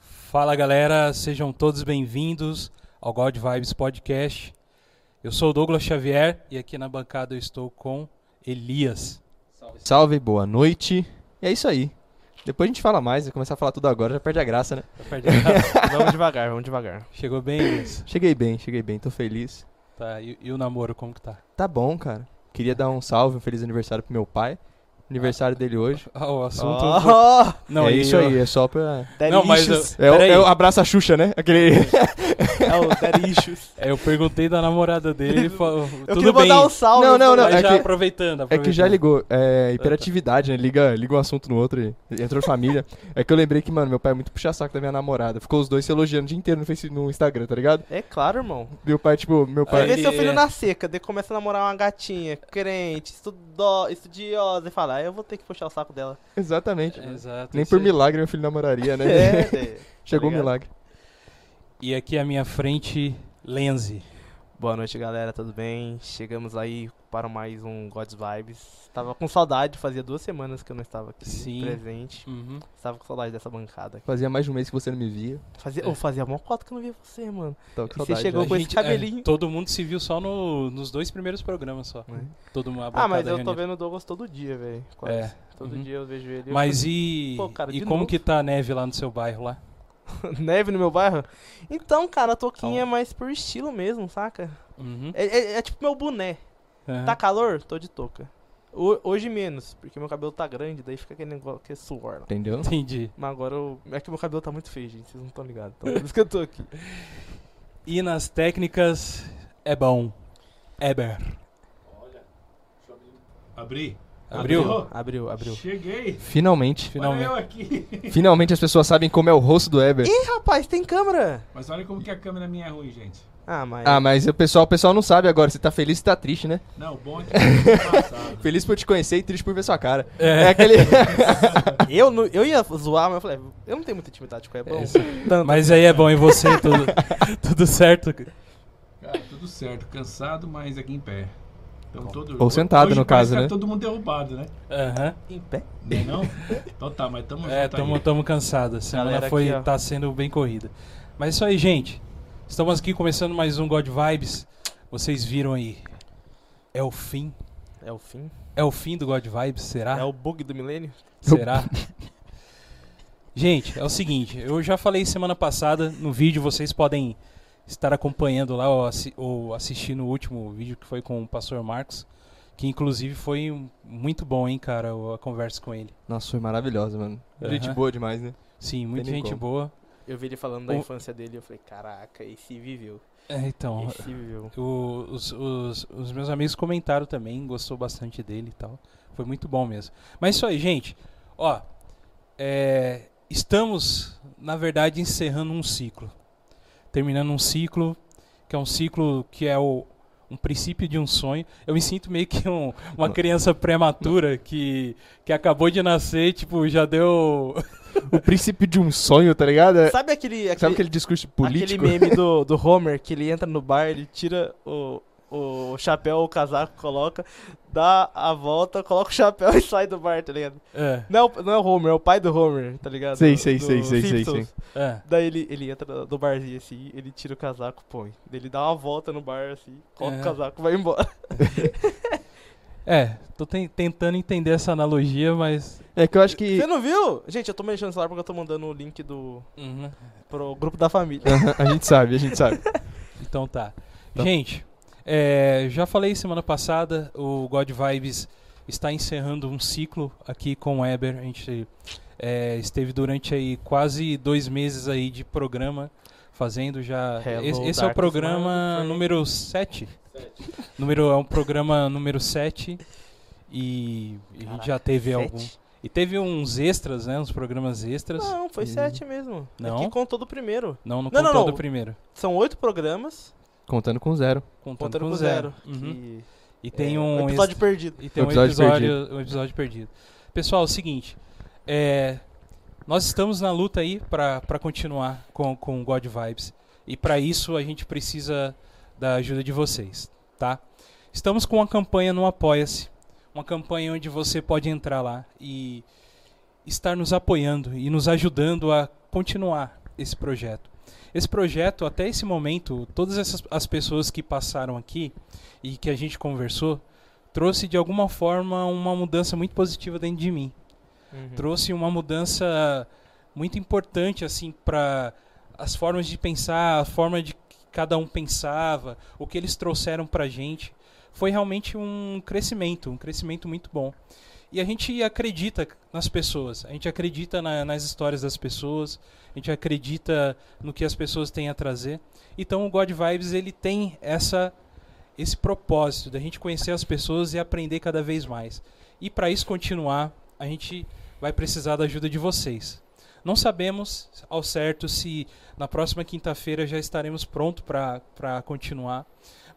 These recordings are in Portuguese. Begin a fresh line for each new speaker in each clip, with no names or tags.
Fala galera, sejam todos bem-vindos ao God Vibes Podcast. Eu sou o Douglas Xavier e aqui na bancada eu estou com Elias.
Salve, boa noite. E é isso aí. Depois a gente fala mais, eu começar a falar tudo agora, já perde a graça, né?
Eu perdi a graça.
Vamos devagar, vamos devagar.
Chegou bem, Elias?
Cheguei bem, cheguei bem, tô feliz.
Tá, e, e o namoro, como que tá?
Tá bom, cara. Queria dar um salve, um feliz aniversário pro meu pai. Aniversário dele hoje.
Ah, o assunto.
Oh,
Não,
é
e
isso
eu-
aí, é só pra.
Não, mas
É o,
Peraí.
é o abraço a Xuxa, né? Aquele.
É o Darichos.
é, eu perguntei da namorada dele e falou.
Eu
tudo
queria
bem.
mandar um salve.
Não, não, não,
Mas
é
já
que-
aproveitando,
É que já
aproveitando.
ligou. É hiperatividade, né? Liga, liga um assunto no outro e entrou família. É que eu lembrei que, mano, meu pai é muito puxa-saco da minha namorada. Ficou os dois se elogiando o dia inteiro no, Face, no Instagram, tá ligado?
É claro, irmão.
Meu pai, tipo, meu
Aí-
pai.
Vê seu filho
é.
na seca, daí começa a namorar uma gatinha, crente, estudó, estudiosa, e fala, ah, eu vou ter que puxar o saco dela.
Exatamente.
Exato.
né? Nem
É, isso
por
aí.
milagre meu filho namoraria, né?
É.
Chegou o
ligado?
milagre.
E aqui à minha frente, Lenzi.
Boa noite, galera, tudo bem? Chegamos aí para mais um God's Vibes. Tava com saudade, fazia duas semanas que eu não estava aqui
Sim.
presente.
Uhum.
Estava com saudade dessa bancada.
Fazia mais de um mês que você não me via.
Fazia,
É.
eu fazia mó cota que eu não via você, mano.
Tava com
Você
saudade,
chegou
né?
com
A
esse
é,
cabelinho.
todo mundo se viu só no- nos dois primeiros programas só. Todo mundo a
Ah, mas
bancada
eu tô
reunida.
vendo o Douglas todo dia, velho. Quase.
É.
Todo
Uhum.
dia eu vejo ele.
Mas e,
Pô, cara,
e
de
como
novo?
que tá a neve lá no seu bairro lá?
Neve no meu bairro? Então, cara, a touquinha é mais por estilo mesmo, saca?
Uhum. É.
É, é- é tipo meu boné.
Aham.
Tá calor? Tô de touca. Ho- hoje menos, porque meu cabelo tá grande, daí fica aquele negócio que é suor lá.
Entendeu?
Entendi.
Mas agora eu... é que meu cabelo tá muito feio, gente. Vocês não estão ligados. Então, por isso que eu tô aqui.
E nas técnicas é bom. Eber.
Abri.
Abriu?
Abriu, abriu.
Cheguei.
Finalmente.
Olha eu
Finalmente.
aqui.
Finalmente as pessoas sabem como é o rosto do Eber.
Ih, rapaz, tem câmera!
Mas olha como que a câmera minha é ruim, gente.
Ah, mas.
Ah, mas o pessoal, o pessoal não sabe agora se tá feliz ou tá triste, né?
Não, bom é que eu passado.
Feliz por te conhecer e triste por ver sua cara. É,
É.
aquele.
eu, não- eu ia zoar, mas eu falei, eu não tenho muita intimidade com o Ebron.
É isso. Mas aí é bom, e você? Tudo, tudo certo?
Cara, tudo certo. Cansado, mas aqui em pé. Então, todo...
Ou sentado,
Hoje
no
parece
caso,
que tá
né?
todo mundo derrubado, né?
Aham.
Em pé?
Não é não? Então tá, mas tamo
É,
junto aí.
tamo, tamo cansados. A semana
Galera
foi,
aqui, ó.
tá sendo bem corrida. Mas é isso aí, gente. Estamos aqui começando mais um God Vibes. Vocês viram aí. É o fim.
É o fim?
É o fim do God Vibes, será?
É o bug do milênio?
Será? Gente, é o seguinte, eu já falei semana passada no vídeo, vocês podem estar acompanhando lá ou, assi ou assistindo o último vídeo que foi com o pastor Marcos, que inclusive foi um- muito bom, hein, cara, o- a conversa com ele.
Nossa, foi maravilhosa, mano. Gente
Aham.
boa demais, né?
Sim, muita
nem
gente
como.
boa.
Eu vi ele falando da
O-
infância dele e eu falei, caraca, esse viveu.
É, então,
Esse viveu.
o- os, os- os meus amigos comentaram também, gostou bastante dele e tal. Foi muito bom mesmo. Mas isso aí, gente. Ó, é, estamos, na verdade, encerrando um ciclo. Terminando um ciclo, que é um ciclo que é o, um princípio de um sonho. Eu me sinto meio que um- uma
Não.
criança prematura que, que acabou de nascer, tipo, já deu.
O princípio de um sonho, tá ligado? É-
Sabe aquele, aquele,
Sabe aquele discurso político?
aquele meme do, do Homer que ele entra no bar, ele tira o, o chapéu, o casaco, coloca, dá a volta, coloca o chapéu e sai do bar, tá ligado?
É,
Não, é o- não é o Homer, é o pai do Homer, tá ligado?
Sei,
Do-
sei,
do
sei, sei, sei,
Simpsons.
sei.
é.
Daí ele, ele entra do barzinho assim, ele tira o casaco, põe. Daí Ele dá uma volta no bar assim, coloca
É.
o casaco, vai embora.
É, tô ten- tentando entender essa analogia, mas.
É que eu acho que.
Você não viu? Gente, eu tô mexendo no celular porque eu tô mandando o link do
Uhum.
pro grupo da família.
Aham, a gente sabe, a gente sabe.
Então tá.
Tá.
Gente, é, já falei semana passada, o God Vibes está encerrando um ciclo aqui com o Eber. A gente é, esteve durante aí quase dois meses aí de programa fazendo já.
Hello,
esse esse é o
Dark
programa
Smile.
número 7. Número, é um programa número 7. E a gente já teve
Sete?
algum. E teve uns extras, né? Uns programas extras. Não,
Não, foi
E-
sete mesmo.
Não?
É que contou do primeiro.
não,
Ah. Não, não,
contou do
não.
primeiro.
São oito programas,
Contando com zero.
Contando,
contando
com,
com
zero.
zero.
Uhum.
que
E tem
é
um.
episódio
extra-
perdido.
E tem um
Episódio
episódio, um episódio perdido. Pessoal, é o seguinte. é, nós estamos na luta aí para continuar com, com o God Vibes. E para isso a gente precisa da ajuda de vocês, tá? Estamos com uma campanha no Apoia-se. Uma campanha onde você pode entrar lá e estar nos apoiando e nos ajudando a continuar esse projeto. Esse projeto, até esse momento, todas essas, as pessoas que passaram aqui e que a gente conversou, trouxe de alguma forma uma mudança muito positiva dentro de mim.
Uhum.
Trouxe uma mudança muito importante assim para as formas de pensar, a forma de que cada um pensava, o que eles trouxeram pra gente. Foi realmente um crescimento, um crescimento muito bom. E a gente acredita nas pessoas, a gente acredita na- nas histórias das pessoas, a gente acredita no que as pessoas têm a trazer. Então o God Vibes ele tem essa esse propósito da gente conhecer as pessoas e aprender cada vez mais. E para isso continuar, a gente vai precisar da ajuda de vocês. Não sabemos ao certo se na próxima quinta-feira já estaremos prontos para continuar,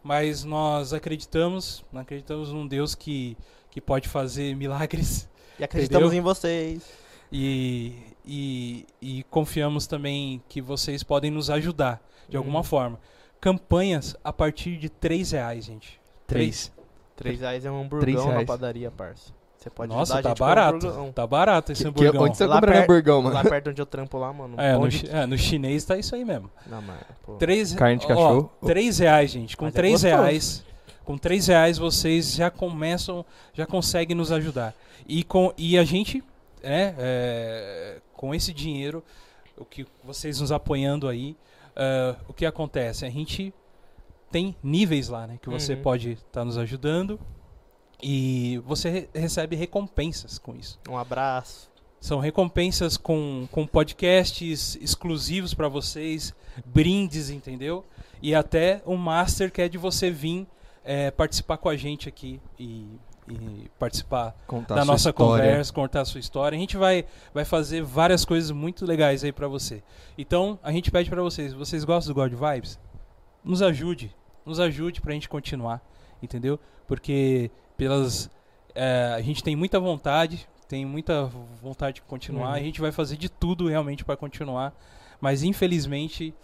mas nós acreditamos, nós acreditamos num Deus que, que pode fazer milagres
E acreditamos
Entendeu?
em vocês.
e, e, e confiamos também que vocês podem nos ajudar de
Uhum.
alguma forma. Campanhas a partir de R$ reais, gente.
Três.
3 reais é um
Três
hamburgão na
reais.
padaria, parça. Você pode
Nossa,
ajudar
tá
a gente com um
barato.
hamburgão.
Tá barato esse
Que- que-
hamburgão.
onde você
Lá
tá comprando
per-
hamburgão, mano?
Lá perto onde eu trampo lá, mano. um
É,
pão
no,
de-
chi- é, no chinês tá isso aí mesmo.
Não, mas, pô.
Três,
Carne de
ó,
cachorro.
três reais, gente. Com
Mas é
três
gostoso.
reais, com três reais vocês já começam, já conseguem nos ajudar. E com e a gente, né, é, com esse dinheiro, o que vocês nos apoiando aí, ah, o que acontece? A gente tem níveis lá, né, que você
Uhum.
pode estar nos ajudando e você re- recebe recompensas com isso.
Um abraço.
São recompensas com, com podcasts exclusivos para vocês, brindes, entendeu? E até um master que é de você vir eh, participar com a gente aqui e, e participar
Contar
da
sua
nossa
história.
conversa, contar a sua história. A gente vai, vai fazer várias coisas muito legais aí para você. Então, a gente pede para vocês, vocês gostam do God Vibes? Nos ajude, nos ajude pra gente continuar, entendeu? Porque pelas eh, a gente tem muita vontade, tem muita vontade de continuar,
Uhum.
a gente vai fazer de tudo realmente para continuar, mas infelizmente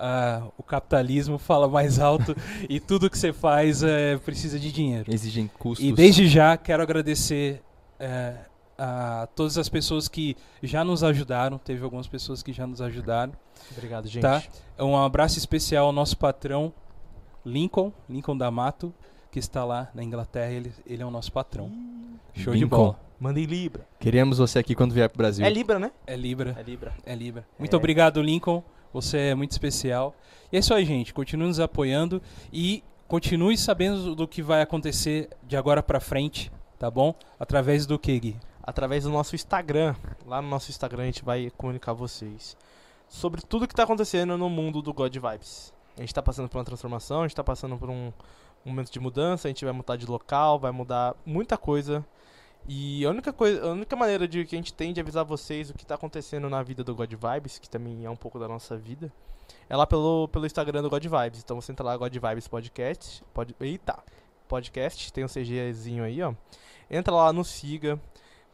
ah, o capitalismo fala mais alto e tudo que você faz eh, precisa de dinheiro.
Exigem custos.
E desde já quero agradecer é, a todas as pessoas que já nos ajudaram. Teve algumas pessoas que já nos ajudaram.
Obrigado, gente.
Tá? Um abraço especial ao nosso patrão Lincoln, Lincoln D'Amato, que está lá na Inglaterra. Ele, ele é o nosso patrão. Show de
Lincoln.
bola.
Manda em Libra.
Queremos você aqui quando vier pro Brasil.
É Libra, né?
É Libra,
É Libra.
é Libra. Muito
É.
obrigado, Lincoln. Você é muito especial. E é isso aí, gente. Continue nos apoiando e continue sabendo do que vai acontecer de agora pra frente, tá bom? Através do que, Gui?
através do nosso Instagram. Lá no nosso Instagram a gente vai comunicar vocês sobre tudo que tá acontecendo no mundo do God Vibes. A gente tá passando por uma transformação, a gente tá passando por um momento de mudança, a gente vai mudar de local, vai mudar muita coisa. E a única coisa, a única maneira de que a gente tem de avisar vocês o que tá acontecendo na vida do God Vibes, que também é um pouco da nossa vida, é lá pelo, pelo Instagram do God Vibes. Então você entra lá God Vibes Podcast, pod, eita, podcast, tem um CGzinho aí, ó. Entra lá, nos siga,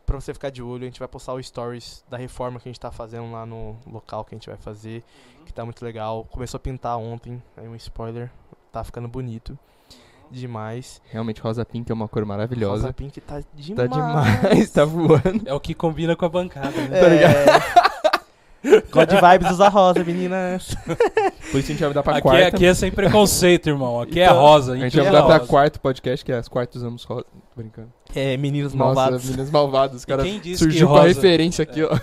Pra você ficar de olho, a gente vai postar o stories da reforma que a gente tá fazendo lá no local que a gente vai fazer, que tá muito legal. Começou a pintar ontem, aí um spoiler, tá ficando bonito demais.
Realmente, rosa pink é uma cor
Rosa
maravilhosa.
Pink tá demais.
Tá demais, tá voando.
É o que combina com a bancada, né?
É,
Tá
ligado? É. God vibes usa rosa, meninas.
Por isso a gente vai mudar pra
Aqui é,
quarta.
aqui é sem preconceito, irmão. Aqui é
Então,
rosa. A
A
gente,
gente vai
usa
mudar pra
rosa.
quarto podcast, que é as quartas usamos rosa. Tô Brincando.
É, meninos
Nossa,
malvados.
meninas malvadas. Os
E
caras
Quem disse, que
surgiu com a
rosa, É.
referência aqui, ó.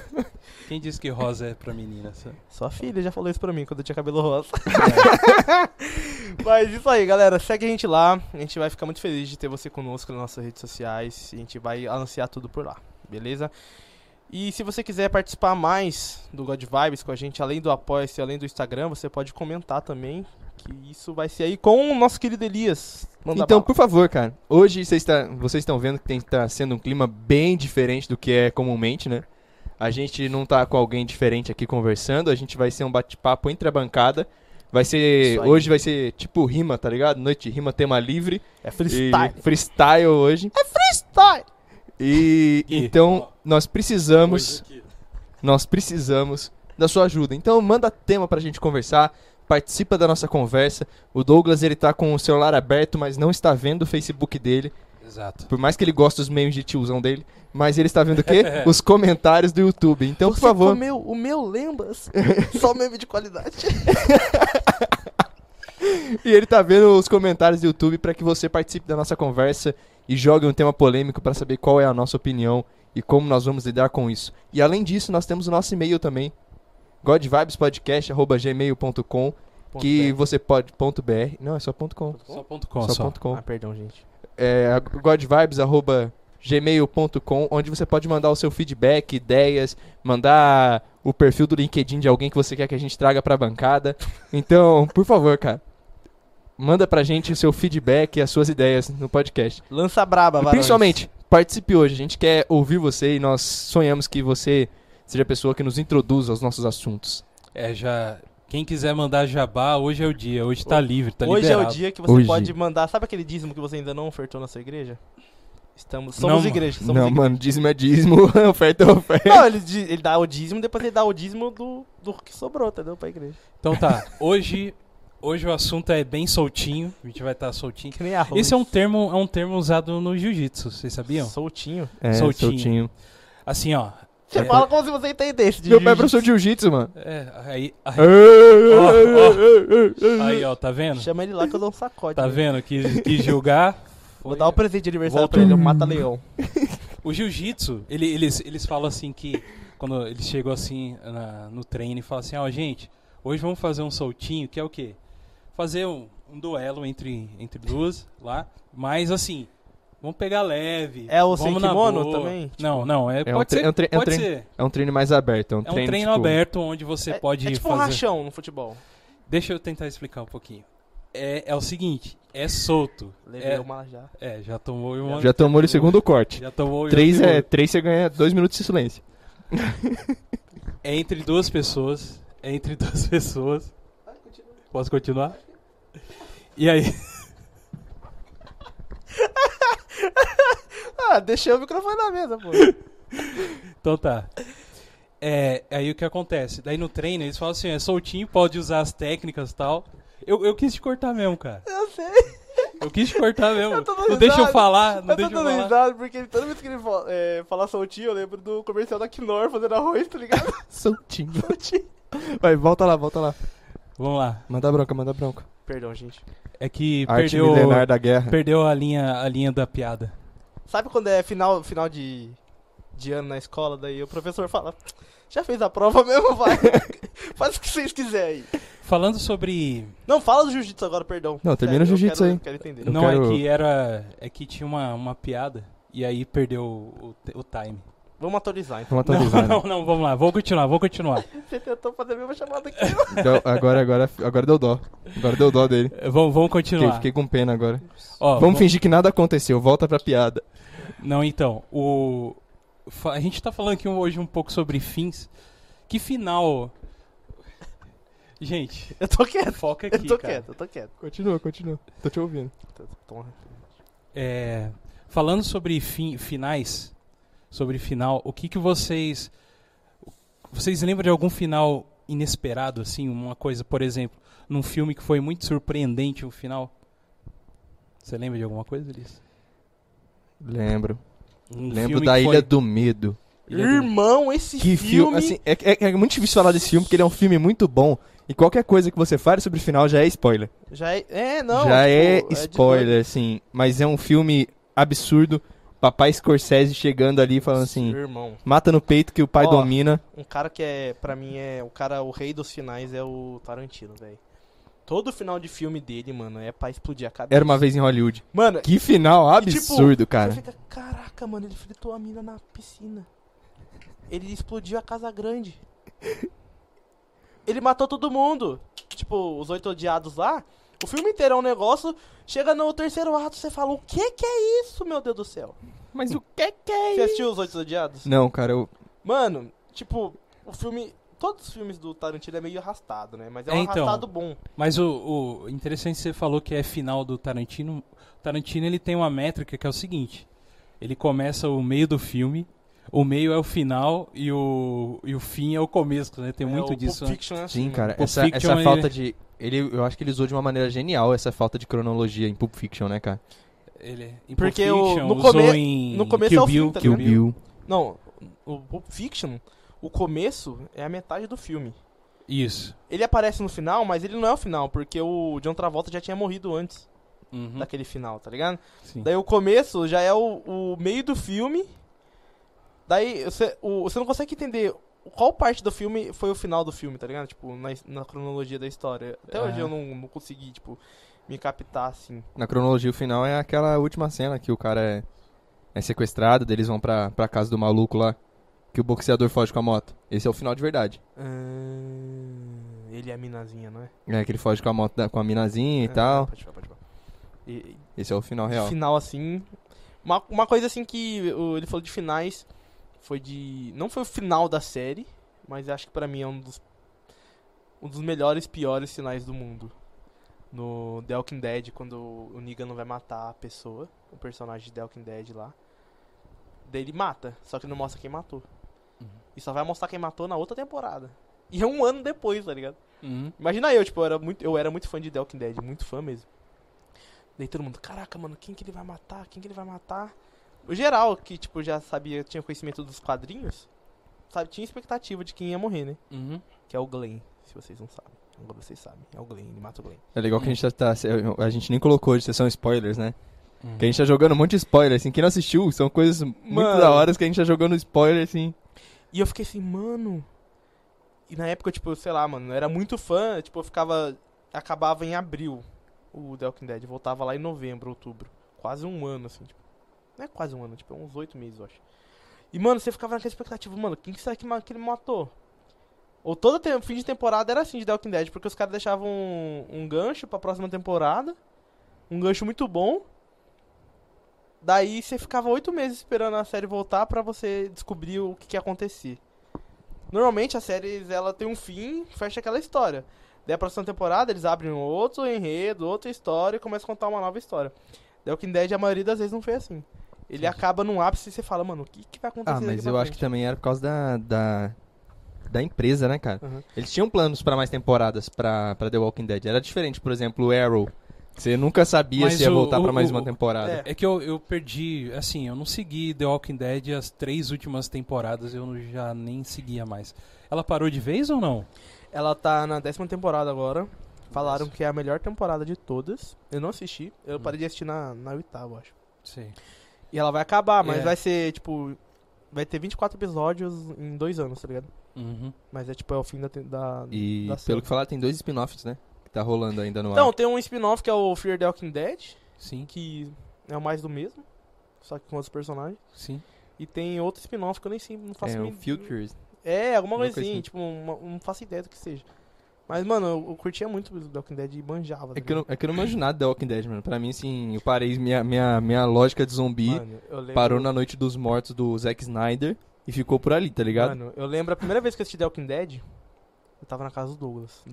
quem disse que rosa é pra menina? sabe?
Sua filha já falou isso pra mim quando eu tinha cabelo rosa.
É.
Mas isso aí, galera. Segue a gente lá. A gente vai ficar muito feliz de ter você conosco nas nossas redes sociais. A gente vai anunciar tudo por lá, beleza? E se você quiser participar mais do God Vibes com a gente, além do Apoia-se, além do Instagram, você pode comentar também. Que isso vai ser aí com o nosso querido Elias. Manda
Então,
bala.
por favor, cara. Hoje vocês tá- vocês estão vendo que tem tá sendo um clima bem diferente do que é comumente, né? A gente não tá com alguém diferente aqui conversando, a gente vai ser um bate-papo entre a bancada. Vai ser.
Isso aí.
Hoje vai ser tipo rima, tá ligado? Noite de rima, tema livre.
é freestyle.
E freestyle hoje.
Freestyle!
E
E-
então nós precisamos.
Coisa que-
Nós precisamos da sua ajuda. Então manda tema pra gente conversar. Participa da nossa conversa. O Douglas ele tá com o celular aberto, mas não está vendo o Facebook dele.
Exato.
Por mais que ele goste dos memes de tiozão dele, mas ele está vendo o quê? Os comentários do YouTube. Então, por
Você
favor.
comeu o meu lembras? Só meme de qualidade.
E ele tá vendo os comentários do YouTube para que você participe da nossa conversa e jogue um tema polêmico para saber qual é a nossa opinião e como nós vamos lidar com isso. E além disso, nós temos o nosso e-mail também, godvibespodcast@gmail.com, que você pode ponto .br, não, é só ponto .com,
Só ponto com,
só,
só.
Ponto .com.
Ah, perdão, gente.
É godvibes@gmail.com, onde você pode mandar o seu feedback, ideias, mandar o perfil do LinkedIn de alguém que você quer que a gente traga pra bancada. Então, por favor, cara, manda pra gente o seu feedback e as suas ideias no podcast.
Lança braba,
E
varões.
principalmente, participe hoje. A gente quer ouvir você e nós sonhamos que você seja a pessoa que nos introduz aos nossos assuntos.
É, já. Quem quiser mandar jabá, hoje é o dia. Hoje tá livre, tá
Hoje
liberado.
é o dia que você
Hoje.
pode mandar. Sabe aquele dízimo que você ainda não ofertou na sua igreja? Estamos,
Não,
somos
mano.
igreja. Somos
Não,
igreja.
mano, dízimo é dízimo, oferta é oferta.
Não, ele, di- ele dá o dízimo, depois ele dá o dízimo do, do que sobrou, entendeu? Pra igreja.
Então tá, hoje, hoje o assunto é bem soltinho. A gente vai estar soltinho.
Que nem arroz.
Esse é um termo, é um termo usado no jiu-jitsu, vocês sabiam?
Soltinho.
É,
Soltinho.
soltinho.
Assim, ó.
Você
É.
fala como se você entendesse de
Meu pai é
jiu-jitsu.
professor de jiu-jitsu, mano.
É, aí, aí,
Ó, ó.
aí, ó, tá vendo?
Chama ele lá que eu dou um sacode.
Tá
nele.
vendo que, que julgar?
Vou dar um presente de aniversário
Volta
pra ele, um mata-leão.
O jiu-jitsu, ele- eles, eles falam assim que. Quando eles chegam assim na- no treino e falam assim, ó, gente, hoje vamos fazer um soltinho, que é o quê? Fazer um, um duelo entre, entre duas lá, mas assim, vamos pegar leve.
É o sem
vamos na
kimono
boa.
também? Tipo,
Não, não, é,
É um
pode
tre-
ser.
é um tre- é um
pode
treino-
ser.
É um treino mais aberto, é um
É um
treino,
treino
tipo,
aberto onde você
é,
pode
é tipo um
fazer.
rachão no futebol.
Deixa eu tentar explicar um pouquinho. É, é o seguinte, é solto.
Levei
É,
uma já.
é, já tomou uma.
Já tomou o segundo corte.
já tomou
Três,
uma-
é, três você ganha dois minutos de silêncio.
É entre duas pessoas. É entre duas pessoas. Posso continuar? E aí?
Ah, deixei o microfone na mesa, pô.
Então tá. É, aí o que acontece? Daí no treino eles falam assim: é soltinho, pode usar as técnicas e tal. Eu, eu quis te cortar mesmo, cara.
Eu sei.
Eu quis te cortar mesmo.
Eu tô dando
não deixa eu
risada.
falar, não
Eu tô
deixa eu
dando
falar.
risada, porque toda vez que ele fala, é, fala soltinho, eu lembro do comercial da Knorr fazendo arroz, tá ligado?
Soltinho.
Soltinho.
Vai, volta lá, volta lá.
Vamos lá.
Manda bronca, manda bronca.
Perdão, gente.
É que
Arte
perdeu,
milenar da guerra.
perdeu a, linha, a linha da piada.
Sabe quando é final, final de, de ano na escola, daí o professor fala, já fez a prova mesmo, vai. Faz o que vocês quiserem aí.
Falando sobre
Não, fala do jiu-jitsu agora, perdão.
Não, termina
Sério,
o jiu-jitsu
eu quero-
aí.
eu quero entender.
Eu
não
quero-
é que era. É que tinha uma, uma piada. E aí perdeu o, o time.
Vamos atualizar, então.
Vamos
Não,
atualizar. né?
não, não, vamos lá, vou continuar, vou continuar.
Você tentou fazer a mesma chamada aqui.
Deu- Então, agora, agora, agora deu dó. Agora deu dó dele.
Eh, Vamos, vamos
Fiquei,
continuar.
fiquei com pena agora.
Ó,
Vamos
vamos-
fingir que nada aconteceu. Volta pra piada.
Não, então, o. fa- A gente tá falando aqui hoje um pouco sobre fins. Que final. Gente,
Eu tô quieto.
foca aqui.
Eu tô
cara.
quieto, eu tô quieto.
Continua, continua. Tô te ouvindo.
Tô- tô-
É, falando sobre fi- finais, sobre final, o que que vocês vocês lembram de algum final inesperado assim, uma coisa, por exemplo, num filme que foi muito surpreendente o final? Você lembra de alguma coisa disso?
Lembro.
Um
Lembro
filme
da
que foi-
Ilha do Medo.
Ilha do-
Irmão, esse
é Que filme,
filme...
assim, é, é- é muito difícil falar desse filme porque ele é um filme muito bom. E qualquer coisa que você fale sobre o final já é spoiler.
Já é... É, não.
já é
tipo, de-
spoiler, assim. Mas é um filme absurdo. Papai Scorsese chegando ali e falando assim:
Irmão.
mata no peito que o pai
Ó.
domina.
Um cara que é, pra mim, é o cara, o rei dos finais é o Tarantino, velho. Todo final de filme dele, mano, é pra explodir a cabeça.
Era uma vez em Hollywood.
Mano,
Que final
tipo,
absurdo, cara.
você fica, caraca, mano, ele fritou a mina na piscina. Ele explodiu a casa grande. Ele matou todo mundo. Tipo, os oito odiados lá. O filme inteiro é um negócio. Chega no terceiro ato, você fala, o que que é isso, meu Deus do céu?
Mas o que que é
Você assistiu os oito odiados?
Não, cara, eu.
Mano, tipo, o filme. Todos os filmes do Tarantino é meio arrastado, né? Mas é um
É, então.
arrastado bom.
Mas o, o interessante que você falou que é final do Tarantino. O Tarantino ele tem uma métrica que é o seguinte: ele começa o meio do filme, o meio é o final e o, e o fim é o começo, né? Tem
É, o
muito
Pulp
disso. né?
Fiction é assim,
Sim,
né?
cara,
Pulp
essa,
Fiction,
essa
ele-
falta de. Ele, eu acho que ele usou de uma maneira genial essa falta de cronologia em Pulp Fiction, né, cara?
Ele, em
Porque
Pulp
o-
Fiction,
no
usou
come-
em
no começo
Kill
ao fim,
Bill,
tá
Kill
ligado?
Bill.
Não, o Pulp Fiction, o começo é a metade do filme.
Isso.
Ele aparece no final, mas ele não é o final, porque o John Travolta já tinha morrido antes
Uhum,
daquele final, tá ligado?
sim.
Daí o começo já é o, o meio do filme. Daí você, o- você não consegue entender qual parte do filme foi o final do filme, tá ligado? Tipo, na, his- na cronologia da história. Até hoje
É.
eu não, não consegui, tipo, me captar assim.
Na cronologia, o final é aquela última cena que o cara é, é sequestrado, daí eles vão pra, pra casa do maluco lá, que o boxeador foge com a moto. Esse é o final de verdade.
Ahn, ele é a minazinha, não é?
É, que ele foge com a moto, da- com a minazinha e
Ah,
tal.
Pode falar, pode falar. E-
Esse é o final real.
final assim. Uma, uma coisa assim que o- ele falou de finais foi de. Não foi o final da série, mas acho que pra mim é um dos. Um dos melhores, piores finais do mundo. No The Walking Dead, quando o Negan não vai matar a pessoa, o personagem de The Walking Dead lá. Daí ele mata, só que não mostra quem matou.
Uhum.
E só vai mostrar quem matou na outra temporada. E é um ano depois, tá ligado?
Uhum.
Imagina eu, tipo, eu era muito, eu era muito fã de The Walking Dead, muito fã mesmo. Daí todo mundo, caraca, mano, quem que ele vai matar? Quem que ele vai matar? O geral, que, tipo, já sabia, tinha conhecimento dos quadrinhos, sabe, tinha expectativa de quem ia morrer, né?
Uhum.
Que é o Glenn, se vocês não sabem. Agora vocês sabem, é o Glenn, ele mata o Glenn.
É legal que a gente tá- tá. A gente nem colocou de sessão spoilers, né?
Uhum.
Que a gente tá jogando um monte de spoiler, assim. Quem não assistiu, são coisas muito
Mano.
da hora que a gente tá jogando spoiler, assim.
E eu fiquei assim, mano. E na época, tipo, sei lá, mano, eu era muito fã, tipo, eu ficava. Acabava em abril o The Walking Dead, voltava lá em novembro, outubro. Quase um ano, assim, tipo. Não é quase um ano, tipo, é uns oito meses, eu acho. E, mano, você ficava naquela expectativa, mano, quem que será que, ma- que ele matou? Ou todo tem- fim de temporada era assim de The Walking Dead, porque os caras deixavam um, um gancho pra próxima temporada. Um gancho muito bom. Daí você ficava oito meses esperando a série voltar pra você descobrir o que, que ia acontecer. Normalmente as séries ela tem um fim, fecha aquela história. Daí a próxima temporada eles abrem um outro enredo, outra história e começam a contar uma nova história. Daí o King Dead a maioria das vezes não foi assim. Ele acaba num ápice e você fala, mano, o que, que vai acontecer?
Ah,
daqui
mas
pra
eu acho que
frente?"
também era por causa da. da, da empresa, né, cara?
Uhum.
Eles tinham planos pra mais temporadas pra, pra The Walking Dead. Era diferente, por exemplo, o Arrow. Você nunca sabia
Mas
se ia
o-
voltar
o-
pra mais
o-
uma temporada.
é.
É que eu, eu perdi, assim, eu não segui The Walking Dead as três últimas temporadas, eu não- já nem seguia mais. Ela parou de vez ou não?
Ela tá na décima temporada agora. Falaram que é a melhor temporada de todas. Eu não assisti. Eu
Hum.
parei de assistir na, na oitava, eu acho.
Sei.
E ela vai acabar, mas
É.
vai ser, tipo. Vai ter 24 episódios em dois anos, tá ligado?
Uhum.
Mas é tipo, é o fim da. te- da...
E
Dá
pelo
certo.
que falaram, tem dois spin-offs, né? Que tá rolando ainda no
Então,
ar.
tem um spin-off que é o Fear the Walking Dead,
Sim,
que é o mais do mesmo, só que com outros personagens.
sim.
E tem outro spin-off que eu nem sei, não faço
É o
mínima-
Futures.
É, alguma
Alguma coisa
coisinha,
assim.
tipo, uma- não faço ideia do que seja. Mas, mano, eu, eu curtia muito o The Walking Dead e manjava.
É
tá
que, eu não,
ligado?
é que eu não manjo nada da Walking Dead, mano. Pra mim, assim, eu parei minha, minha, minha lógica de zumbi.
Mano, eu lembro-
parou na noite dos mortos do Zack Snyder e ficou por ali, tá ligado?
Mano, eu lembro a primeira vez que eu assisti The Walking Dead, eu tava na casa do Douglas, em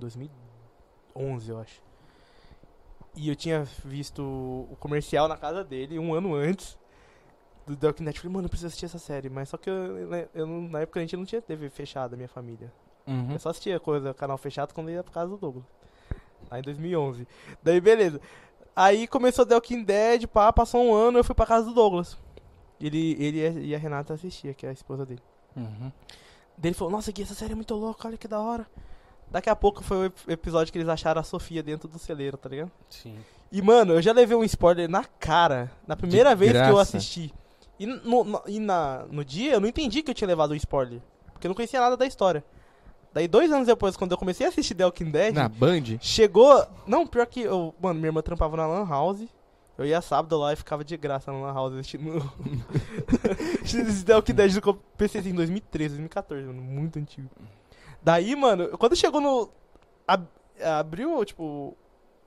2011, eu acho. E eu tinha visto o comercial na casa dele um ano antes do The Walking Dead. Eu falei, mano, eu preciso assistir essa série. Mas só que eu, né, eu não- na época a gente não tinha TV fechada, minha família.
Uhum.
Eu só assistia coisa, canal fechado, quando eu ia pra casa do Douglas. Lá em 2011. Daí, beleza. Aí começou The Walking Dead, pá, passou um ano, eu fui pra casa do Douglas. Ele, ele e a- e a Renata assistia, que é a esposa dele.
Uhum.
Daí ele falou, nossa Gui, essa série é muito louca, olha que da hora. Daqui a pouco foi o ep- episódio que eles acharam a Sofia dentro do celeiro, tá ligado?
Sim.
E, mano, eu já levei um spoiler na cara, na primeira vez que eu
graça.
assisti. E, no, no- e na, no dia eu não entendi que eu tinha levado um spoiler, porque eu não conhecia nada da história. Daí, dois anos depois, quando eu comecei a assistir The Walking Dead,
Na Band?
chegou... Não, pior que eu... Mano, minha irmã trampava na Lan House, eu ia sábado lá e ficava de graça na Lan House assistindo... assistindo The Walking Dead do PC assim, em 2013, 2014, mano, muito antigo. Daí, mano, quando chegou no. ab- abriu, tipo.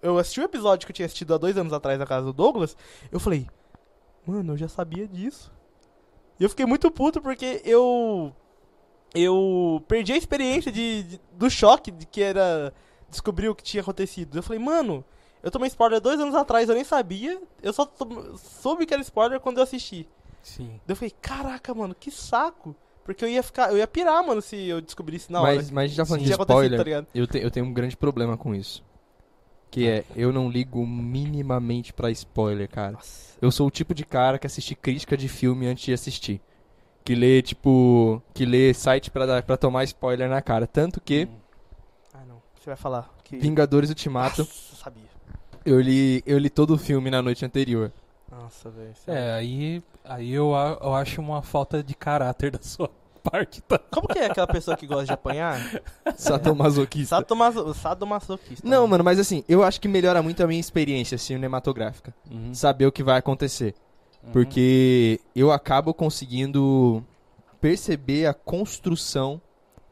Eu assisti o episódio que eu tinha assistido há dois anos atrás na casa do Douglas. Eu falei, mano, eu já sabia disso. E eu fiquei muito puto porque eu. Eu perdi a experiência de, de- do choque de que era descobrir o que tinha acontecido. Eu falei, mano, eu tomei spoiler dois anos atrás, eu nem sabia. Eu só tom- soube que era spoiler quando eu assisti.
Sim.
Daí eu falei, caraca, mano, que saco. Porque eu ia ficar, eu ia pirar, mano, se eu descobrisse na hora.
Mas, mas já falando
Sim.
de
Tinha acontecido,
spoiler,
tá ligado?
eu, te- eu tenho um grande problema com isso. Que é, eu não ligo minimamente pra spoiler, cara.
Nossa.
Eu sou o tipo de cara que assiste crítica de filme antes de assistir. Que lê, tipo. Que lê site pra, dar, pra tomar spoiler na cara. Tanto que
Ah, não. Você vai falar que.
Vingadores Ultimato,
Nossa, sabia.
eu li, eu li todo o filme na noite anterior.
Nossa, velho. você-
É, aí, aí eu, a- eu acho uma falta de caráter da sua parte, tá?
Como que é aquela pessoa que gosta de apanhar?
Sadomasoquista.
Sadomaso- Sadomasoquista.
Não,
né?
mano, mas assim, eu acho que melhora muito a minha experiência cinematográfica.
Hum.
Saber o que vai acontecer.
Uhum.
Porque eu acabo conseguindo perceber a construção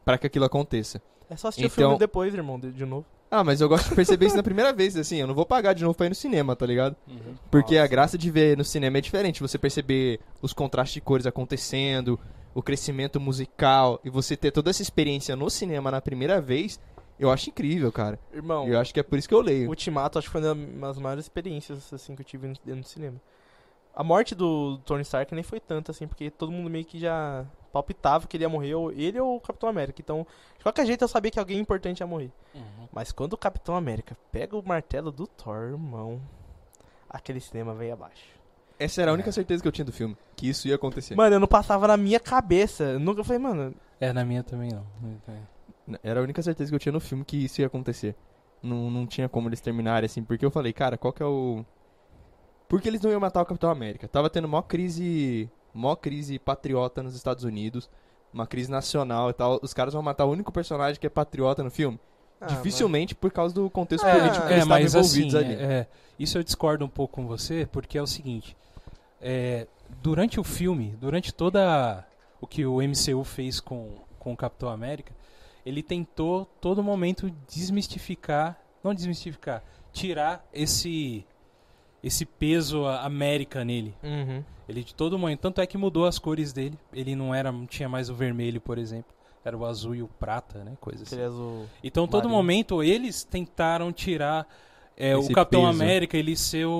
pra que aquilo aconteça.
É só assistir o
Então-
filme depois, irmão, de, de novo.
Ah, mas eu gosto de perceber isso na primeira vez, assim, eu não vou pagar de novo pra ir no cinema, tá ligado?
uhum,
Porque a graça de ver no cinema é diferente, você perceber os contrastes de cores acontecendo, o crescimento musical, e você ter toda essa experiência no cinema na primeira vez, eu acho incrível, cara.
Irmão,
Eu acho que é por isso que eu leio.
Ultimato acho que foi uma das maiores experiências assim, que eu tive dentro do cinema. A morte do Tony Stark nem foi tanta, assim, porque todo mundo meio que já palpitava que ele ia morrer, ou ele ou o Capitão América. Então, de qualquer jeito eu sabia que alguém importante ia morrer.
uhum.
Mas quando o Capitão América pega o martelo do Thor, irmão, aquele cinema veio abaixo.
Essa era a única certeza que eu tinha do filme, que isso ia acontecer.
Mano, eu não passava na minha cabeça. Eu nunca eu falei, mano,
É, na minha também não.
Era a única certeza que eu tinha no filme que isso ia acontecer. Não, não tinha como eles terminarem assim, porque eu falei, cara, qual que é o. Por que eles não iam matar o Capitão América? Tava tendo mó crise. Mó crise patriota nos Estados Unidos, uma crise nacional e tal. Os caras vão matar o único personagem que é patriota no filme.
ah,
Dificilmente por causa do contexto
Ah,
político que
É,
eles estavam
mas
envolvidos
assim,
ali.
é, isso eu discordo um pouco com você, porque é o seguinte, é, durante o filme, durante toda a- o que o MCU fez com, com o Capitão América, ele tentou todo momento desmistificar, não desmistificar, tirar esse esse peso a- América nele.
mano. Uhum.
Ele de todo momento, tanto é que mudou as cores dele. Ele não era, não tinha mais o vermelho, por exemplo, era o azul e o prata, né, coisa assim.
Aquele azul.
Então, todo
Marinho.
momento, eles tentaram tirar é, o
Esse
Capitão
peso.
América, ele ser o,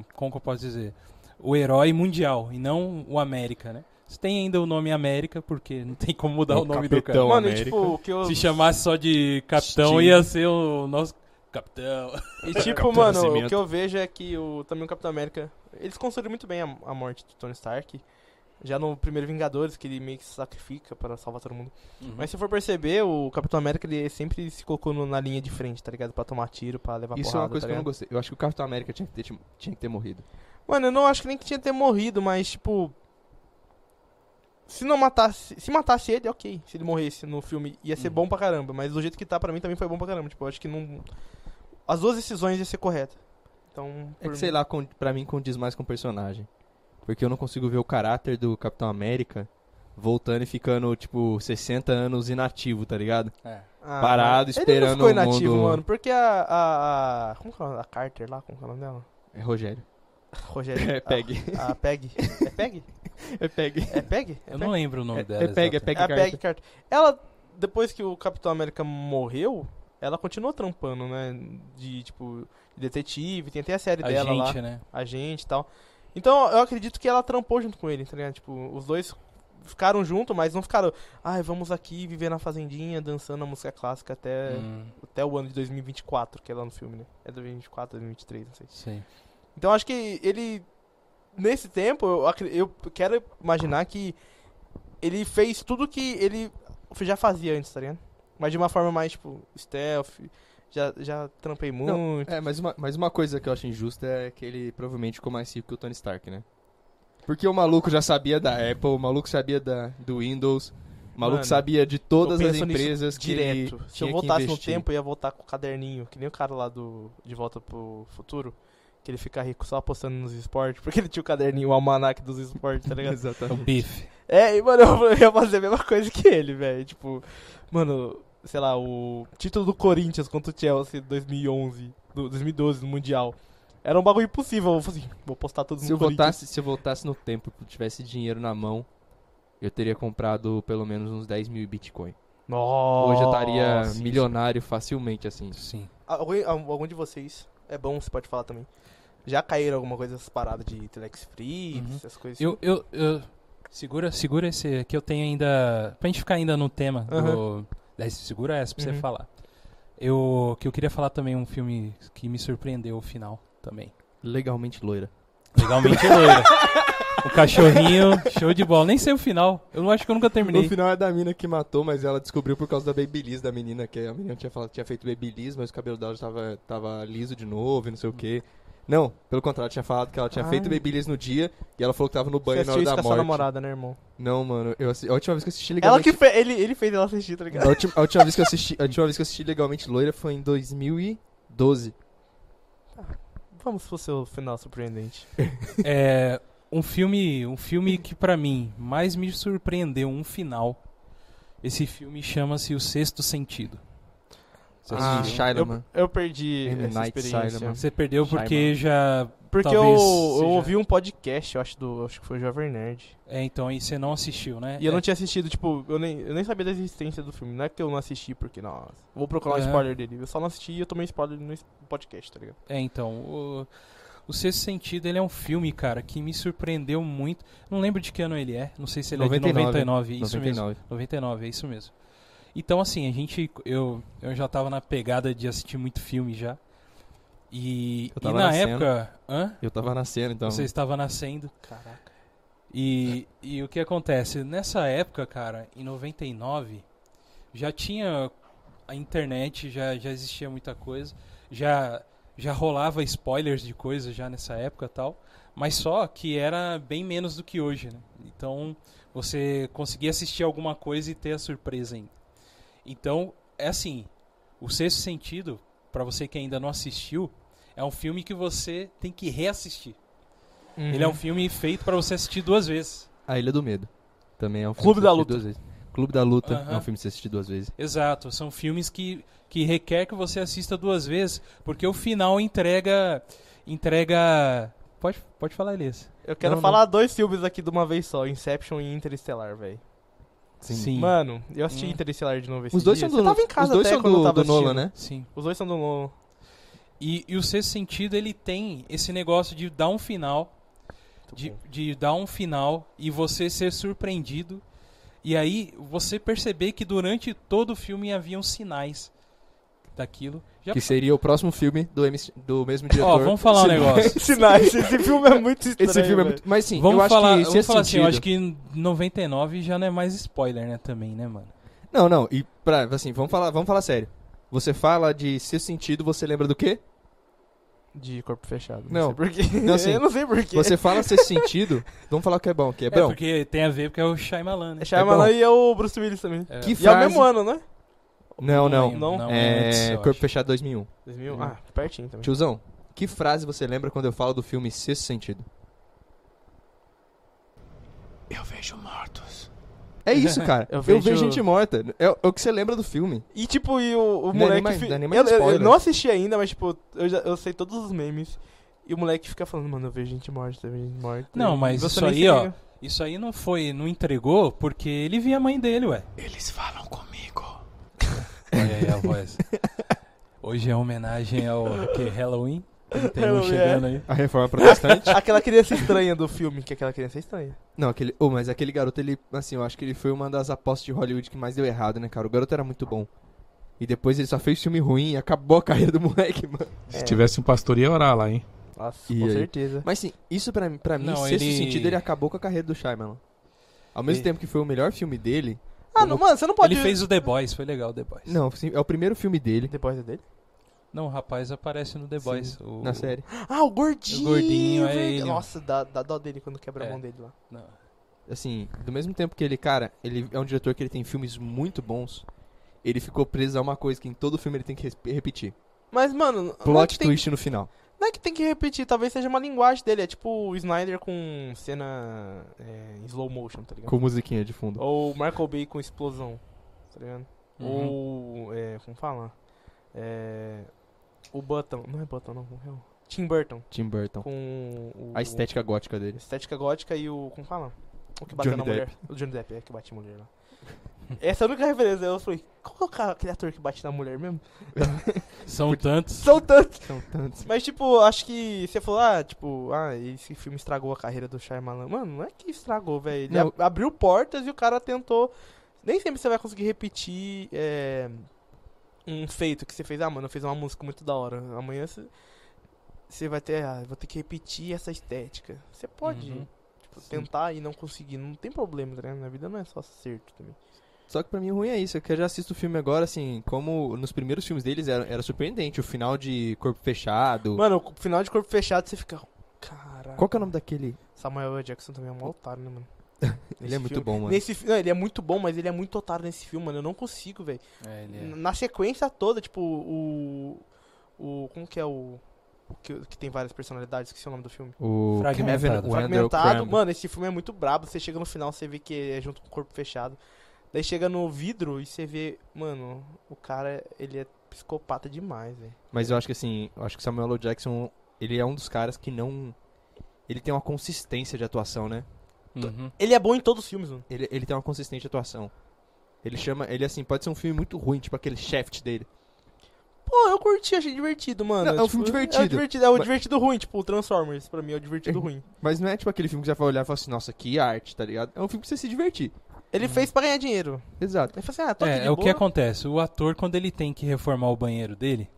o- Como que eu posso dizer? O herói mundial, e não o América, né? Você tem ainda o nome América, porque não tem como mudar o,
O
nome
Capitão.
do
Mano, e
América.
tipo, que eu.
cara. Se chamasse só de Capitão,
Steve.
ia ser o nosso Capitão.
E
É,
tipo, mano, o
Nascimento.
que eu vejo é que o, também o Capitão América. Eles construíram muito bem a, a morte do Tony Stark. Já no primeiro Vingadores, que ele meio que se sacrifica para salvar todo mundo. Mas se for perceber, o Capitão América ele sempre se colocou no- na linha de frente, tá ligado? Pra tomar tiro, pra levar
Isso é
porrada,
uma coisa
tá
que eu não
ligado?
gostei. Eu acho que o Capitão América tinha que ter, tinha que ter morrido.
Mano, eu não acho que nem que tinha que ter morrido, mas tipo. Se não matasse. Se matasse ele, ok. Se ele morresse no filme, ia
Hum.
ser
Uhum.
bom pra caramba. Mas do jeito que tá, pra mim também foi bom pra caramba. Tipo, eu acho que não. As duas decisões iam ser corretas. Então.
É
por
que, sei
mim-
lá, con- pra mim condiz mais com o personagem. Porque eu não consigo ver o caráter do Capitão América voltando e ficando, tipo, 60 anos inativo, tá ligado?
É,
Ah,
Parado,
mas Ele
esperando
não ficou
o
inativo,
mundo-
mano, porque a, a, a- Como que é o nome? A Carter lá? Como que é o nome dela?
É Rogério.
Rogério.
É Peg.
A, a Peg. É Peg?
É Peg.
É Peg? É
Eu não
Peg?
lembro o nome
É-
dela.
é Peg, é
exatamente.
Peg.
É a Peg
Carter.
Carter. Ela, depois que o Capitão América morreu, ela continuou trampando, né? De, tipo, detetive, tem até a série
A
dela
é.
gente,
lá,
né?
a gente e tal. Então, eu acredito que ela trampou junto com ele, tá ligado? Tipo, os dois ficaram junto, mas não ficaram... Ai, vamos aqui viver na fazendinha, dançando a música clássica até...
Hum,
até o ano de 2024, que é lá no filme, né? É 2024, 2023, não sei.
sei.
Então acho que ele. Nesse tempo, eu, acre- eu quero imaginar que ele fez tudo que ele já fazia antes, tá ligado? Mas de uma forma mais, tipo, stealth, já, já trampei muito.
Não, É, mas uma, mas uma coisa que eu acho injusta é que ele provavelmente ficou mais rico que o Tony Stark, né? Porque o maluco já sabia da Apple, o maluco sabia da, do Windows, o maluco
Mano,
sabia de todas
eu
as
penso nisso
empresas que ele
direto. Se
tinha
eu
que
voltasse no
investir.
tempo, eu ia voltar com o caderninho, que nem o cara lá do De Volta pro Futuro, que ele fica rico só apostando nos esportes, porque ele tinha o caderninho, o almanac dos esportes, tá ligado?
É o
Exatamente.
Biff.
É, e, mano, eu ia fazer a mesma coisa que ele, velho. Tipo, mano, sei lá, o título do Corinthians contra o Chelsea 2011, do 2012, no Mundial. Era um bagulho impossível. Eu falei assim, vou postar todos
Se
no
eu,
Corinthians.
voltasse, se eu voltasse no tempo e tivesse dinheiro na mão, eu teria comprado pelo menos uns 10 mil Bitcoin.
Nossa.
Hoje eu estaria
isso.
milionário facilmente, assim.
Sim.
Ah, Alguém- algum de vocês, é bom, você pode falar também. Já caíram alguma coisa dessas paradas de Telex Free,
Uhum.
essas coisas?
Eu, eu, eu- segura, segura esse que eu tenho ainda. Pra gente ficar ainda no tema do. Daí É, segura essa pra
Uhum.
você falar. Eu que eu queria falar também um filme que me surpreendeu o final também.
Legalmente loira.
Legalmente loira. O cachorrinho, show de bola. Nem sei o final. Eu não acho que eu nunca
No
terminei.
final é da mina que matou, mas ela descobriu por causa da babyliss da menina, que a menina tinha falado que tinha feito babyliss, mas o cabelo dela já tava, tava liso de novo e não sei o quê. Não, pelo contrário, tinha falado que ela tinha
Ai.
feito babyliss no dia e ela falou que tava no banho
Você
na
assistiu
hora da
isso com a
morte.
sua namorada, né, irmão?
Não, mano, eu assi- a última vez que eu assisti
Ela
legalmente.
que fez, ele, ele fez ela assistir, tá
a,
ligado?
última, a última vez que eu assisti, a última vez que eu assisti legalmente loira foi em 2012.
Vamos pro seu final surpreendente.
É, um filme, um filme que pra mim mais me surpreendeu um final. Esse filme chama-se O Sexto Sentido. Você
Ah,
assistiu?
Shyamalan.
Eu, eu perdi
M.
essa
Night
experiência.
Shyamalan.
Você perdeu porque já
Porque eu,
Talvez
eu
seja-
ouvi um podcast, eu acho, do, acho que foi o Jovem Nerd.
é, então e você não assistiu, né?
E eu
É,
não tinha assistido, tipo, eu nem, eu nem sabia da existência do filme. Não é que eu não assisti, porque, nossa, vou procurar um
É.
spoiler dele. Eu só não assisti e eu tomei spoiler no es- podcast, tá ligado?
É, então, o, o Sexto Sentido, ele é um filme, cara, que me surpreendeu muito. Não lembro de que ano ele é, não sei se ele é de
99,
99, isso mesmo.
99.
99, é isso mesmo. Então, assim, a gente, eu, eu já tava na pegada de assistir muito filme já. E,
Eu
e
tava
na
nascendo.
época, hã?
Eu tava nascendo, então.
Você estava nascendo.
Caraca.
E, e o que acontece? Nessa época, cara, em 99, já tinha a internet, já, já existia muita coisa, já, já rolava spoilers de coisas já nessa época e tal, mas só que era bem menos do que hoje, né? Então você conseguia assistir alguma coisa e ter a surpresa ainda. Então, é assim, o Sexto Sentido, pra você que ainda não assistiu, é um filme que você tem que reassistir. Ele é
Uhum.
um filme feito pra você assistir duas vezes.
A Ilha do Medo. Também é um filme
Clube
que eu assisti
da Luta.
duas vezes. Clube da Luta é um
Aham.
filme que você assistiu duas vezes.
Exato, são filmes que, que requer que você assista duas vezes, porque o final entrega entrega Pode, pode falar, Elias.
Eu quero
Não, não.
falar dois filmes aqui de uma vez só, Inception e Interestelar, velho.
Sim.
Mano, eu assisti
Hum.
Interestelar de novo esse
Os dois
dia.
são do,
Você tava em casa
os dois
até
são
quando eu
do,
tava
do Nolan,
assistindo.
né?
Sim.
Os dois são do Nolan.
E, e o sexto sentido, ele tem esse negócio de dar um final,
Muito
de,
bom.
de dar um final e você ser surpreendido. E aí você perceber que durante todo o filme haviam sinais daquilo. Já
Que seria o próximo filme do, MC do mesmo diretor.
Ó, vamos falar um
Sinais.
negócio.
Sinais, esse filme é muito estranho.
Esse filme é
velho.
muito... Mas sim, eu
Vamos
acho
falar,
que...
vamos
Sexto
falar assim, eu
Sentido-
acho que 99 já não é mais spoiler, né, também, né, mano?
Não, não. E pra, assim, vamos falar, vamos falar sério. Você fala de Sexto Sentido, você lembra do quê?
De corpo fechado.
Não.
Não, sei porquê.
Não, assim,
eu não sei porquê.
Você fala Sexto Sentido... Vamos falar o que é bom, que é
É,
bom.
porque tem a ver porque é o Shyamalan, né?
É Shyamalan e é o Bruce Willis também.
É.
Que
E é o
frase...
mesmo ano, né?
Não, não.
lembro,
não.
é...
antes, eu
Corpo
acho.
Fechado 2001.
2000?
Hum.
Ah, pertinho também.
Tiozão, que frase você lembra quando eu falo do filme Sexto Sentido?
Eu vejo mortos.
É isso, cara.
Eu
eu,
vejo-
vejo... gente morta. É, é o que você lembra do filme.
E tipo, e o, o
é nem
moleque.
mais-
fi-
não é nem mais
eu, eu- eu
spoiler.
não assisti ainda, mas tipo, eu, já, eu sei todos os memes. E o moleque fica falando, mano, eu vejo gente morta, eu vejo gente morta.
Não,
E
mas
você
isso
nem
aí,
sei-
ó. Isso aí não foi, não entregou porque ele via a mãe dele, ué.
Eles falam comigo.
É.
Olha aí a voz. Hoje é homenagem ao que, Halloween? Tem um
é.
Halloween,
chegando aí.
A reforma protestante.
Aquela criança estranha do filme, que é aquela criança estranha.
Não, aquele. Oh, mas aquele garoto, ele. Assim, eu acho que ele foi uma das apostas de Hollywood que mais deu errado, né, cara? O garoto era muito bom. E depois ele só fez filme ruim e acabou a carreira do moleque, mano.
Se
É.
tivesse um pastor, ia orar lá, hein?
Nossa,
E
com
aí?
certeza.
Mas sim, isso pra, mim- pra mim,
Não,
sexto
ele-
sentido, ele acabou com a carreira do Shyamalan. Ao mesmo
Ele-
tempo que foi o melhor filme dele.
Ah, não, mano, você não pode.
Ele fez o The Boys, foi legal o The Boys.
Não, sim, é o primeiro filme dele
Depois é dele?
Não, o rapaz aparece no The
Sim,
Boys. o-
na série.
Ah, o gordinho.
O gordinho, é
verdade.
ele, ó.
Nossa, dá, dá dó dele quando quebra a
É.
mão dele lá.
Não.
Assim, do mesmo tempo que ele, cara, ele é um diretor que ele tem filmes muito bons. Ele ficou preso a uma coisa que em todo filme ele tem que res- repetir.
Mas, mano, não é, que
Plot
tem,
twist no final.
não é que tem que repetir, talvez seja uma linguagem dele. É tipo o Snyder com cena é, em slow motion, tá ligado?
Com musiquinha de fundo.
Ou Michael Bay com explosão, tá ligado?
Uhum.
Ou, é, como fala? É, o Button, não é Button não, como é o Tim Burton
Tim Burton.
com o,
A estética gótica
a
dele.
estética gótica e o, como fala? O que bateu
Johnny
na mulher. O Johnny Depp, é, que bate em mulher lá. Essa é a única referência, eu falei, qual que é o cara, aquele ator que bate na mulher mesmo?
São tantos.
São tantos!
São tantos.
Mas, tipo, acho que você falou, ah, tipo, ah, esse filme estragou a carreira do Shyamalan. Mano, não é que estragou, velho. Ele
Não.
ab- abriu portas e o cara tentou. Nem sempre você vai conseguir repetir é, um feito que você fez, ah, mano, eu fiz uma música muito da hora. Amanhã você, você vai ter, ah, vou ter que repetir essa estética. Você pode
Uhum.
tipo,
um-
tentar e não conseguir, não tem problema, tá ligado? Na vida não é só acerto também.
Só que pra mim o ruim é isso, é que eu já assisto o filme agora, assim, como nos primeiros filmes deles era, era surpreendente, o final de Corpo Fechado.
Mano, o final de corpo fechado você fica, caraca.
Uhum. Qual que é o nome daquele?
Samuel L. Jackson também é um otário, né, mano?
Ele é muito
filme-
bom, mano.
Nesse, fi- não, ele é muito bom, mas ele é muito otário nesse filme, mano. Eu não consigo, velho.
É, ele é.
N- Na sequência toda, tipo, o. O. Como que é o. O que, que tem várias personalidades, esqueci o nome do filme.
O
Fragmentado.
Kevin Wendell
Fragmentado,
Crumb.
mano, esse filme é muito brabo. Você chega no final, você vê que é junto com o corpo fechado. Daí chega no vidro e você vê, mano, o cara, ele é psicopata demais, velho.
Mas eu acho que assim, eu acho que Samuel L. Jackson, ele é um dos caras que não. Ele tem uma consistência de atuação, né?
Uhum.
Ele é bom em todos os filmes, mano.
Ele, ele tem uma consistente atuação. Ele chama. Ele assim, pode ser um filme muito ruim, tipo aquele shaft dele.
Pô, eu curti, achei divertido, mano.
Não, é um filme divertido.
É o divertido, é o
Mas-
divertido ruim, tipo, o Transformers, pra mim, é o divertido ruim.
Mas não é tipo aquele filme que você vai olhar e falar assim, nossa, que arte, tá ligado? É um filme pra você se divertir.
Ele fez pra ganhar dinheiro.
Exato.
Ele falou assim, ah, tô aqui
É,
de
é o
boa.
que acontece. O ator, quando ele tem que reformar o banheiro dele,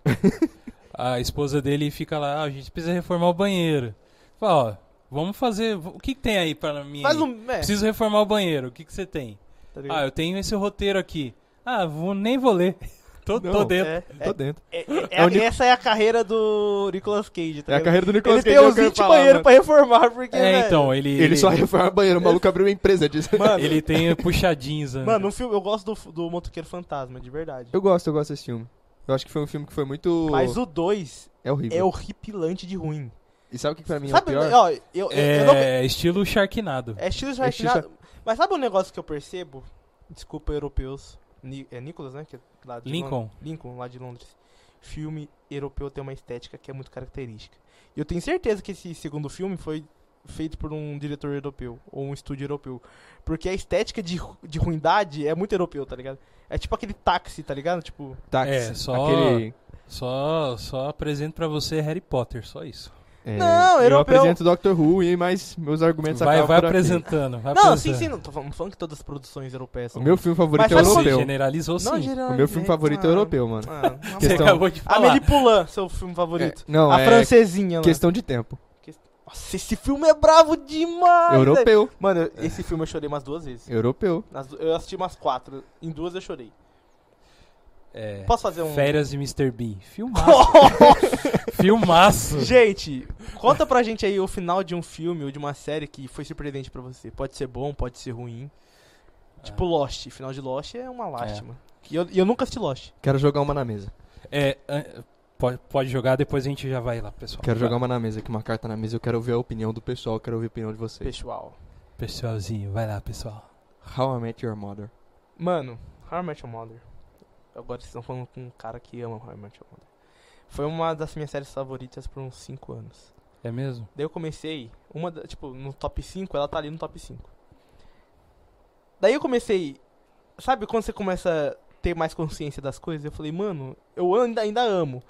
a esposa dele fica lá, ah, a gente precisa reformar o banheiro. Fala, ó, vamos fazer. O que, que tem aí para mim?
Faz
aí?
um... É,
Preciso reformar o banheiro. O que, que você tem?
tá ligado?
Ah, eu tenho esse roteiro aqui. Ah, vou, nem vou ler. tô, tô
Não,
dentro.
É,
Tô dentro.
é, é,
É o
é-
Nic-
essa é a carreira do Nicolas Cage, tá
É a
ligado?
carreira do
Ele
Nicolas
tem
Cage, eu
uns
quero
20
falar, né?
banheiros
mano.
pra reformar, porque,
É,
velho,
então, ele.
Ele só reforma banheiro, o maluco abriu uma empresa disso.
Mano,
Ele tem puxadinhos. né?
mano, um filme, eu gosto do, do Motoqueiro Fantasma, de verdade.
Eu gosto, eu gosto desse filme. Eu acho que foi um filme que foi muito.
Mas o 2
É horrível.
é horripilante de ruim.
E sabe o que pra mim
sabe,
é o pior?
ó, eu, eu,
é
eu não...
estilo Sharknado.
É estilo
É estilo
Schwarzenegger. Mas sabe um negócio que eu percebo? Desculpa, europeus. Ni- É Nicolas, né? Que é lá de Londres.
Lincoln.
Lincoln, lá de Londres. Filme europeu tem uma estética que é muito característica. E eu tenho certeza que esse segundo filme foi feito por um diretor europeu, ou um estúdio europeu. Porque a estética de, ru- de ruindade é muito europeu, tá ligado? É tipo aquele táxi, tá ligado? Tipo.
Táxi.
É, só-
Aquele...
Só, só apresento pra você Harry Potter, só isso.
É,
Não,
eu
europeu-
apresento Doctor Who e mais meus argumentos
Vai,
acabam
vai
por aqui.
apresentando. Vai
não,
apresentando.
sim, sim, não tô falando, não falando que todas as produções
Ah, é. O
europeias são.
meu filme favorito
Mas assim,
é
faz
Você
europeu.
generalizou sim.
Não,
O
geral-
meu filme favorito é
ah,
europeu, mano.
Ah, uma
Você
Questão-
acabou de falar.
Amélie Poulain, seu filme favorito.
É, não,
a né?
é
francesinha lá.
questão de tempo.
Nossa, esse filme é bravo demais! velho.
europeu.
Mano, eu- esse filme eu chorei umas duas vezes.
Europeu.
Nas du- eu assisti umas quatro. Em duas eu chorei.
É,
Posso fazer um.
Férias de Mr. Bean. Filmaço. Filmaço.
gente, conta pra gente aí o final de um filme ou de uma série que foi surpreendente pra você. Pode ser bom, pode ser ruim.
Ah.
Tipo Lost. Final de Lost é uma lástima. E eu, e eu nunca assisti Lost.
Quero jogar uma na mesa.
É, an- pode, pode jogar, depois a gente já vai lá, pessoal.
Quero
Vai.
jogar uma na mesa, aqui uma carta na mesa. Eu quero ouvir a opinião do pessoal, quero ouvir a opinião de vocês.
Pessoal.
um-
Pessoalzinho, vai lá, pessoal.
How I Met Your Mother.
Mano, How I Met Your Mother. Agora vocês estão falando com um cara que ama How I Met Your Mother. Foi uma das minhas séries favoritas por uns 5 anos.
É mesmo?
Daí eu comecei, uma da- tipo, no top 5, ela tá ali no top 5. Daí eu comecei, sabe quando você começa a ter mais consciência das coisas? Eu falei, mano, eu ainda, ainda amo.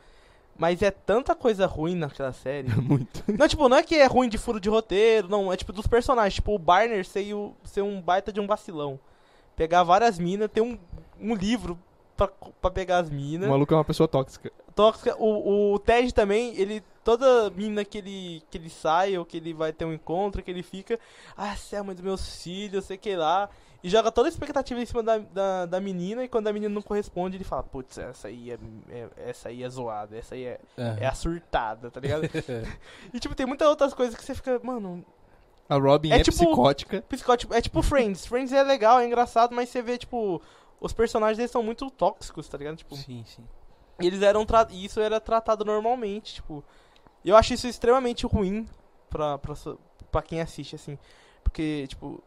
Mas é tanta coisa ruim naquela série.
Muito.
não, tipo, não é que é ruim de furo de roteiro, não. É tipo dos personagens. Tipo, o Barner ser, o- ser um baita de um vacilão. Pegar várias minas, ter um, um livro pra, pra pegar as
O
minas
maluco é uma pessoa tóxica.
tóxica. O, o Ted também, ele. Toda mina que ele, que ele sai ou que ele vai ter um encontro, que ele fica. Ah, você é a mãe dos meus filhos, sei que lá. E joga toda a expectativa em cima da, da, da menina, e quando a menina não corresponde, ele fala, putz, essa aí é, é- essa aí é zoada, essa aí é, é
É.
a surtada, tá ligado? e tipo, tem muitas outras coisas que você fica, mano,
A Robin é,
É tipo-
psicótica.
Psicótico. É tipo Friends. Friends é legal, é engraçado, mas você vê, tipo, os personagens eles são muito tóxicos, tá ligado? Tipo,
Sim, sim.
e eles eram tra- e isso era tratado normalmente, tipo. E eu acho isso extremamente ruim pra, pra, so- pra quem assiste, assim. Porque, tipo,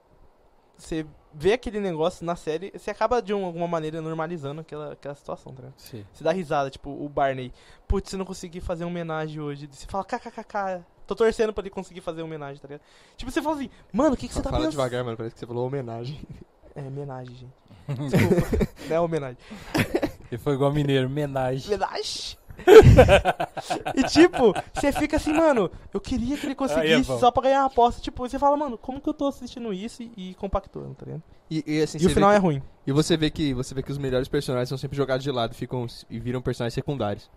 você vê aquele negócio na série, você acaba de um- alguma maneira normalizando aquela, aquela situação, tá ligado?
sim.
Você dá risada, tipo, o Barney. Putz, eu não consegui fazer uma homenagem hoje. Você fala, kkkk. Tô torcendo pra ele conseguir fazer uma homenagem, tá ligado? Tipo, você fala assim, mano, o que, que você tá
Fala
pensando?
devagar, mano. Parece que você falou homenagem.
É homenagem, gente. Desculpa. não é homenagem.
Ele foi igual mineiro, homenagem.
Homenagem? E tipo, você fica assim, mano, eu queria que ele conseguisse
bom.
só pra ganhar a aposta. Tipo, e você fala, mano, como que eu tô assistindo isso e, e compactuando, tá ligado?
E, e assim,
E
você
o
vê
final
que-
é ruim.
E você vê que você vê que os melhores personagens são sempre jogados de lado, ficam e viram personagens secundários.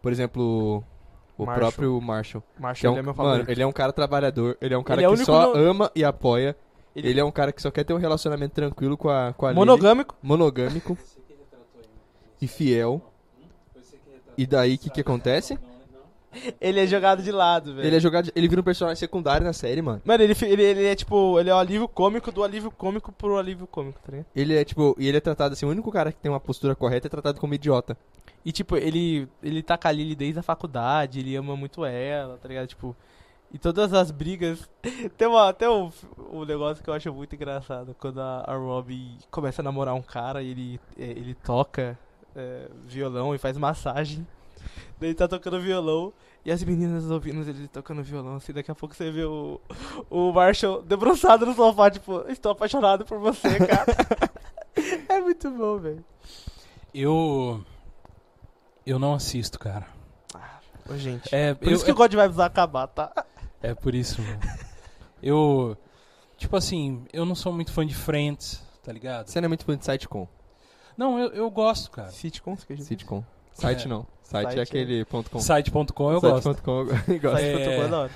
Por exemplo, o
Marshall.
próprio Marshall. que
Marshall, ele é meu favorito.
Mano, ele é um cara trabalhador, ele é um cara
Ele é o
que
único
só
no-
ama e apoia.
Ele-
Ele... é um cara que só quer ter um relacionamento tranquilo com a
é
com a Lily,
Monogâmico.
monogâmico e fiel. E daí o que que acontece?
Ele é jogado de lado, velho.
Ele é jogado, ele vira um personagem secundário na série, mano.
Mano, ele, fi- ele, ele é tipo, ele é o alívio cômico do alívio cômico pro alívio cômico, tá ligado?
Ele é tipo, e ele é tratado assim, o único cara que tem uma postura correta é tratado como idiota.
E tipo, ele, ele tá com a Lily desde a faculdade, ele ama muito ela, tá ligado? Tipo, e todas as brigas. Tem, uma, tem um, um negócio que eu acho muito engraçado, quando a, a Robbie começa a namorar um cara e ele, é, ele toca é, violão e faz massagem. Daí ele tá tocando violão e as meninas ouvindo ele tocando violão, assim, daqui a pouco você vê o, o Marshall debruçado no sofá, tipo, estou apaixonado por você, cara. é muito bom, velho.
Eu. Eu não assisto, cara.
Ô, gente.
É,
Por isso que o God Vibes vai acabar, tá?
É por isso, mano. Eu. Tipo assim, eu não sou muito fã de Friends, tá ligado?
Você não é muito fã de sitcom.
Não, eu, eu gosto, cara.
Sitcoms que a gente
Sitcom. Site
É.
não. Site,
Site um
é
é-
aquele ponto com.
Site.com eu gosto.
Site.com eu gosto.
É.
Sitcom é da hora.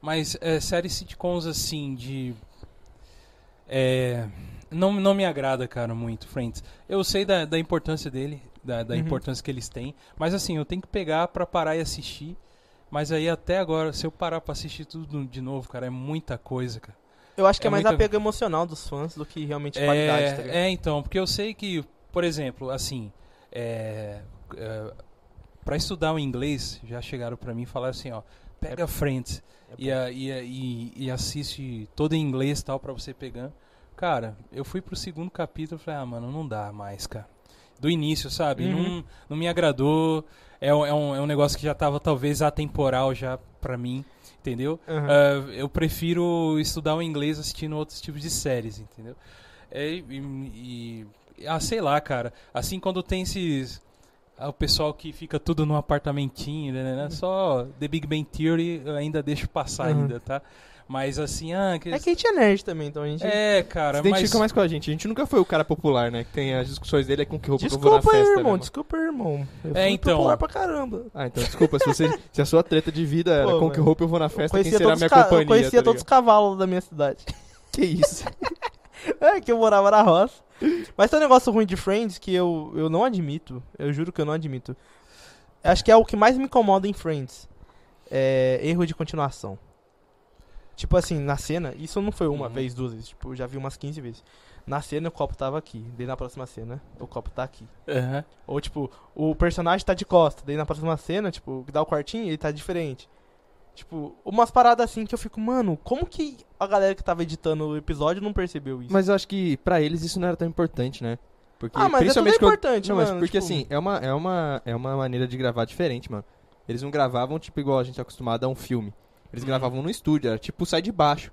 Mas é, séries sitcoms assim, de. É, não, não me agrada, cara, muito, Friends. Eu sei da, da importância dele, da, da
Uhum.
importância que eles têm, mas assim, eu tenho que pegar pra parar e assistir. Mas aí até agora, se eu parar pra assistir tudo de novo, cara, é muita coisa, cara.
Eu acho que é,
É
mais
muito-
apego emocional dos fãs do que realmente
é,
qualidade, tá ligado?
é, então, porque eu sei que, por exemplo, assim, é, é, para estudar o inglês, já chegaram pra mim e falaram assim, ó, pega Friends
É
e, a- e, a- e, e assiste todo em inglês e tal pra você pegando. Cara, eu fui pro segundo capítulo e falei, ah, mano, não dá mais, cara. Do início, sabe?
Uhum.
Não, não me agradou. É, um- é um, é um negócio que já tava talvez atemporal já pra mim, entendeu?
Aham.
Ah, eu prefiro estudar o inglês assistindo outros tipos de séries, entendeu? É, e, e- ah, sei lá, cara. Assim, quando tem esses. ah, o pessoal que fica tudo num apartamentinho, né, né, né, Só The Big Bang Theory eu ainda deixo passar,
Uhum.
ainda, tá? Mas assim, ah. Que,
É que a gente é nerd também, então a gente...
é,
Se
cara, mas.
identifica mais com a gente. A gente nunca foi o cara popular, né? Que tem as discussões dele é com que roupa que eu vou na
Desculpa aí,
festa. né,
irmão,
mano?
desculpa aí, irmão. Eu
É,
fui
então.
popular pra caramba.
Ah, então desculpa. Se, você, se a sua treta de vida era
Pô,
com que
mano.
roupa eu vou na festa, quem
Conhecia
será
todos,
minha
os ca-
companhia?
eu conhecia
tá
todos os
ligado?
cavalos da minha cidade.
Que isso?
É, que eu morava na roça. Mas tem um negócio ruim de Friends que eu, eu não admito. Eu juro que eu não admito. Acho que é o que mais me incomoda em Friends. É erro de continuação. Tipo assim, na cena, isso não foi uma
Uhum.
vez, duas vezes. Tipo, eu já vi umas 15 vezes. Na cena o copo tava aqui. Daí na próxima cena, o copo tá aqui.
Aham.
Ou tipo, o personagem tá de costa, daí na próxima cena, tipo, dá o quartinho e ele tá diferente. Tipo, umas paradas assim que eu fico, mano, como que a galera que tava editando o episódio não percebeu isso?
Mas eu acho que pra eles isso não era tão importante, né? Porque,
ah, mas é tudo
principalmente quando-
importante,
Não, mas
mano.
porque
tipo,
assim, é uma, é, uma, é uma maneira de gravar diferente, mano. Eles não gravavam, tipo, igual a gente é acostumado a um filme. Eles
Uhum.
gravavam no estúdio, era tipo sai de baixo.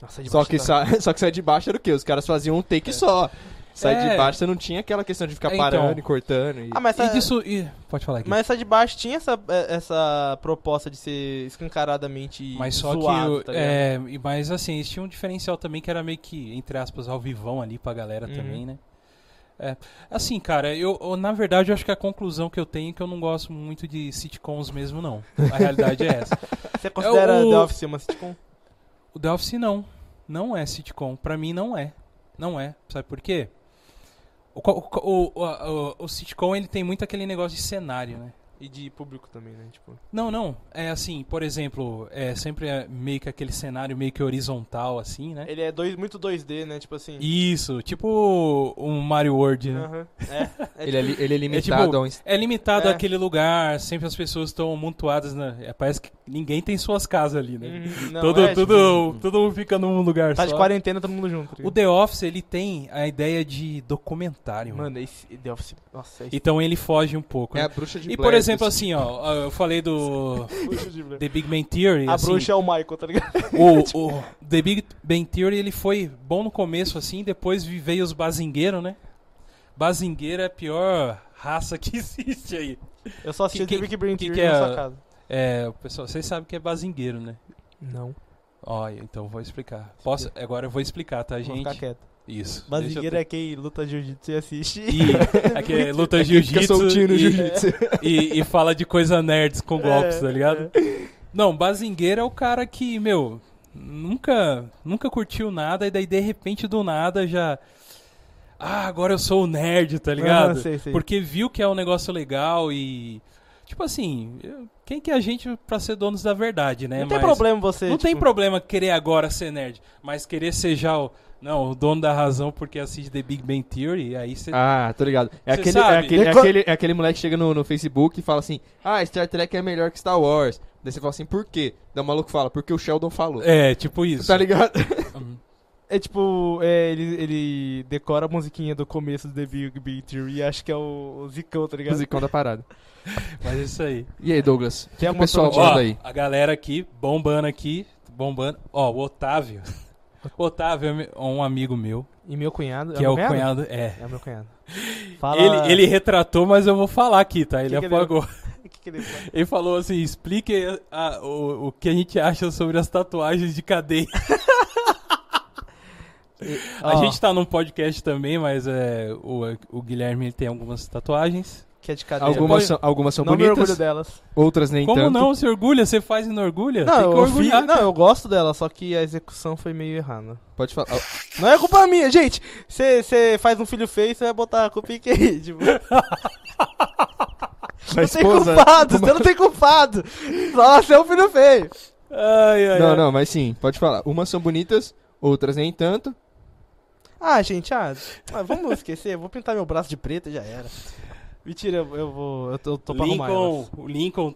é
Nossa, de
Só
baixo
que,
tá-
sa- só que sai de baixo era o quê? Os caras faziam um take só. Sai
É.
de baixo, você não tinha aquela questão de ficar
É, então.
parando e cortando. E...
Ah, mas essa,
E disso. e- pode falar aqui.
mas essa de baixo tinha essa, é, essa proposta de ser escancaradamente
Mas só
zoado,
que.
tá
o-
ligado?
é, e- mas assim, eles tinham um diferencial também que era meio que, entre aspas, ao vivão ali pra galera
Uhum.
também, né? É, assim, cara, eu, eu, na verdade eu acho que a conclusão que eu tenho é que eu não gosto muito de sitcoms mesmo, não. A realidade é essa.
Você considera
é o-
The Office uma sitcom?
O The Office não. Não é sitcom. Pra mim não é. Não é. Sabe por quê? O, co- o, co- o, a- o- o sitcom ele tem muito aquele negócio de cenário, né?
E de público também, né? Tipo,
Não, não. É assim, por exemplo, é sempre é meio que aquele cenário meio que horizontal, assim, né?
ele é dois, muito 2D, né? Tipo assim.
Isso, tipo um Mario World, né?
Aham. É, é
Ele é, li- ele é limitado
É tipo-
a um est-
É limitado
É.
aquele lugar, sempre as pessoas estão amontoadas, né? É, parece que ninguém tem suas casas ali, né?
Uhum, não,
Todo,
é, tipo,
tudo, todo mundo fica num lugar
Tá
só.
de quarentena todo mundo junto. tá
O
ligado?
The Office, ele tem a ideia de documentário. Mano.
Mano, esse The Office. Nossa, esse.
Então ele foge um pouco.
É
né?
a bruxa de
E,
Blair
por
do
exemplo, assim, ó, eu falei do The Big Bang Theory.
é A
assim,
bruxa é o Michael, tá ligado?
o, o The Big Bang Theory ele foi bom no começo, assim, depois vi- veio os bazingueiros, né? Bazingueiro é a pior raça que existe aí.
Eu só assisti
Que-
The
que-
Big Bang
que que
Theory
é
na
a-
sua casa.
É, o pessoal, vocês sabem que é bazingueiro, né?
Não,
Ó, então eu vou explicar. Posso? Agora eu vou explicar, tá,
vou ficar
gente?
quieto.
Isso.
Bazingueiro
é...
é quem luta jiu-jitsu e assiste.
E aqui é luta
Fica
jiu-jitsu
soltinho no
e-
jiu-jitsu.
e, e fala de coisa nerds com golpes,
É,
tá ligado? Não, bazingueiro é o cara que, meu, nunca, nunca curtiu nada e daí de repente do nada já. Ah, agora eu sou o nerd, tá ligado?
Ah, sei, sei.
Porque viu que é um negócio legal e. Tipo assim, eu- quem que é a gente pra ser donos da verdade, né?
não tem
Mas-
problema você.
Não tem
tipo,
problema querer agora ser nerd, mas querer ser já o. Não, o dono da razão porque assiste The Big Bang Theory, aí você.
Ah, tô ligado. É
Cê
aquele,
sabe?
é, aquele, é,
Deco-
aquele, é aquele moleque que chega no, no Facebook e fala assim: Ah, Star Trek é melhor que Star Wars. Daí você fala assim: Por quê? Daí o maluco fala: Porque o Sheldon falou.
É, tipo isso.
Tá ligado?
Hum.
É tipo, é, ele, ele decora a musiquinha do começo do The Big Bang Theory e acha que é o, o Zicão, tá ligado?
Musicão da parada.
Mas é isso aí.
E aí, Douglas?
Tem a
O pessoal
montona-
Ó,
manda aí.
a galera aqui, bombando aqui, bombando. Ó, o Otávio. O Otávio é me- um amigo meu,
E meu cunhado.
que é
meu
o cunhado. É.
É meu cunhado. Tá Fala.
Ele, ele retratou, mas eu vou falar aqui, tá? Ele
Que que ele-
apagou.
O que que ele fala?
Ele falou assim: explique a- o, o que a gente acha sobre as tatuagens de cadeia. A
Ó,
gente tá num podcast também, mas é, o, o Guilherme ele tem algumas tatuagens.
Que é de cadeira.
Algumas
Põe-
são, algumas são
não me orgulho
bonitas,
delas.
outras nem
Como
tanto.
não? Se orgulha? Você faz e não orgulha? tem
Não,
que
eu, né? vi-
orgulhar.
não, eu gosto dela, só que a execução foi meio errada.
Pode falar.
Não é culpa minha, gente. Você faz um filho feio, você vai botar a culpa em quem? Tipo, não
A
tem culpado, você não tem culpado. Nossa, é um filho feio.
Ai, ai,
Não,
ai.
não, mas sim, pode falar. Umas são bonitas, outras nem tanto.
Ah, gente, ah, ah, vamos esquecer. Eu vou pintar meu braço de preto e já era. Mentira, eu, eu vou. Eu tô, eu tô pra arrumar.
Lincoln,
elas.
o Lincoln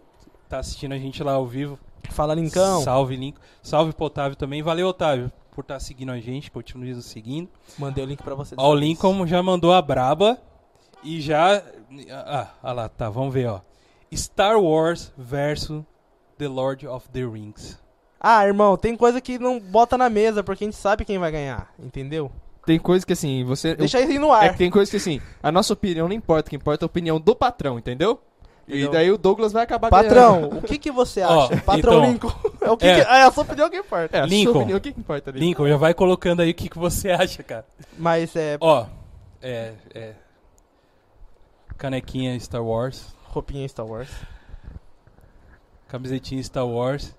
tá assistindo a gente lá ao vivo.
Fala, Lincão.
Salve, Lincoln. Salve pro Otávio também. Valeu, Otávio, por estar seguindo a gente. Continue nos seguindo.
Mandei o link pra você.
Ó, o Lincoln já mandou a braba. E já. Ah, ah lá, tá. Vamos ver, ó. Star Wars versus The Lord of the Rings.
Ah, irmão, tem coisa que não bota na mesa, porque a gente sabe quem vai ganhar, entendeu?
Tem coisa que assim, você.
Deixa ele no ar.
É que tem coisa que assim, a nossa opinião não importa, o que importa é a opinião do patrão, entendeu? E
Entendeu?
daí o Douglas vai acabar
Patrão,
ganhando.
o que, que você
Ó,
acha? Patrão
então.
Lincoln. É, o que
É.
que- é a sua opinião que importa.
É, a
Lincoln.
sua opinião, o que que importa? Lincoln?
Lincoln, já vai colocando aí o que, que você acha, cara.
Mas é.
Ó, é. é canequinha Star Wars.
Roupinha Star Wars.
Camisetinha Star Wars.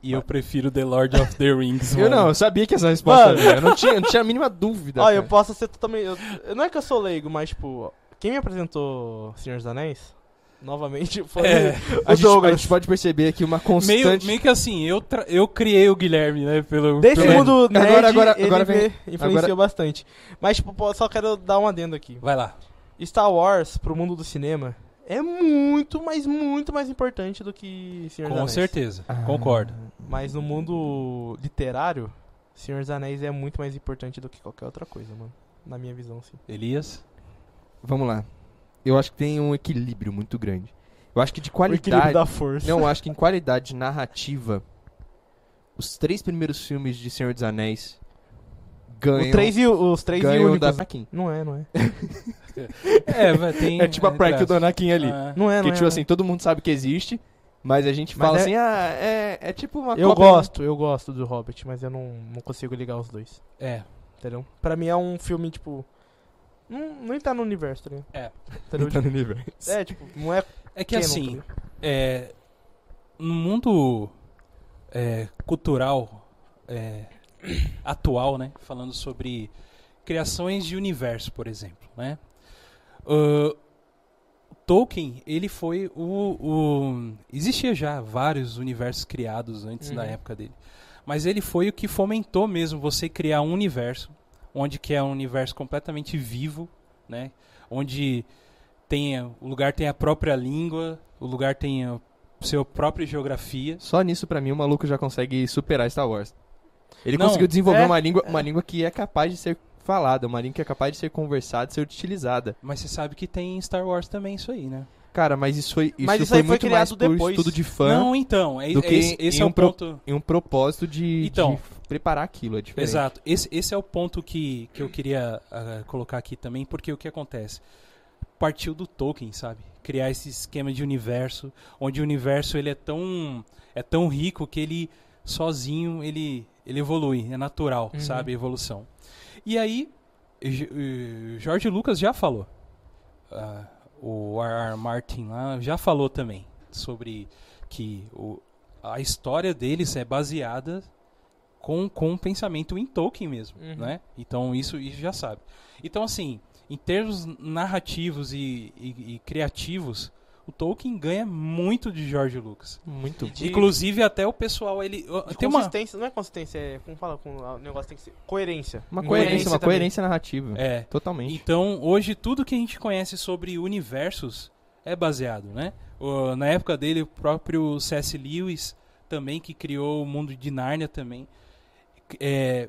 E eu prefiro The Lord of the Rings.
Eu
mano.
não, eu sabia que essa resposta
Mano.
era. Eu não tinha, não tinha a mínima dúvida.
Olha, eu
cara.
posso ser totalmente. Eu, eu- não é que eu sou leigo, mas, tipo, quem me apresentou Senhor dos Anéis? Novamente foi
É,
a,
o
gente, a
Douglas.
gente pode perceber aqui uma constante.
Meio, meio que assim, eu, tra- eu criei o Guilherme, né? Pelo,
Desse
pelo-
mundo nerd,
Agora- agora-
ele
agora
me
vem-
influenciou
agora-
bastante. Mas, tipo, pô, só quero dar um adendo aqui.
Vai lá.
Star Wars, pro mundo do cinema, é muito, mas muito mais importante do que Senhor dos
Com
Anéis.
certeza.
Ah.
Concordo.
Mas no mundo literário, Senhor dos Anéis é muito mais importante do que qualquer outra coisa, mano. Na minha visão, sim.
Elias.
Vamos lá. Eu acho que tem um equilíbrio muito grande. Eu acho que de
O equilíbrio
qualidade.
da força.
Não, eu acho que em qualidade narrativa, os três primeiros filmes de Senhor dos Anéis ganham.
o três e, o- os três e
ganham
únicos.
da Anakin.
Não é, não é.
É, vai, tem.
É tipo a Pride do Anakin ali.
Ah,
Não é, não
que
é.
tipo assim, todo mundo sabe que existe, mas a gente
Mas
fala
é-
assim, ah, é, é tipo uma
eu
cópia,
gosto, eu gosto do Hobbit, mas eu não, não consigo ligar os dois,
é.
entendeu? Pra mim é um filme, tipo... Não, nem tá no universo, tá ligado?
É.
né?
Entendeu?
Tá no nível.
Tipo, é, tipo, não é...
É que assim, é, no mundo é, cultural é, atual, né? Falando sobre criações de universo, por exemplo, né? Ahn, Tolkien, ele foi o, o- Existia já vários universos criados antes da
Uhum.
época dele. Mas ele foi o que fomentou mesmo você criar um universo, onde que é um universo completamente vivo, né? Onde tem, o lugar tem a própria língua, o lugar tem a sua própria geografia.
Só nisso, pra mim, o maluco já consegue superar Star Wars. Ele
Não,
conseguiu desenvolver
é-
uma, língua, uma língua que é capaz de ser falada, uma língua que é capaz de ser conversada, de ser utilizada.
Mas você sabe que tem em Star Wars também isso aí, né?
Cara, mas isso foi, isso
Mas isso
foi
aí foi
muito mais
criado
por
depois.
estudo de fã
Não, então, é,
do
é
que
esse, esse
em
é
um
o
pro-
ponto.
e um propósito de,
Então.
de preparar aquilo, é diferente.
Exato. Esse, esse é o ponto que, que eu queria ah, colocar aqui também, porque o que acontece? Partiu do Tolkien, sabe? criar esse esquema de universo, onde o universo ele é tão é tão rico que ele sozinho ele ele evolui, é natural,
Uhum.
sabe, a evolução. E aí J- eh, Jorge Lucas já falou. Ah, o R.R. Martin lá já falou também sobre que o, a história deles é baseada com, com o pensamento em Tolkien mesmo,
Uhum.
né? Então isso, isso já sabe. Então assim, em termos narrativos e, e- e criativos, o Tolkien ganha muito de George Lucas.
Muito
De-
Inclusive até o pessoal ele
De
tem uma
consistência, não é consistência, é como fala com o negócio tem que ser coerência.
Uma
Coerência
coerência, uma
também.
coerência narrativa.
é,
Totalmente.
Então, hoje, tudo que a gente conhece sobre universos é baseado, né? O- na época dele, o próprio C.S. Lewis, também, que criou o mundo de Nárnia também. é,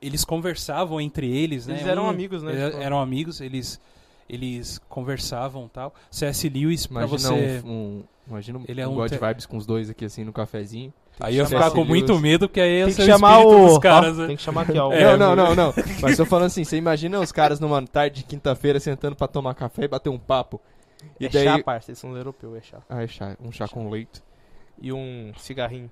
eles conversavam entre eles, né?
Eles eram amigos, né?
era-
Tipo-
Eram amigos, eles, eles conversavam e tal. C.S. Lewis, pra
Imagina
você...
um, um- Imagina um
Ele é um
God
te-
Vibes com os dois aqui assim no cafezinho.
Aí eu ia
chamar
ficar
C.S.
com muito
Lewis.
medo, porque aí ia
Tem
ser
que chamar
espírito
o.
dos caras,
Ó,
né?
Tem que chamar aqui, ó.
É,
não, não, não, não. Mas tô falando assim, você imagina os caras numa tarde de quinta-feira sentando pra tomar café e bater um papo. E
É
daí.
chá, parça, eles são europeus, é chá.
Ah, é chá. Um chá com leite.
E um cigarrinho.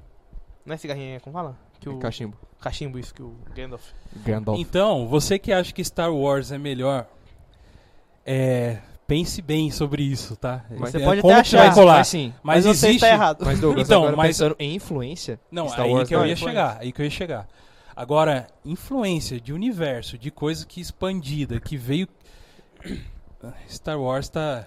Não é cigarrinho, é como fala? Que
e
o
cachimbo.
cachimbo, isso que o Gandalf.
Gandalf.
Então, você que acha que Star Wars é melhor, é, pense bem sobre isso, tá?
Mas
É,
você pode
como
até
que
achar,
vai colar?
Mas sim.
Mas,
você
existe.
está errado.
Mas Douglas,
Então,
tá agora
mas-
pensando em influência.
Não,
Star
aí
Wars
que eu
não é
ia
influência.
chegar, aí que eu ia chegar. Agora, influência de universo, de coisa que expandida, que veio Star Wars tá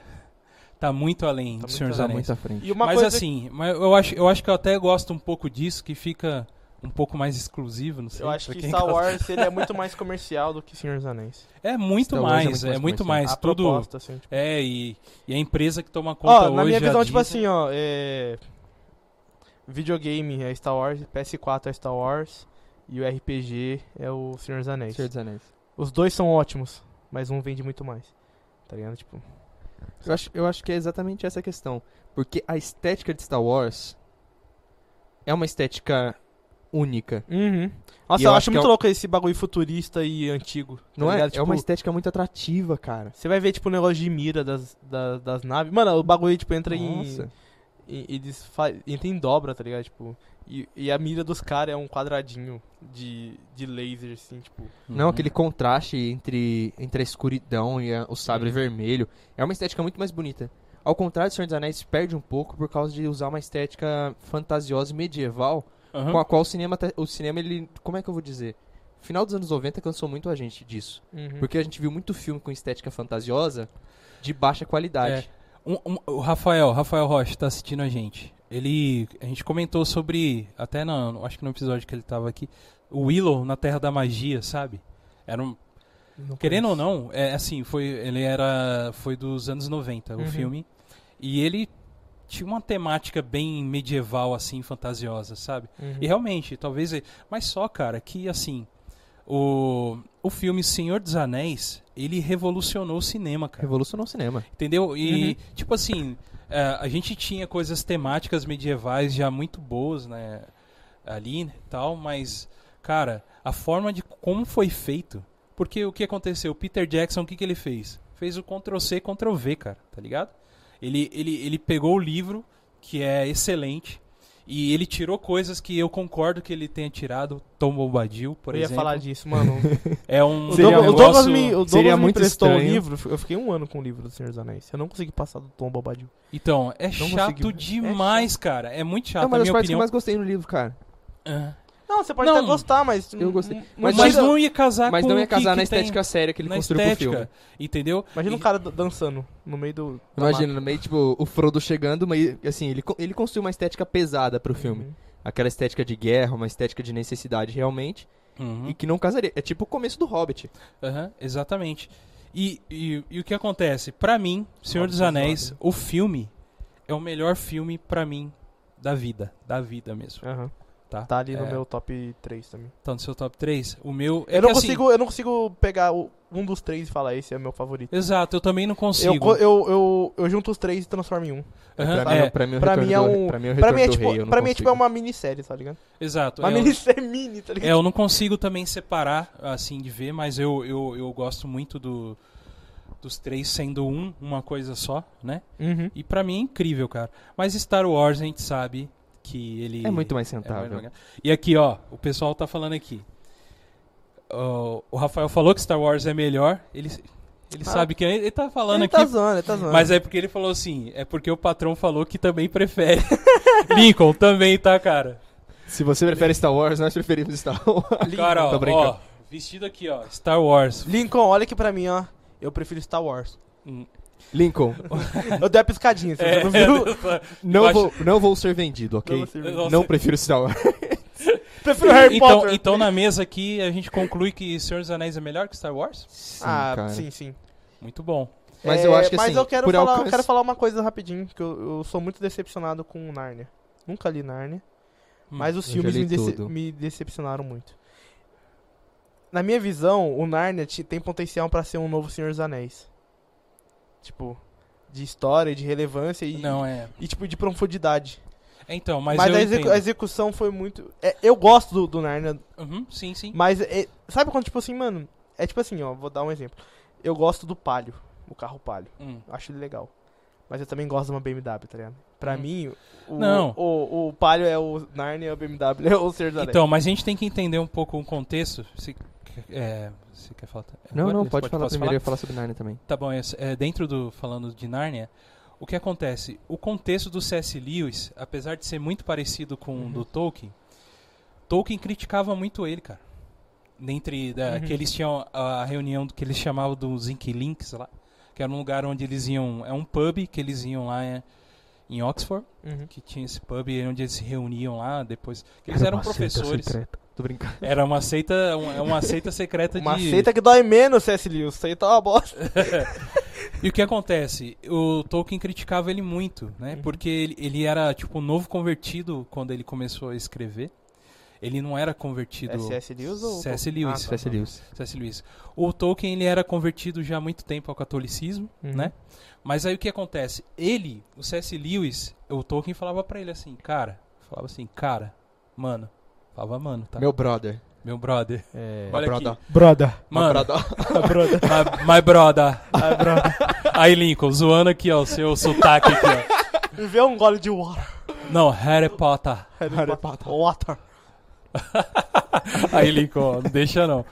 tá muito além do
Tá muito
Senhor dos
Tá
Anéis.
muito à frente.
E uma
mas
coisa
assim, mas eu acho, eu acho que eu até gosto um pouco disso, que fica um pouco mais exclusivo, não sei.
Eu acho
pra
que
quem
Star
gosta.
Wars ele é muito mais comercial do que Senhor dos Anéis.
é muito
Star Wars é
mais,
muito mais
é muito
comercial.
mais,
a
tudo
proposta, assim. Tipo.
É, e, e a empresa que toma conta
Ó,
hoje
na
é
minha
a
visão, tipo
Disney.
assim, ó, é... Videogame é Star Wars, PS4 é Star Wars e o RPG é o Senhor dos Anéis.
Senhor dos Anéis.
Os dois são ótimos, mas um vende muito mais. Tá ligado? Tipo,
Eu acho, eu acho que é exatamente essa a questão. Porque a estética de Star Wars é uma estética única.
uhum. Nossa,
E
eu,
eu
acho,
acho que
muito
é um-
louco esse bagulho futurista e antigo. tá
Não é?
ligado?
É uma
Tipo,
estética muito atrativa, cara.
Você vai ver, tipo, o negócio de mira das, da- das, naves. Mano, o bagulho, tipo, entra em...
Nossa.
E, eles fa- entra em dobra, tá ligado? Tipo, e, e a mira dos caras é um quadradinho de, de laser, assim, tipo.
Não, aquele contraste entre, entre a escuridão e a- o sabre vermelho. É uma estética muito mais bonita. Ao contrário do Senhor dos Anéis, perde um pouco por causa de usar uma estética fantasiosa e medieval,
Aham.
com a qual o cinema, tá- o cinema, ele... Como é que eu vou dizer? Final dos anos 90 cansou muito a gente disso.
Uhum.
Uhum.
Porque a gente viu muito filme com estética fantasiosa de baixa qualidade.
Um- um- o Rafael, Rafael Rocha, tá assistindo a gente. Ele, a gente comentou sobre, até na, acho que no episódio que ele tava aqui, o Willow na Terra da Magia, sabe? Era um, querendo ou não, é assim, foi, ele era, foi dos anos 90,
Uhum.
o filme. E ele tinha uma temática bem medieval, assim, fantasiosa, sabe?
Uhum.
E realmente, talvez. Mas só, cara, que assim. O, o filme Senhor dos Anéis, ele revolucionou o cinema, cara.
Revolucionou o cinema.
Entendeu? E,
Uhum.
tipo assim, eh, a gente tinha coisas temáticas medievais já muito boas, né? Ali e tal, mas, cara, a forma de como foi feito. Porque o que aconteceu? O Peter Jackson, o que, que ele fez? Fez o Ctrl-C, Ctrl-V, cara, tá ligado? Ele, ele, ele pegou o livro, que é excelente, e ele tirou coisas que eu concordo que ele tenha tirado. Tom Bombadil, por
eu ia
exemplo.
falar disso, mano.
É um.
O,
Seria
Douglas-
um
o Douglas
negócio-
me, o Douglas
seria
me
muito
emprestou um
estranho.
livro. Eu fiquei um ano com o livro do Senhor dos Anéis. Eu não consegui passar do Tom Bobadil.
Então, é
Não
chato
conseguiu.
demais, cara. É muito
É
chato,
uma
na
das
minha
partes que eu
opinião.
mais gostei no livro, cara.
Ah.
Não, você pode
Não.
até gostar, mas.
Eu gostei.
Hum,
Mas,
Mas
imagina,
não ia casar
Mas
Tá com
não
o
ia
que-
casar
que
na
tem-
estética séria que ele
na
construiu pro filme.
estética, Tá entendeu?
imagina um
E-
cara dan- dançando no meio do. da
Imagina, no meio, tipo, o Frodo chegando, mas assim, ele, co- ele construiu uma estética pesada pro
mata.
filme.
Uhum.
Aquela estética de guerra, uma estética de necessidade realmente,
Uhum,
e que não casaria. É tipo o começo do Hobbit.
aham, exatamente. E, e- e o que acontece? Pra mim, Senhor dos Anéis, o filme é o melhor filme pra mim da vida, da vida mesmo,
Aham.
tá?
Tá ali no
É,
meu top 3 também.
tá no seu top 3. O meu é
Eu não,
que, assim,
consigo, eu não consigo pegar o- um dos três e falar, esse é meu favorito.
Exato, eu também não
Eu,
consigo.
co- eu, eu, eu junto os três e transformo em um.
Aham,
pra, mim,
é,
é, pra mim, o
pra
Retorno
mim é
do-
um-
pra mim, o
Pra
Retorno
mim é
do
tipo,
Rei, eu não
pra mim é,
consigo.
tipo é uma minissérie, tá ligado?
Exato.
Uma
é, eu-
minissérie mini, tá
É,
ligado?
eu não consigo também separar, assim, de ver, mas eu, eu, eu gosto muito do, dos três sendo um, uma coisa só, né?
Uhum.
E pra mim é incrível, cara. Mas Star Wars a gente sabe que ele.
É muito mais
É mais
rentável.
legal. E aqui, ó, o pessoal tá falando aqui. Ó, o Rafael falou que Star Wars é melhor. Ele, ele
Ah.
sabe que ele tá falando
ele
aqui.
tá zoando, ele tá zoando.
Mas é porque ele falou assim, é porque o patrão falou que também prefere. Lincoln também, tá, cara?
Se você prefere Star Wars, nós preferimos Star Wars.
Cara, ó,
Tô brincando.
ó, vestido aqui, ó, Star
é
Wars. Hum,
Lincoln, olha aqui pra mim, ó. Eu prefiro Star Wars.
Lincoln,
Eu dei a piscadinha, você
É,
não viu?
Eu
não
acho-
vou, não vou ser vendido, ok?
Nossa.
Não prefiro Star Wars.
Prefiro Harry
então,
Potter.
então, na mesa aqui, a gente conclui que Senhor dos Anéis é melhor que Star Wars?
Sim,
ah,
cara.
sim, sim.
Muito bom.
Mas eu
É,
acho que
mas
assim,
eu quero
por
falar, eu
alcance-
quero falar uma coisa rapidinho, que eu, eu sou muito decepcionado com o Narnia. Nunca li Narnia,
Hum,
mas os
eu já
filmes
li
me, dece-
tudo.
me decepcionaram muito. Na minha visão, o Narnia te- tem potencial pra ser um novo Senhor dos Anéis. Tipo, de história, de relevância e,
Não, é.
e tipo de profundidade.
É, Então, mas,
Mas,
eu
a, execu-
entendo.
a execução foi muito. é, eu gosto do, do Narnia,
Uhum, sim, sim.
mas é- sabe quando tipo assim, mano? É tipo assim, ó, vou dar um exemplo. Eu gosto do Palio, o carro Palio.
Hum.
Eu acho ele legal. Mas eu também gosto de uma BMW, tá ligado? Pra
Hum.
mim, o,
Não.
O, o Palio é o Narnia, a BMW é o Senhor dos Anéis.
Então, mas a gente tem que entender um pouco o contexto. Se, é, você quer falar?
Não,
agora?
não,
Você
pode falar
posso
primeiro, eu ia falar sobre Narnia também.
Tá bom, é, é, dentro do falando de Nárnia, o que acontece? O contexto do C.S. Lewis, apesar de ser muito parecido com
Uhum.
o do Tolkien, Tolkien criticava muito ele, cara. Dentre da,
Uhum.
que eles tinham a reunião do que eles chamavam dos Inquilinks lá, que era um lugar onde eles iam, é um pub que eles iam lá é, em Oxford,
Uhum.
que tinha esse pub onde eles se reuniam lá depois. Eles eram professores. Tá,
Tô brincando.
Era uma seita, um- é uma seita secreta
Uma
de.
seita que dói menos, C.S. Lewis. Seita é uma bosta.
E o que acontece? O Tolkien criticava ele muito, né?
Uhum.
Porque ele, ele era tipo um novo convertido quando ele começou a escrever. Ele não era convertido.
É C.S. Lewis ou...
C.S. Lewis.
Ah, tá,
C.S. Lewis.
C.S. Lewis. O Tolkien ele era convertido já há muito tempo ao catolicismo,
Uhum.
né? Mas aí o que acontece? Ele, o C.S. Lewis, o Tolkien falava pra ele assim, cara, falava assim, cara, mano, falava mano, tá? Meu,
Meu brother.
brother,
É,
Olha aqui.
brother.
Brother.
mano,
brother.
My, my brother. Aí, Lincoln, zoando aqui, ó, o seu sotaque aqui, ó.
Me vê um gole de water.
Não, Harry Potter.
Harry Potter. Water.
Aí, Lincoln, ó, não deixa não.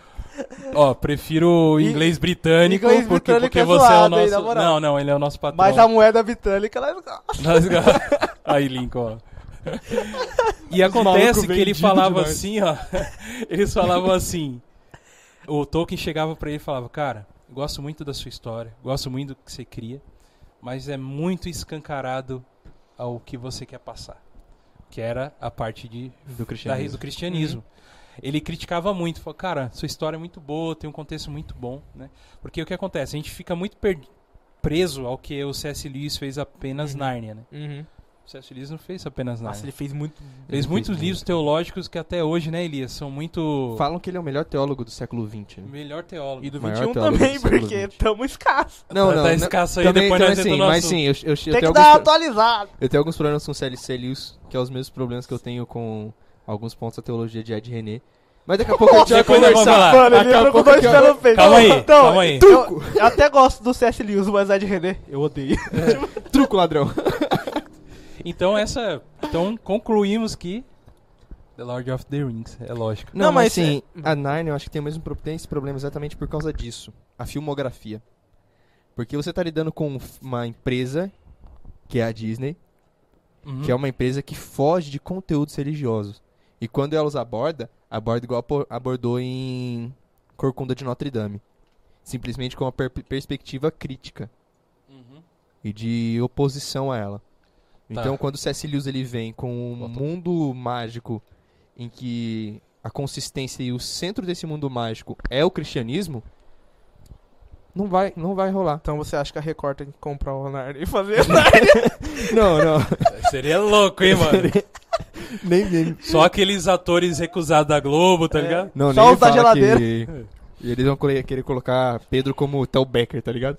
Ó, prefiro o
E-
inglês britânico,
inglês
porque,
britânico
porque
é
você
zoado,
é o
hein,
nosso...
na moral.
não, não, ele é o nosso patrão.
Mas a moeda britânica, ela... é
Nós- Aí, Lincoln, ó. E
malucos
acontece que ele
vendidos
falava
demais.
assim, ó. Eles falavam assim. O Tolkien chegava pra ele e falava: Cara, gosto muito da sua história, gosto muito do que você cria, mas é muito escancarado ao que você quer passar. Que era a parte de,
Do
da, do
cristianismo. Uhum.
cristianismo. Ele criticava muito, falou: Cara, sua história é muito boa, tem um contexto muito bom, né? Porque o que acontece? A gente fica muito per- preso ao que o C.S. Lewis fez apenas
Uhum.
Nárnia, né?
Uhum.
O C.S. Lewis não Ah, fez apenas nada.
Nossa, ele fez muito...
fez muitos
muito.
livros teológicos que até hoje, né, Elias, são muito
Falam que ele é o melhor teólogo do século XX. né?
melhor teólogo.
E do
Maior
21
teólogo
também,
do século
porque
XX.
tamo escasso.
tá, tá um. escasso aí,
também,
depois
também
nós entra
sim,
no
mas
assunto.
sim, eu, eu, eu,
Tem que
tenho
dar uma
alguns, pro-
atualizada.
eu tenho alguns problemas com C.L.C. Lewis, que é os mesmos problemas que eu tenho com alguns pontos da teologia de Ed René. Mas daqui a pouco a gente vai
Depois nós vamos
conversar.
falar.
Mano, ele
Acabou
entrou com dois
que eu-
pés no peito.
Calma aí,
Então,
calma aí.
Eu, eu até gosto do C.S. Lewis, mas a de René, eu odeio.
Truco, ladrão.
Então essa, então concluímos que The Lord of the Rings, é lógico.
Não,
Não,
mas
mas
assim, a Narnia eu acho que tem o mesmo pro- tem esse problema exatamente por causa disso. A filmografia. Porque você tá lidando com f- uma empresa, que é a Disney,
Uhum.
que é uma empresa que foge de conteúdos religiosos. E quando ela os aborda, aborda igual apo- abordou em Corcunda de Notre Dame. Simplesmente com uma per- perspectiva crítica
Uhum.
e de oposição a ela.
Tá.
Então, quando o C.S. Lewis ele vem com um
Voltou.
mundo mágico em que a consistência e o centro desse mundo mágico é o cristianismo, não vai, não vai rolar.
Então você acha que a Record tem que comprar o Narnia e fazer o Narnia?
não, não.
Seria louco, hein, mano?
nem, nem,
Só aqueles atores recusados da Globo,
É.
tá ligado?
não,
Só
nem
os da
fala
geladeira.
que- E eles vão cole- querer colocar Pedro como Tel Becker, tá ligado?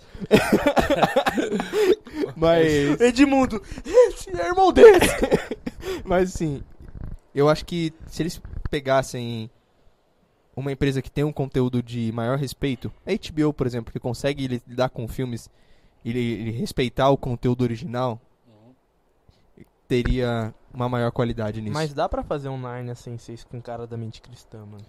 Mas
Edmundo, esse é irmão dele.
Mas assim, eu acho que se eles pegassem uma empresa que tem um conteúdo de maior respeito, a HBO, por exemplo, que consegue li- lidar com filmes e li- e respeitar o conteúdo original, teria uma maior qualidade nisso.
Mas dá pra fazer um Narnia sem ser isso com cara da mente cristã, mano.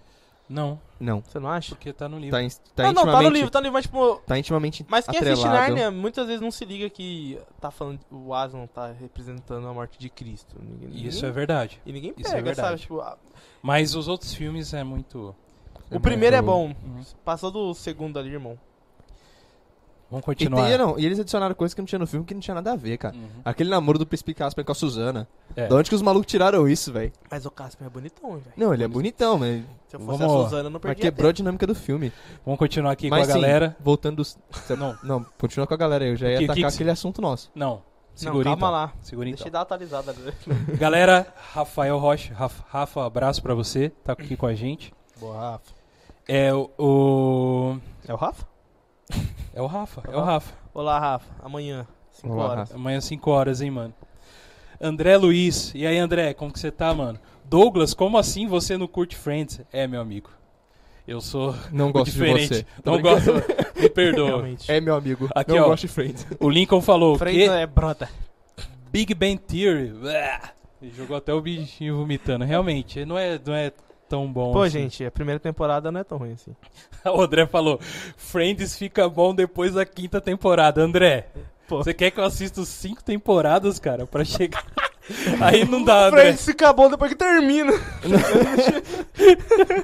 Não,
não.
Você não acha?
porque tá no livro.
Tá, in- tá
não, não, tá no
intimamente-
livro, tá no livro, mas tipo.
tá intimamente
Mas quem
atrelado.
assiste Narnia muitas vezes não se liga que tá falando. O Aslan tá representando a morte de Cristo. Ninguém,
Isso
ninguém-
é verdade.
E ninguém
isso
pega,
é
sabe?
verdade.
Tipo, a-
Mas os outros filmes é muito.
o primeiro é
muito-
bom. Passou do segundo ali, irmão.
Vamos
E,
continuar.
tem, não, e eles adicionaram coisas que não tinha no filme que não tinha nada a ver,
Hum.
cara.
Uhum.
Aquele namoro do Príncipe Casper com a Suzana.
É.
Da onde que os malucos tiraram isso, velho?
Mas o Casper é bonitão, velho.
Não, ele é bonitão, mas,
Se eu fosse a
Vamos-
Suzana, eu não
mas
perdia
quebrou a
tempo.
dinâmica do filme.
Vamos continuar aqui
mas
com a galera.
Sim, voltando dos...
Não,
Não, continua com a galera, eu já ia
Que- que
atacar
que-
aquele assunto nosso.
não.
Não,
Segura
calma
então.
lá.
Segura
Deixa
então.
eu dar uma atualizada ali.
Galera, Rafael Rocha, Rafa, Rafa, abraço pra você, tá aqui com a gente.
Boa, Rafa.
É o, o-
É o Rafa?
é o Rafa, é o Rafa.
Olá, Rafa. Amanhã, 5
Olá,
horas.
Rafa.
Amanhã 5 horas, hein, mano. André Luiz, e aí André, como que você tá, mano? Douglas, como assim você não curte Friends? É, meu amigo. Eu sou
Não
o
gosto
diferente.
de você. Tô
Não
brincando.
gosto. Me perdoa.
Realmente.
É meu amigo.
Aqui, ó.
não gosto de Friends.
O Lincoln falou
Frente
que
é brota.
Big Bang Theory. ué, e Jogou até o bichinho vomitando. Realmente, não é, não é tão bom.
Pô,
assim.
gente, a primeira temporada não é tão ruim assim.
O André falou: Friends fica bom depois da quinta temporada. André,
Pô.
você quer que eu assista cinco temporadas, cara, pra chegar. Aí não dá, André.
Friends fica bom depois que termina.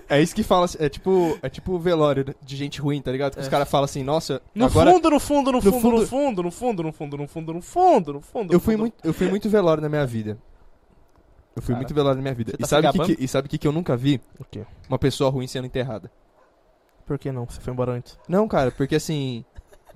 É isso que fala, assim, é tipo, é tipo o velório de gente ruim, tá ligado? Que os caras falam assim, nossa,
No
agora
fundo, no fundo, no
no
fundo, no fundo, no fundo, no fundo, no fundo, no fundo, no fundo.
eu
no
fui
fundo.
muito, eu fui muito velório na minha vida. Eu fui
Cara,
muito velório na minha vida.
você
e
tá se
sabe o que
gabando?
que, e sabe o que que eu nunca vi?
O quê?
Uma pessoa ruim sendo enterrada.
Por que não? Você foi embora antes.
Não, cara, porque assim,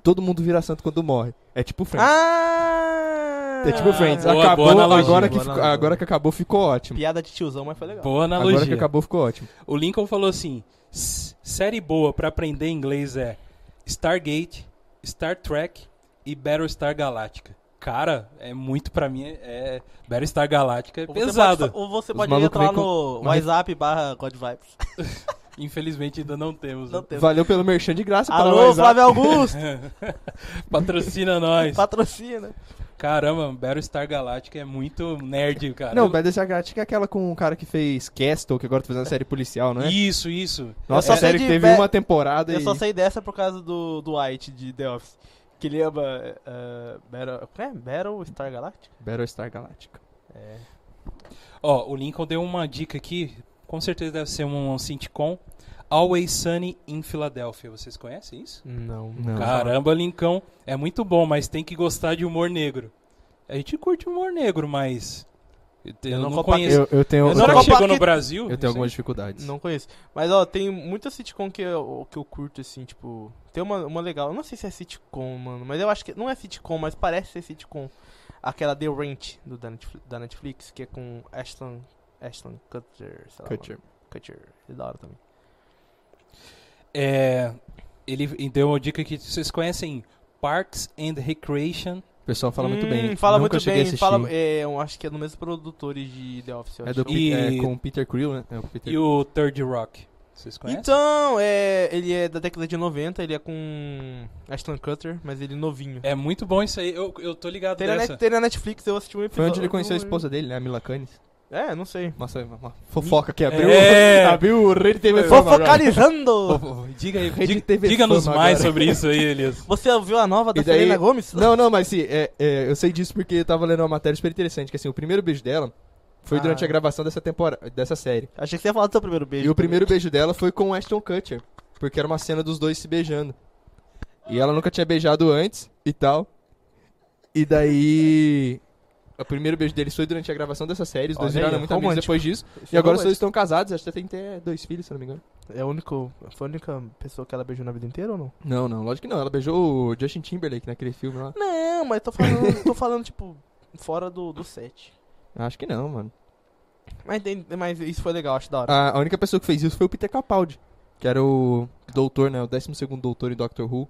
todo mundo vira santo quando morre. É tipo Friends.
Ah!
É tipo Friends.
Boa,
acabou,
boa analogia,
agora, que
boa
ficou-
analogia.
agora que acabou ficou ótimo.
Piada de tiozão, mas foi legal.
Boa
Agora que
analogia.
acabou ficou ótimo.
O Lincoln falou assim: "S- série boa pra aprender inglês é Stargate, Star Trek e Battlestar Galactica. Cara, é muito pra mim. É, é- Battlestar Galactica é
Ou você
pesado.
pode fa- ou você
Os
pode
malucos
entrar
vêm com-
no
mas-
WhatsApp barra God Vibes.
Infelizmente ainda não temos.
Não tem.
Valeu pelo merchan de graça tá para
Alô, Flávio Augusto,
Patrocina nós.
patrocina.
Caramba, Battlestar Galactica é muito nerd, cara.
Não,
Eu-
Battlestar Galactica é aquela com o cara que fez Castle, que agora tá fazendo série policial, não é?
Isso, isso.
Nossa,
Eu
a
só sei
série que
de
teve
Ba-
uma temporada
Eu
e...
só sei dessa por causa do do White de The Office. Que ele ama eh, Battle, como é? Battle Star Galactic?
Battlestar Galactica.
É.
Ó, o Lincoln deu uma dica aqui, com certeza deve ser um sitcom. Always Sunny in Philadelphia. Vocês conhecem isso?
Não,
Não.
Caramba, Lincoln, é muito bom, mas tem que gostar de humor negro. A gente curte humor negro, mas eu, eu
não
não,
compa-
conheço.
Eu, eu tenho, eu
Será
tenho-
não
que
compa-
chegou no
que-
Brasil?
eu tenho algumas dificuldades.
Não conheço. Mas, ó, tem muita sitcom que eu, que eu curto, assim, tipo... Tem uma, uma legal, eu não sei se é sitcom, mano, mas eu acho que... Não é sitcom, mas parece ser sitcom. Aquela The Ranch, do, da, Netflix, da Netflix, que é com Ashton... Ashton Kutcher, sei lá.
Kutcher.
mano. Kutcher. Ele é da hora também.
É, ele deu uma dica que vocês conhecem Parks and Recreation.
O pessoal fala muito
Hum,
bem.
Fala
Nunca
muito
cheguei a
bem.
assistir.
Fala, é, eu acho que é do mesmo produtor de The Office. eu
É,
acho
do,
que
E-
Pe- é com o Peter Krill, né? É o Peter
E o Third Rock. Vocês conhecem?
Então, é, ele é da década de 90, ele é com Ashton Kutcher, mas ele novinho.
É muito bom isso aí. Eu, eu tô ligado
Tem na,
nessa.
net- tem na Netflix, eu assisti um episódio.
Foi onde ele conheceu a
não-
esposa dele, né? A Mila Kunis.
É, não sei.
Nossa, uma fofoca que abriu,
É.
abriu o Rede TV Fama agora.
Fofocalizando!
Diga aí,
Rede
diga-
TV
diga-nos
Fama
mais
agora.
sobre isso aí, Elias.
Você ouviu a nova da
E daí-
Selena Gomes?
Não, não, mas sim, é, é, eu sei disso porque eu tava lendo uma matéria super interessante, que assim, o primeiro beijo dela foi
Ah.
durante a gravação dessa temporada, dessa série.
Achei que você ia falar do seu primeiro beijo. tá
E o primeiro beijo dela foi com o Ashton Kutcher, porque era uma cena dos dois se beijando. E ela nunca tinha beijado antes e tal. E daí. O primeiro beijo deles foi durante a gravação dessa série, os dois
Olha aí,
viraram muito amigos
romântico.
depois disso.
Esse
E agora os
romance.
dois estão casados, acho que tem até dois filhos, se eu não me engano.
É o único, foi a única pessoa que ela beijou na vida inteira ou não?
Não, não, lógico que não. Ela beijou o Justin Timberlake naquele filme lá.
Não, mas tô falando, tô falando tipo, fora do, do set.
Acho que não, mano.
Mas, tem- mas isso foi legal, acho da hora.
A, a única pessoa que fez isso foi o Peter Capaldi, que era o doutor, né? O 12 doutor em Doctor Who.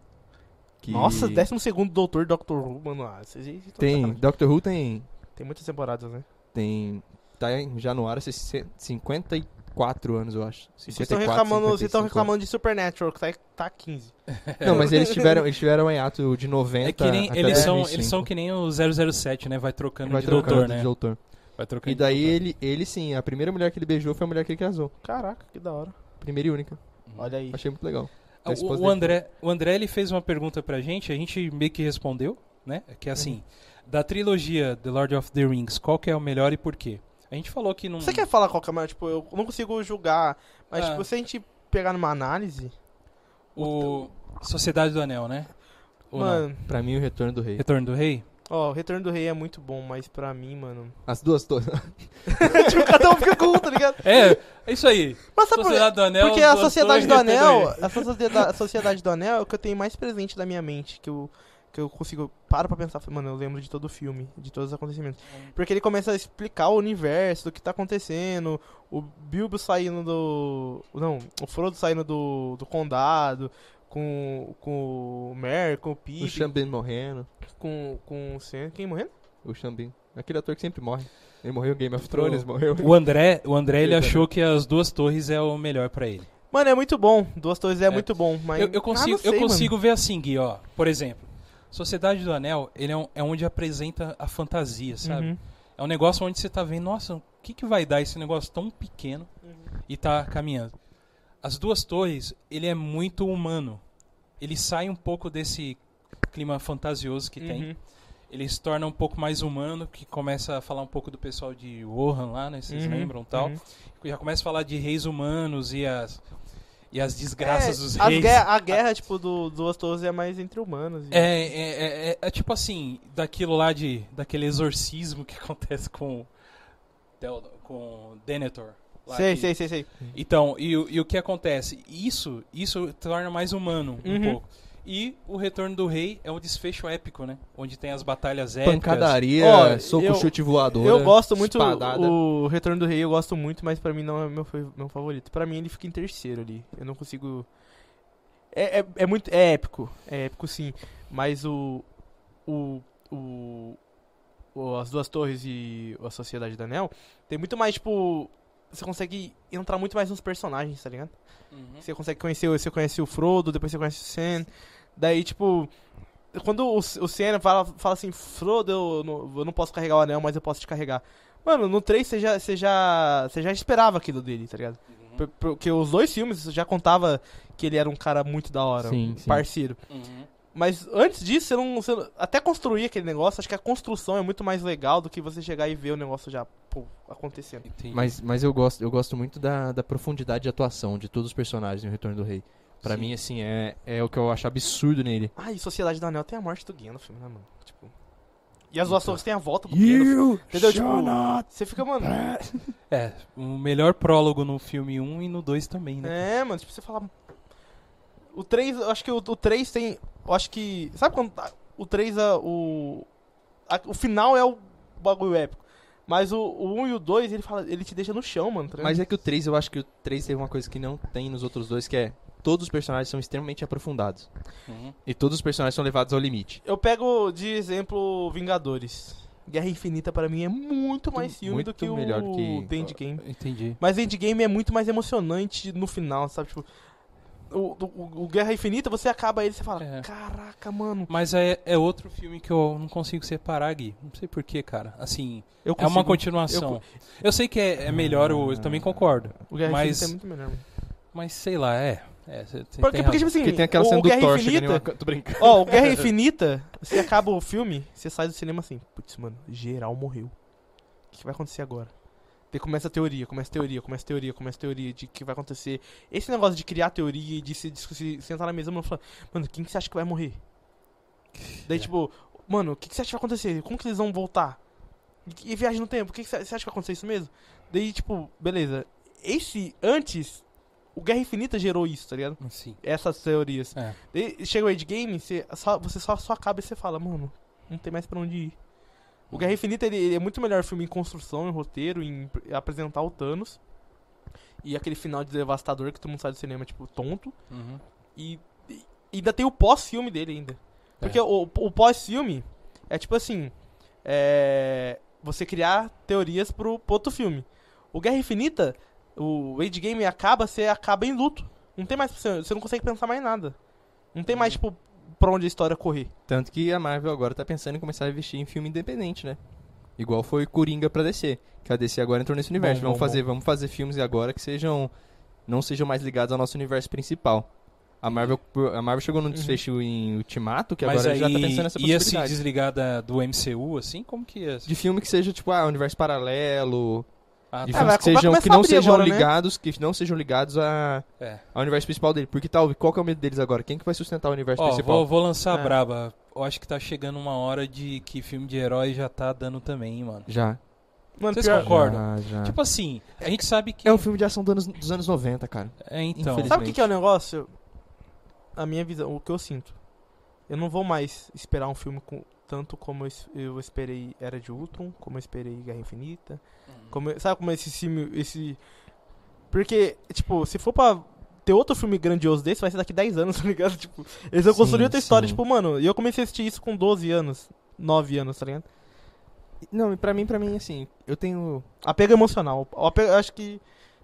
que-
Nossa, 12 segundo doutor Dr. Who, mano. Ah, vocês aí estão
Tem,
sacanagem.
Doctor Who tem
tem muitas temporadas, né?
Tem. Tá em- já no ar essas 50 e 4 anos, eu acho.
Vocês estão reclamando, vocês estão
55
reclamando de Supernatural, que tá, tá 15.
anos. Não, mas eles tiveram, eles tiveram um hiato de 90
É que nem,
até
eles, são,
2005.
eles são que nem o 007, né? Vai trocando
Vai
de
trocando
doutor,
de
né?
doutor.
Vai trocando
E
de
daí
doutor.
ele, ele sim, a primeira mulher que ele beijou foi a mulher que ele casou.
Caraca, que da hora.
Primeira e única.
Olha aí.
Achei muito legal.
Ah,
a
o-
esposa
O,
dele
André, o André ele fez uma pergunta pra gente, a gente meio que respondeu, né? Que é assim, da trilogia The Lord of the Rings, qual que é o melhor e por quê? A gente falou que não...
Você quer falar qual que é, mas, tipo, eu não consigo julgar. Mas,
Ah.
tipo, se a gente pegar numa análise.
O Sociedade do Anel, né? Ou não?
mano,
Pra mim, o Retorno do Rei.
Retorno do Rei?
ó, o Retorno do Rei é muito bom, mas pra mim, mano.
As duas todas.
tipo, cada um fica com um, tá ligado?
É, é isso aí.
Mas sabe por
Sociedade do Anel...
Porque a
Doutor
Sociedade
e
do
Retorno
Anel,
Rei.
a sociedade, a sociedade do Anel é o que eu tenho mais presente da minha mente, que eu que eu consigo paro pra pensar, falo, mano, eu lembro de todo o filme, de todos os acontecimentos. Porque ele começa a explicar o universo, do que tá acontecendo, o Bilbo saindo do, não, o Frodo saindo do, do condado com com o Mer, com o
O
Pippin,
Xambin morrendo.
com com o Sam, quem morrendo?
O Xambin. Aquele ator que sempre morre. Ele morreu em Game of
Pro-
Thrones, morreu.
O André, o André ele
Retorno.
achou que as duas torres é o melhor pra ele.
Mano, é muito bom. Duas Torres é, muito bom, mas
Eu, eu consigo,
Ah, não sei,
eu
mano.
consigo ver assim, Gui, ó. Por exemplo, Sociedade do Anel, ele é, um- é onde apresenta a fantasia, sabe?
Uhum.
É um negócio onde você tá vendo, nossa, o que, que vai dar esse negócio tão pequeno
Uhum.
e tá caminhando. As Duas Torres, ele é muito humano. Ele sai um pouco desse clima fantasioso que tem.
Uhum.
Ele se torna um pouco mais humano, que começa a falar um pouco do pessoal de Wuhan lá, né? Vocês
Uhum,
lembram tal.
uhum.
Já começa a falar de reis humanos e as, e as desgraças
É,
dos
as
reis.
guerra- a guerra, tipo, do, duas torres é mais entre humanos. e-
É, é, é, é, é tipo assim, daquilo lá de. Daquele exorcismo que acontece com. Del- Com Denethor. lá
sei,
que-
sei, sei, sei.
Então, e, o- e o que acontece? Isso, isso torna mais humano um
Uhum.
pouco. E o Retorno do Rei é um desfecho épico, né? Onde tem as batalhas épicas.
Pancadaria,
Ó,
soco,
eu-
chute voador.
eu gosto muito
Espadada.
o Retorno do Rei, eu gosto muito, mas pra mim não é meu, fa- meu favorito. Pra mim ele fica em terceiro ali. Eu não consigo. É, é, é muito. É épico. É épico sim. Mas o. O. O. o- as duas torres e a Sociedade do Anel tem muito mais, tipo. Você consegue entrar muito mais nos personagens, tá ligado?
Uhum.
Você consegue conhecer, o- você conhece o Frodo, depois você conhece o Sam. Daí, tipo, quando o, S- o Sam fala, fala assim, Frodo, eu não, eu não posso carregar o anel, mas eu posso te carregar. Mano, no 3 você já, você já, você já esperava aquilo dele, tá ligado? Por- Porque os dois filmes já contava que ele era um cara muito da hora,
Sim,
um
sim.
parceiro.
Uhum.
Mas antes disso, você não, você não- Até construir aquele negócio, acho que a construção é muito mais legal do que você chegar e ver o negócio já pô, acontecendo.
Entendi.
Mas, mas eu gosto, eu gosto muito da, da profundidade de atuação de todos os personagens no Retorno do Rei. Pra
Sim.
mim, assim, é, é o que eu acho absurdo nele.
Ah, e Sociedade do Anel tem a morte do Gandalf, né, mano? Tipo. E as duas torres tem a volta do Gandalf.
You
Entendeu? Tipo,
shall not
você fica, mano.
pass.
É, o melhor prólogo no filme 1 e no 2 também, né?
É, mano, tipo, você fala. O 3, eu acho que o, o 3 tem. Eu acho que. Sabe quando. tá- O 3, a, o. a- o final é o bagulho épico. Mas o, o 1 e o 2, ele, fala, ele te deixa no chão, mano. tá ligado?
Mas é que o 3, eu acho que o 3 teve uma coisa que não tem nos outros dois, que é todos os personagens são extremamente aprofundados.
É.
Uhum.
E todos os personagens são levados ao limite.
Eu pego de exemplo Vingadores. Guerra Infinita pra mim é muito mais filme
muito
do que
melhor
o
do que-
The Endgame.
Entendi.
Mas Endgame é muito mais emocionante no final, sabe? Tipo, o, o, o Guerra Infinita, você acaba ele e você fala,
É.
caraca, mano.
Mas é, é outro filme que eu não consigo separar, Gui. Não sei porquê, cara. Assim,
Eu
é uma
consigo-
continuação.
eu
Eu, sei que é, é melhor, eu, eu também concordo.
O Guerra
Mas-
Infinita é muito melhor. mano.
Mas sei lá, é. é cê- cê tem
Porque, porque
razão.
tipo assim,
Porque tem aquela
o,
cena
o
do
Guerra
Thor chegando em
Infinita...
Wakanda- Tô brincando.
Ó, o Guerra Infinita, você acaba o filme, você sai do cinema assim, putz, mano, geral morreu. O que vai acontecer agora? Daí começa a teoria, começa a teoria, começa a teoria, começa a teoria de que vai acontecer. Esse negócio de criar teoria e de se, discutir, sentar na mesa e falar, mano, quem que você acha que vai morrer? Daí,
É.
tipo, mano, o que, que você acha que vai acontecer? Como que eles vão voltar? E, e viagem no tempo, o que, que você você acha que vai acontecer isso mesmo? Daí, tipo, beleza. Esse, antes, o Guerra Infinita gerou isso, tá ligado?
Sim.
Essas teorias.
É.
Daí chega o endgame, você só, você só, só acaba e você fala, mano, não tem mais pra onde ir. O Guerra Infinita ele, ele é muito melhor filme em construção, em roteiro, em pr- apresentar o Thanos. E aquele final de devastador que todo mundo sai do cinema, tipo, tonto.
Uhum.
E, e ainda tem o pós-filme dele ainda. Porque
É.
o, o pós-filme é tipo assim. É, você criar teorias pro, pro outro filme. O Guerra Infinita O Age Game acaba, você acaba em luto. Não tem mais pra você, você não consegue pensar mais em nada. Não tem
Uhum.
mais, tipo, pra onde a história correr.
Tanto que a Marvel agora tá pensando em começar a investir em filme independente, né? Igual foi Coringa pra DC. Que a DC agora entrou nesse universo.
Bom,
vamos,
bom,
fazer, vamos fazer filmes agora que sejam. não sejam mais ligados ao nosso universo principal. A Marvel, a Marvel chegou num desfecho em Ultimato, que
Uhum. Mas
agora
aí
já tá pensando nessa
ia se
possibilidade.
desligar da- do MCU, assim? Como que ia?
De filme que seja, tipo, ah, universo paralelo.
Ah,
De
tá.
vai
filmes que, sejam,
começar a
que não
abrir
sejam
agora, né?
ligados, que não sejam ligados a,
É.
ao universo principal dele. Porque tal, qual que é o medo deles agora? Quem que vai sustentar o universo
Ó,
principal?
vou, vou lançar a
É.
braba. Eu acho que tá chegando uma hora de que filme de herói já tá dando também, hein, mano.
Já.
Mano,
Vocês
pior-
concordam?
Já,
Ah.
já.
Tipo assim, a gente sabe que.
é um filme de ação dos anos, dos anos 90, cara.
É, então.
Infeliz-
Sabe o que, que é o negócio? A minha visão, o que eu sinto. Eu não vou mais esperar um filme com, tanto como eu, es- eu esperei Era de Ultron, como eu esperei Guerra Infinita. Como, eu- sabe como esse filme. Esse... Porque, tipo, se for pra ter outro filme grandioso desse, vai ser daqui 10 anos, tá ligado? Tipo, eles vão
Sim,
construir outra história.
sim.
Tipo, mano, e eu comecei a assistir isso com 12 anos, 9 anos, tá ligado?
Não, e pra mim, pra mim, assim, eu tenho.
Apego emocional. O apego- eu acho que.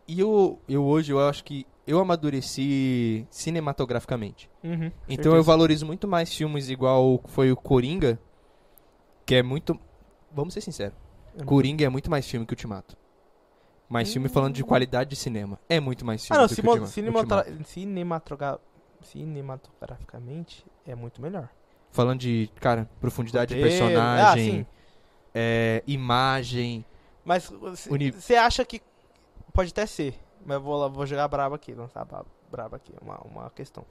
E eu, eu hoje, eu acho que eu amadureci cinematograficamente.
Uhum,
Então eu valorizo muito mais filmes igual foi o Coringa, que é muito. Vamos ser sinceros.
É
Coringa é muito mais filme que Ultimato. Mas filme falando de qualidade de cinema. É muito mais filme
Ah, não,
do que
cimo-
Ultima-
cinematra-
Ultimato.
cinematogra- cinematograficamente é muito melhor.
Falando de, cara, profundidade de
Roteiro,
personagem,
Ah, sim.
é, imagem.
Mas
Uni-
você acha que. Pode até ser, mas eu vou, lá- vou jogar brabo aqui, lançar bra- brabo aqui, uma, uma questão.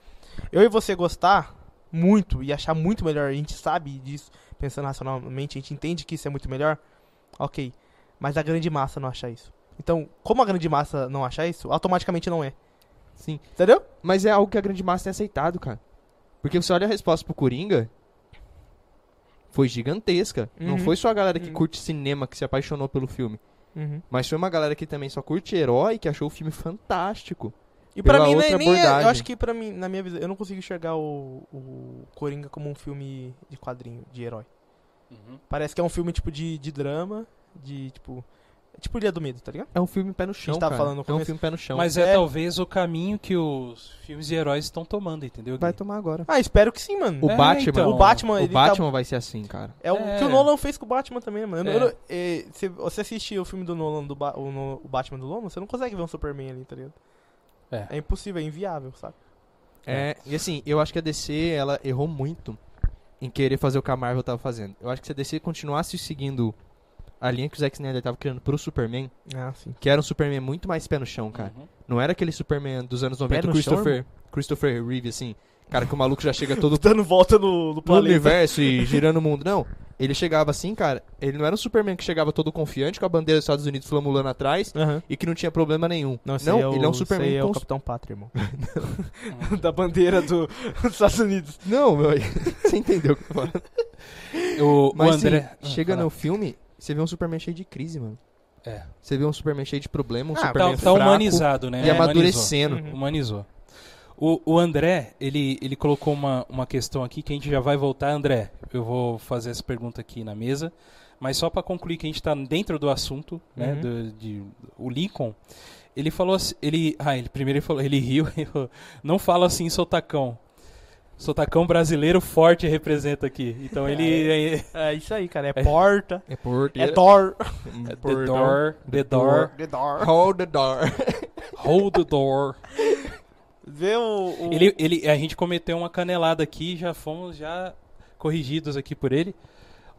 Eu e você gostar muito e achar muito melhor, a gente sabe disso, pensando racionalmente, a gente entende que isso é muito melhor, ok. Mas a grande massa não achar isso. Então, como a grande massa não achar isso, automaticamente não é.
Sim.
Entendeu?
Mas é algo que a grande massa tem aceitado, cara. Porque você olha a resposta pro Coringa. Foi gigantesca. Não
Uhum.
foi só a galera que
Uhum.
curte cinema que se apaixonou pelo filme.
Uhum.
Mas foi uma galera que também só curte herói que achou o filme fantástico.
E
Pela
pra mim,
outra
nem, nem é, eu
abordagem.
acho que pra mim, na minha visão, eu não consigo enxergar o, o Coringa como um filme de quadrinho, de herói.
Uhum.
Parece que é um filme tipo de, de drama, de tipo. Tipo Ilha do Medo, tá ligado?
É um filme pé no chão.
tava
cara.
falando no
é um
começo.
filme pé no chão.
Mas é,
É.
talvez o caminho que os filmes de heróis estão tomando, entendeu? Gui?
vai tomar agora.
Ah, espero que sim, mano.
O
É,
Batman.
então.
O Batman,
o
ele tá-
Batman vai ser assim, cara.
É o
É.
que o Nolan fez com o Batman também, mano. Eu não-
É.
eu não- eh, se você assistir o filme do Nolan, do Ba- o, no- o Batman do Nolan, você não consegue ver um Superman ali, tá ligado?
É.
É impossível, é inviável, sabe?
É, e assim, eu acho que a DC, ela errou muito em querer fazer o que a Marvel tava fazendo. Eu acho que se a DC continuasse seguindo a linha que o Zack Snyder tava criando pro Superman,
Ah, sim.
que era um Superman muito mais pé no chão, cara.
Uhum.
Não era aquele Superman dos anos
Pé
90,
no
Christopher, Christopher Reeve, assim. Cara, que o maluco já chega todo
Dando volta no, no
no
planeta.
universo e girando o mundo. Não, ele chegava assim, cara. Ele não era um Superman que chegava todo confiante, com a bandeira dos Estados Unidos flamulando atrás
Aham.
e que não tinha problema nenhum.
Não, esse aí
ele é
o-
um Superman
esse aí é o
cons-
Capitão Pátria, irmão. da bandeira do- dos Estados Unidos.
Não, meu, você entendeu o que eu tô falando.
O, o
Mas
André.
sim, chega
fala.
no filme, você vê um Superman cheio de crise, mano.
É.
Você vê um Superman cheio de problema, um
Ah,
Tá,
Superman
tá
fraco
humanizado, né?
e
Humanizou.
amadurecendo.
Uhum.
Humanizou. O, o André, ele, ele colocou uma, uma questão aqui que a gente já vai voltar. André, eu vou fazer essa pergunta aqui na mesa. Mas só para concluir que a gente está dentro do assunto, né?
Uhum.
do- de, o Lincoln, ele falou assim, ele, ah, ele primeiro ele falou, ele riu, ele falou, não fala assim, sotacão. Sotacão brasileiro forte representa aqui. Então ele é,
É isso aí, cara. É porta,
É porta.
é door.
the
É
door, the door,
The door.
Hold the door.
hold the door.
Vê o... o-
Ele, ele, a gente cometeu uma canelada aqui, já fomos já corrigidos aqui por ele.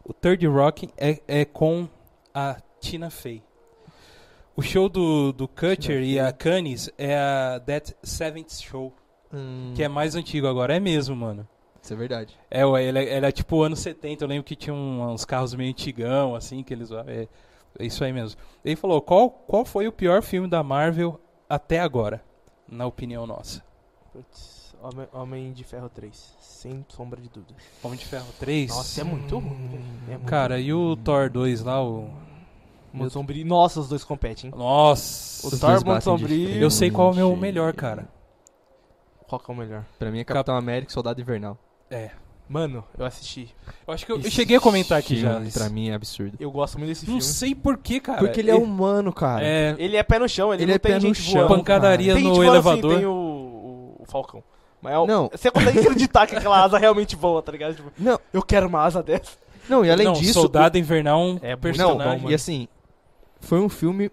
O Third Rock é, é com a Tina Fey. O show do, do Kutcher e a Cannes é a That Seventh Show,
Hum,
que é mais antigo agora. É mesmo, mano.
Isso é verdade.
É, ué, ele, é- ele é tipo anos 70. Eu lembro que tinha um- uns carros meio antigão, assim, que eles. É, é isso aí mesmo. Ele falou: qual, qual foi o pior filme da Marvel até agora? Na opinião nossa.
Putz, Homem, Homem de Ferro 3. Sem sombra de dúvida.
Homem de Ferro 3.
Nossa, é muito ruim. velho. É muito
Cara, e o Thor 2 lá, o.
ruim. Mundo Sombrio. Nossa, os dois competem, hein?
Nossa!
O
Os
Thor,
dois
Mundo
batem de
Sombrio.
frente.
Eu sei qual é o meu
Gente.
melhor, cara.
Qual que é o melhor?
Pra mim é Capitão América e Soldado Invernal.
É.
Mano, eu assisti.
Eu acho que eu, eu cheguei a comentar aqui
Esse
já.
filme,
isso.
Pra mim é absurdo.
Eu gosto muito desse
Não
filme.
sei porquê, cara.
Porque ele é humano, cara. um
É, tipo
Ele é pé no chão, ele,
Ele
não
é
tem
pé no
gente
chão.
voando.
pancadaria
Tem gente
tipo,
no
voando assim,
elevador.
tem o, o- o Falcão. Mas é o-
Não.
Você consegue acreditar que aquela asa realmente voa, tá ligado? Tipo,
Não,
eu quero uma asa dessa.
não, e além
não,
disso.
Soldado Invernal é um
É muito
Não,
personagem.
e assim, foi um filme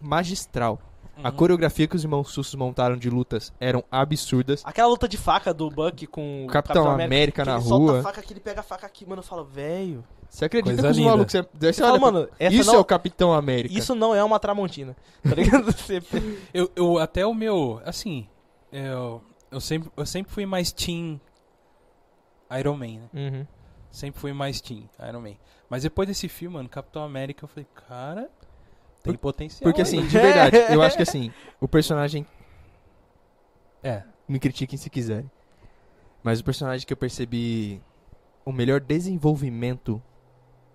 magistral. A
Uhum.
coreografia que os irmãos Sussos montaram de lutas eram absurdas.
Aquela luta de faca do Buck com o
Capitão, América,
que
na
ele solta a
rua.
faca aqui, ele pega a faca aqui, mano, eu falo, velho.
Você acredita
Coisa
que os
linda.
malucos... Você, você
Você
olha
fala,
pra-
mano, essa
isso
não,
é o Capitão América.
isso não é uma Tramontina. Tá ligado? Você-
Eu, eu até o meu. Assim, eu, eu, sempre, eu sempre fui mais Team Iron Man, né?
Uhum.
Sempre fui mais Team Iron Man. Mas depois desse filme, mano, Capitão América, eu falei, cara, tem potencial.
Porque
aí.
assim, de verdade, eu acho que assim, o personagem...
É.
Me critiquem se quiserem. Mas o personagem que eu percebi o melhor desenvolvimento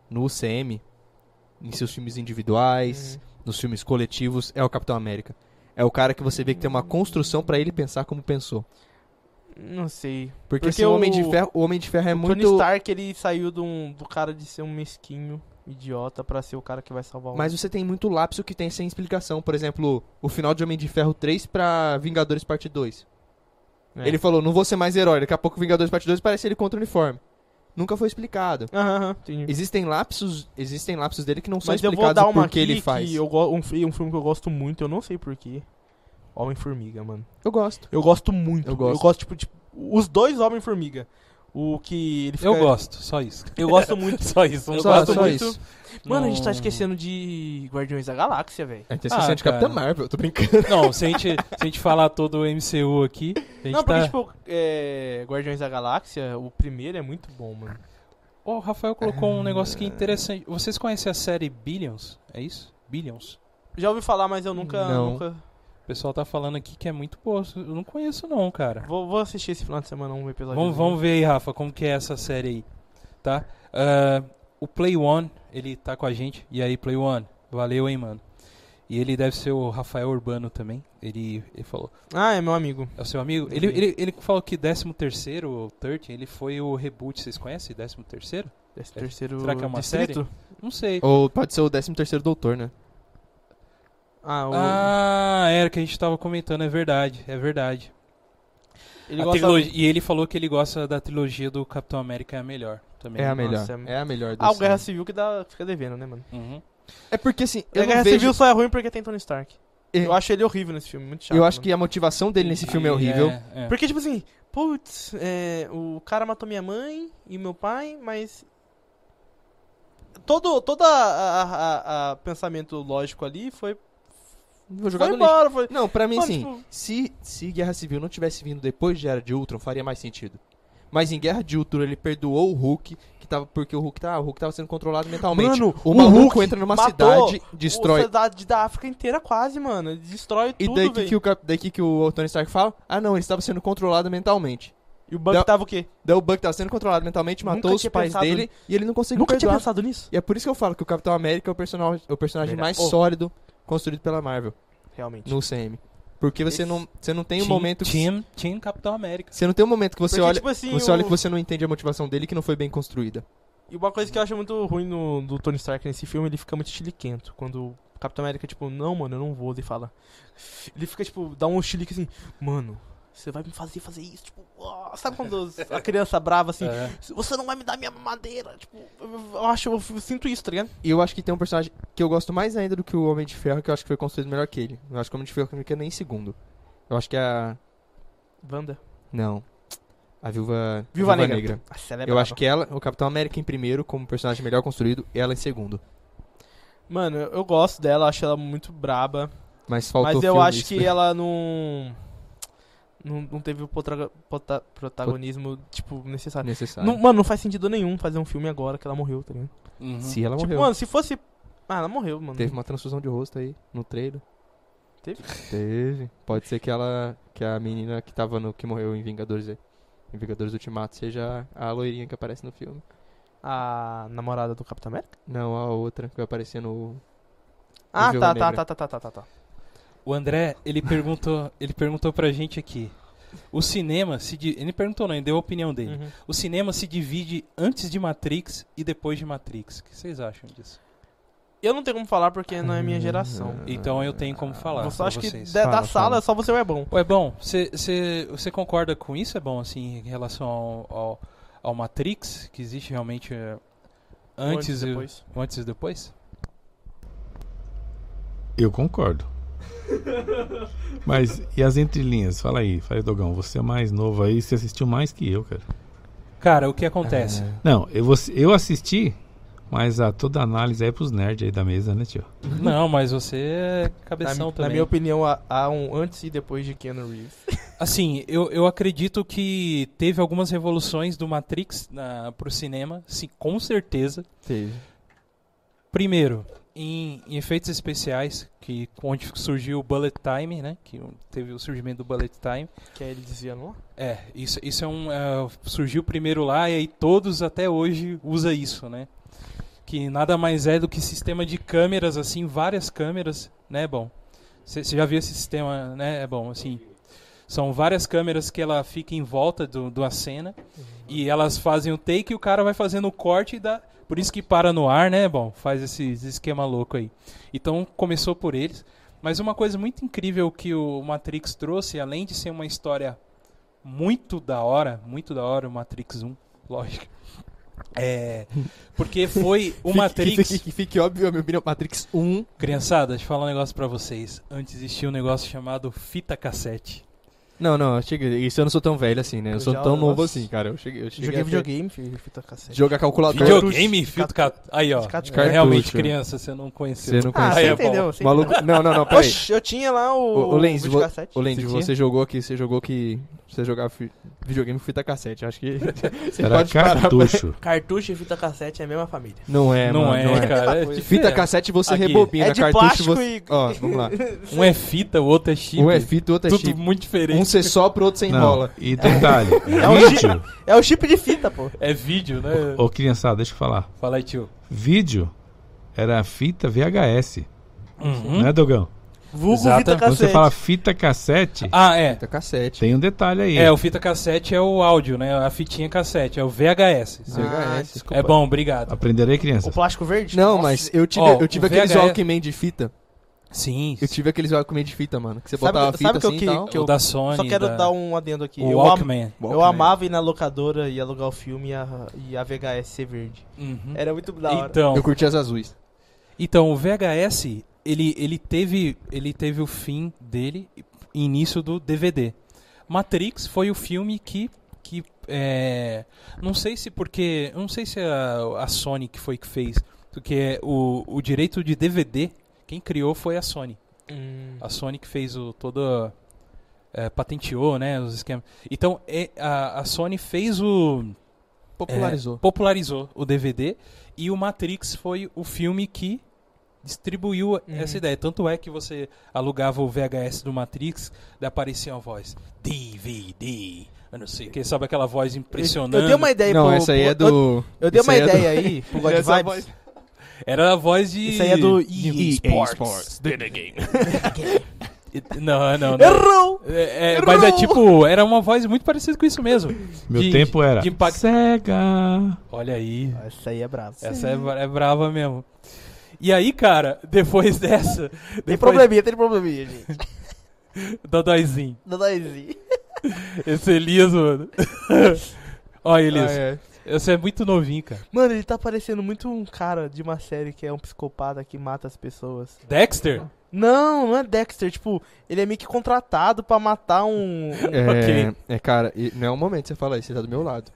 no UCM, em seus filmes individuais,
Uhum.
nos filmes coletivos é o Capitão América. É o cara que você vê que tem uma construção pra ele pensar como pensou.
"Hum, Não sei.
Porque,
Porque
assim, o Homem de
o-
Ferro, o Homem de Ferro é
Tony
muito,
Stark, ele saiu de um- do cara de ser um mesquinho, idiota, pra ser o cara que vai salvar o
mas você tem muito lapso que tem sem explicação. Por exemplo, o final de Homem de Ferro 3 pra Vingadores Parte 2.
É.
Ele falou: "Não vou ser mais herói". Daqui a pouco Vingadores Parte 2 parece ele contra o uniforme. Nunca foi explicado.
Aham, aham, entendi.
Existem lapsos, existem lapsos dele que não são
Mas eu vou
explicados
dar uma
por que
aqui
ele faz.
que eu go- um, fi- um filme que eu gosto muito, eu não sei porquê. Homem-Formiga, mano.
eu gosto.
Eu gosto muito.
Eu gosto.
tipo, de- os dois Homem-Formiga. O que ele fica...
Eu gosto, só isso.
Eu gosto muito.
Só isso.
Eu
não
Só-
gosto
só
muito.
isso.
Mano, a gente tá
Não-
esquecendo de Guardiões da Galáxia, velho.
A gente
Ah,
é de Capitã
cara.
Marvel, eu tô brincando.
Não, se a, gente, se a gente falar todo o MCU aqui, a gente
Não, porque,
tá...
tipo, é, Guardiões da Galáxia, o primeiro é muito bom, mano.
Ó, o Rafael colocou um negócio que é interessante. Vocês conhecem a série Billions? É isso? Billions?
Já ouvi falar, mas eu nunca.
Não.
nunca...
O pessoal tá falando aqui que é muito boa. Eu não conheço não, cara.
Vou, vou assistir esse final de semana um episódio.
Vamos, vamos ver aí, Rafa, como que é essa série aí, tá? Ah, o Play One, ele tá com a gente. E aí, Play One, valeu, hein, mano. E ele deve ser o Rafael Urbano também. Ele, ele falou.
Ah, é meu amigo.
É o seu amigo? Ele,
Uhum.
ele, ele falou que 13 terceiro, ou 13, ele foi o reboot. Vocês conhecem 13 terceiro?
Esse terceiro.
Será que é uma
distrito?
Não sei.
Ou pode ser o 13 terceiro doutor, né?
Ah, o...
Ah, era que a gente tava comentando, é verdade, é verdade.
ele
A
gosta
trilogi- E ele falou que ele gosta da trilogia do Capitão América é a melhor também.
É a
Nossa,
melhor.
é-
é a melhor
Ah, o
desse
Guerra
ano.
Civil que dá, fica devendo, né, mano?
Uhum.
É porque assim,
A
eu
Guerra
não vejo...
Civil só é ruim porque tem Tony Stark.
É.
Eu acho ele horrível nesse filme, muito chato.
eu acho
mano.
que a motivação dele nesse filme é
E-
horrível.
é.
Porque, tipo assim, putz, é, o cara matou minha mãe e meu pai, mas. Todo toda a, a- a- a pensamento lógico ali foi.
Vou jogar
Foi
no lixo.
embora, foi.
Não, pra mim
Mano,
sim.
tipo-
Se, se Guerra Civil não tivesse vindo depois de Era de Ultron, faria mais sentido. Mas em Guerra de Ultron ele perdoou o Hulk, que tava porque o Hulk tava, o Hulk tava sendo controlado mentalmente.
Mano,
o
o
maluco
Hulk
entra numa
matou
cidade, destrói.
A cidade da África inteira quase, mano. Ele destrói
E
tudo,
daí que,
velho.
que o, cap- daí que que o Tony Stark fala? Ah, não, ele estava sendo controlado mentalmente.
E o Buck
Da-
tava o quê?
Daí o Buck tava sendo controlado mentalmente,
Nunca
matou os
tinha
pais
pensado
dele e ele não conseguiu
Nunca tinha
perdoar.
pensado nisso.
E é por isso que eu falo que o Capitão América é o personagem, é o personagem
Verdade.
mais
Oh.
sólido construído pela Marvel.
Realmente.
no CM. Porque você
Esse-
não, você não tem um
Team-
momento que
Team, Team Capitão América.
você não tem um momento que você
Porque,
olha,
tipo assim,
você olha
o-
que você não entende a motivação dele que não foi bem construída.
E uma coisa que eu acho muito ruim no, do Tony Stark nesse filme, ele fica muito chiliquento. Quando o Capitão América, tipo, não, mano, eu não vou, ele fala. Ele fica, tipo, dá um chilique assim, mano, você vai me fazer fazer isso, tipo, ó, sabe quando os- a criança brava assim,
É.
você não vai me dar minha madeira, tipo, eu, eu acho, eu, sinto isso, tá ligado?
E eu acho que tem um personagem que eu gosto mais ainda do que o Homem de Ferro, que eu acho que foi construído melhor que ele. Eu acho que o Homem de Ferro não fica nem em segundo. Eu acho que a
Wanda.
não. A Viúva
Viúva,
a
Negra. Nossa, ela é
Eu
brava.
acho que ela, o Capitão América em primeiro, como personagem melhor construído, ela em segundo.
Mano, eu, eu gosto dela, acho ela muito braba.
Mas faltou
mas eu
filme
acho
isso.
que ela não. Não, não teve o potra- pota- protagonismo, tipo, necessário.
necessário.
Não, mano, não faz sentido nenhum fazer um filme agora que ela morreu, tá ligado?
Uhum.
Se ela
Tipo,
morreu.
mano, se fosse. Ah, ela morreu, mano.
Teve uma transfusão de rosto aí no trailer.
Teve?
Teve. Pode ser que ela. Que a menina que tava no. que morreu em Vingadores aí, Em Vingadores Ultimato seja a loirinha que aparece no filme.
A namorada do Capitão América?
Não, a outra que vai aparecer no.
Ah,
Viúva
tá, tá,
Negra.
tá, tá, tá, tá, tá, tá.
O André, ele perguntou, ele perguntou pra gente aqui. O cinema se. di- Ele perguntou, não, ele deu a opinião dele.
Uhum.
O cinema se divide antes de Matrix e depois de Matrix. O que vocês acham disso?
Eu não tenho como falar porque não é minha geração.
Então eu tenho como falar.
Eu só
pra
acho que
vocês.
da, da
Fala,
sala
fala.
só você é bom.
Ué, bom, você concorda com isso? É bom, assim, em relação ao, ao, ao Matrix, que existe realmente eh, antes, e
depois.
antes e depois?
Eu concordo. Mas e as entrelinhas? Fala aí, fala aí, Dogão. Você é mais novo aí, você assistiu mais que eu, cara.
Cara, o que
Ah,
acontece?
Não, eu, vou- eu assisti, mas a toda análise aí pros nerds aí da mesa, né, tio?
Não, mas você é
Na,
cabeção
na
também.
minha opinião, há, há um antes e depois de Keanu Reeves.
Assim, eu, eu acredito que teve algumas revoluções do Matrix na, pro cinema, sim, com certeza.
Teve.
Primeiro, em, em efeitos especiais, que onde surgiu o Bullet Time, né? Que teve o surgimento do Bullet Time.
Que aí ele dizia, não?
É, isso, isso é um. é, surgiu primeiro lá e aí todos até hoje usa isso, né? Que nada mais é do que sistema de câmeras, assim, várias câmeras, né, bom? Você já viu esse sistema, né, é bom, assim. São várias câmeras que ela fica em volta do, do a cena
Uhum.
e elas fazem o take e o cara vai fazendo o corte e dá. Por isso que para no ar, né, bom? Faz esse, esse esquema louco aí. Então começou por eles. Mas uma coisa muito incrível que o Matrix trouxe, além de ser uma história muito da hora, muito da hora o Matrix 1, lógico. É, porque foi o
Fique-
Matrix.
Que fique, que fique óbvio a minha opinião. Matrix 1.
Criançada, deixa eu falar um negócio pra vocês. Antes existia um negócio chamado fita cassete.
Não, não, chega. Isso eu não sou tão velho assim, né? Eu,
Eu
sou
já-
tão novo
nossa.
assim, cara. Eu cheguei. Eu cheguei
Joguei
a ter-
videogame, filho, fita cassete.
Jogar calculadora.
Videogame.
Videogame, fita cassete. Aí, ó.
De cartucho.
É Realmente
Cartucho.
criança, você não conheceu.
Você não
Ah,
conhece.
Aí
você
é bom.
entendeu. você
Maluco. Não, não, não, peraí.
Oxi, eu tinha lá o.
Ô, ô, Lenz, vo-
videocassete.
Ô, Lendy,
Você tinha?
você jogou aqui, você jogou que. Você jogava fi- videogame com fita cassete. Acho que. você
Era
pode parar,
cartucho.
Cartucho e fita cassete é a mesma família.
Não é,
não,
mano,
é,
não é.
cara.
Fita
É
Fita
diferente.
cassete você
Aqui.
rebobina,
É de
cartucho
plástico
você.
e.
Ó, vamos lá.
Um é fita, o outro é chip.
Um é fita, outro é
Tudo
chip.
muito diferente.
Um você sopra, o outro você
Não,
enrola.
e detalhe,
É um
vídeo.
É o chip de fita, pô.
É vídeo, né?
Ô, criançada, deixa eu falar.
Fala aí, tio.
Vídeo era fita VHS,
Uhum.
né, Dogão?
Vulgo
Exata.
fita
Quando
cassete.
você fala fita cassete,
Ah, é.
Fita cassete.
tem um detalhe aí.
É, o fita cassete é o áudio, né? A fitinha cassete, é o VHS.
Ah,
VHS.
desculpa.
é bom, obrigado.
Aprenderei, criança.
O plástico verde?
Não,
Nossa,
mas eu tive,
Ó,
eu tive
o
aqueles
VHS.
Walkman de fita.
Sim.
Eu tive aqueles Walkman de fita, mano. Que você
Sabe-
botava a fita
sabe que eu
assim
que-
e tal.
que
O da Sony.
Só quero
da-
dar um adendo aqui.
O
eu, am-
Walkman.
eu amava ir na locadora e alugar o filme e a, e a VHS ser verde.
Uhum.
Era muito É da hora.
Então,
Eu curti as azuis.
Então, o VHS, ele, ele, teve, ele teve o fim dele e início do DVD. Matrix foi o filme que. que é, não sei se porque. Não sei se a, a Sony que foi que fez. Porque o, o direito de DVD, quem criou foi a Sony.
Hum.
A Sony que fez o todo. é, patenteou, né? Os esquemas. Então, é, a, a Sony fez o.
Popularizou.
É, popularizou o DVD e o Matrix foi o filme que distribuiu
Uhum.
essa ideia. Tanto é que você alugava o VHS do Matrix, daí aparecia uma voz DVD. Eu não sei o que, sabe aquela voz impressionante.
Eu, eu dei uma ideia
Não,
pro-
essa aí
pro-
é do.
Eu, eu dei
essa
uma
aí é do-
ideia aí pro God
é
Essa
Vibes.
voz-
Era a voz de.
Isso aí é do EA
EA
Sports.
Sports.
Não, não, não.
Errou!
É, é, mas é tipo, era uma voz muito parecida com isso mesmo.
Meu
de-
tempo era
de impacto.
cega.
Olha aí.
Essa aí é brava.
Essa é, bra- é brava mesmo. E aí, cara, depois dessa.
Tem
Depois
probleminha, tem probleminha, gente.
Dodóizinho.
Não dá easy.
Esse Elias, mano. Olha, Elias,
Ah, é.
você é muito novinho, cara.
Mano, ele tá parecendo muito um cara de uma série que é um psicopata que mata as pessoas.
Dexter?
Não, não é Dexter. Tipo, ele é meio que contratado pra matar um. um-
É,
Ok.
é, cara, e não é o momento de você falar isso, você tá do meu lado.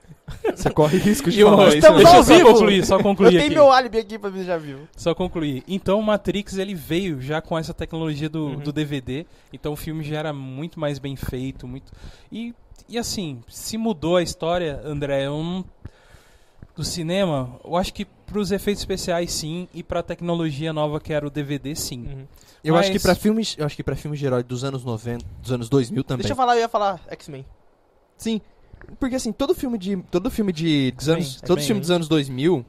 Você corre risco de
E o-
falar isso.
Estamos
né?
Deixa eu
ao
só
vivo.
concluir, só
Eu
concluir
tenho
aqui.
meu álibi aqui pra mim já viu.
Só concluir. Então o Matrix ele veio já com essa tecnologia do,
Uhum.
do DVD. Então o filme já era muito mais bem feito, muito. E, e assim, se mudou a história, André, eu não- do cinema, eu acho que pros efeitos especiais sim, e pra tecnologia nova que era o DVD sim.
Uhum.
Eu acho que
Mas-
pra filmes, eu acho que para filmes de herói dos anos 90, dos anos 2000 também.
Deixa eu falar, eu ia falar X-Men.
Sim. Porque assim, todo filme de todo filme de dos
X-Men,
anos,
X-Men,
todo filme
né?
dos anos 2000,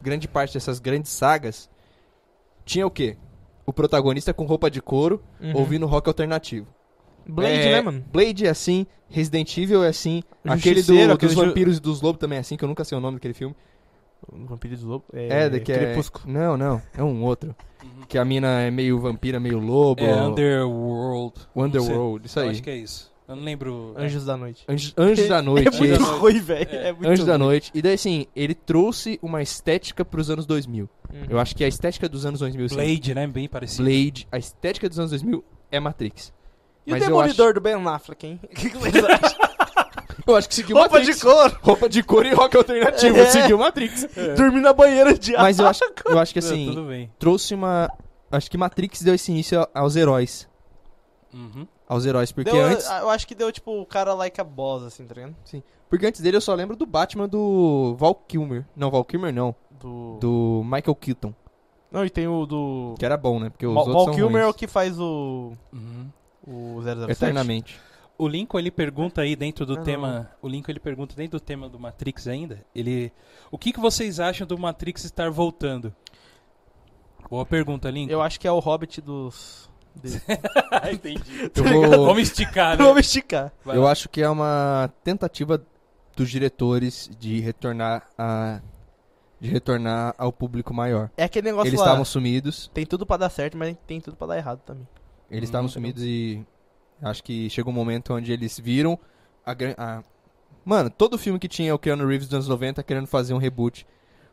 grande parte dessas grandes sagas
Uhum.
tinha o quê? O protagonista com roupa de couro ouvindo rock alternativo.
Uhum. Blade,
é,
né, mano?
Blade é assim, Resident Evil é assim, aquele do,
Justiceiro,
dos
aquele ju-
vampiros e dos lobos também é assim, que eu nunca sei o nome daquele filme.
O Vampiro do Lobo.
É, da que é...
Crepúsculo.
Não, não, é um outro.
Uhum.
que a mina é meio vampira, meio lobo.
É Underworld.
o Underworld, isso
Eu
aí.
acho que é isso. Eu não lembro.
Anjos da Noite.
Anjos, Anjos da Noite.
É muito
esse.
ruim, velho. É muito
Anjos da
ruim.
Noite. E daí assim, ele trouxe uma estética pros anos 2000.
Hum.
Eu acho que a estética dos anos 2000 sim.
Blade, né? Bem parecido.
Blade, a estética dos anos 2000 é Matrix.
E
Mas
o
eu
Demolidor do Ben Affleck, hein? O que que vocês acham?
Eu acho que seguiu
Roupa
Matrix.
de couro.
Roupa de cor e rock alternativo,
É.
seguiu Matrix.
Dormir na banheira de
Mas eu acho, eu acho que
Não,
assim,
tudo bem.
trouxe uma. Acho que Matrix deu esse início a- aos heróis.
Uhum.
Aos heróis, porque
Deu-
antes.
Eu acho que deu, tipo, o cara like a boss, assim, tá ligado?
Porque antes dele eu só lembro do Batman do Val Kilmer. Não, Val Kilmer não.
Do...
Do Michael Keaton.
Não, e tem o do...
Que era bom, né? Porque os
Val
outros
Val
são
Kilmer é o
ruins.
que faz o...
Uhum.
O 007.
Eternamente.
O Lincoln ele pergunta aí dentro do
Não,
tema, o Lincoln ele pergunta dentro do tema do Matrix ainda. Ele, o que que vocês acham do Matrix estar voltando? Boa pergunta, Lincoln.
Eu acho que é o Hobbit dos... de-
entendi.
Eu vou-
Vamos esticar, né?
Tá Vamos esticar.
Vai
Eu
lá.
acho que é uma tentativa dos diretores de retornar a de retornar ao público maior.
É aquele negócio
eles
lá.
estavam sumidos,
Tem tudo pra dar certo, mas tem tudo pra dar errado também.
eles
Hum,
estavam
tá bom.
sumidos e acho que chega um momento onde eles viram a, gran- a- mano, todo filme que tinha o Keanu Reeves dos anos 90 querendo fazer um reboot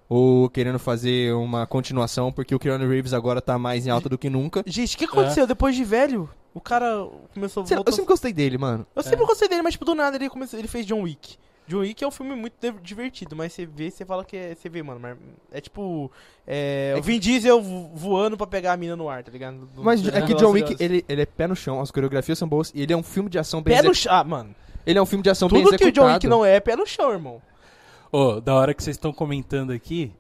ou querendo fazer uma continuação, porque o Keanu Reeves agora tá mais em alta do que nunca.
Gente, o que
É.
aconteceu depois de velho? O cara começou a
Sei lá, Eu
voltar...
sempre gostei dele, mano.
Eu sempre gostei dele, mas tipo, do nada ele começou, ele fez John Wick. John Wick é um filme muito de- divertido, mas você vê, você fala que é, você vê, mano, mas é tipo é, o Vin Diesel vo- voando pra pegar a mina no ar, tá ligado? Do-
Mas
do-
é
do
que John Wick,
Velozes e Furiosos.
ele, ele é pé no chão, as coreografias são boas e ele é um filme de ação bem
pé no
executado.
chão, ah, mano.
Ele é um filme de ação bem
Tudo que o
executado.
John Wick não é, é pé no chão, irmão.
Ô, da hora que vocês estão comentando aqui,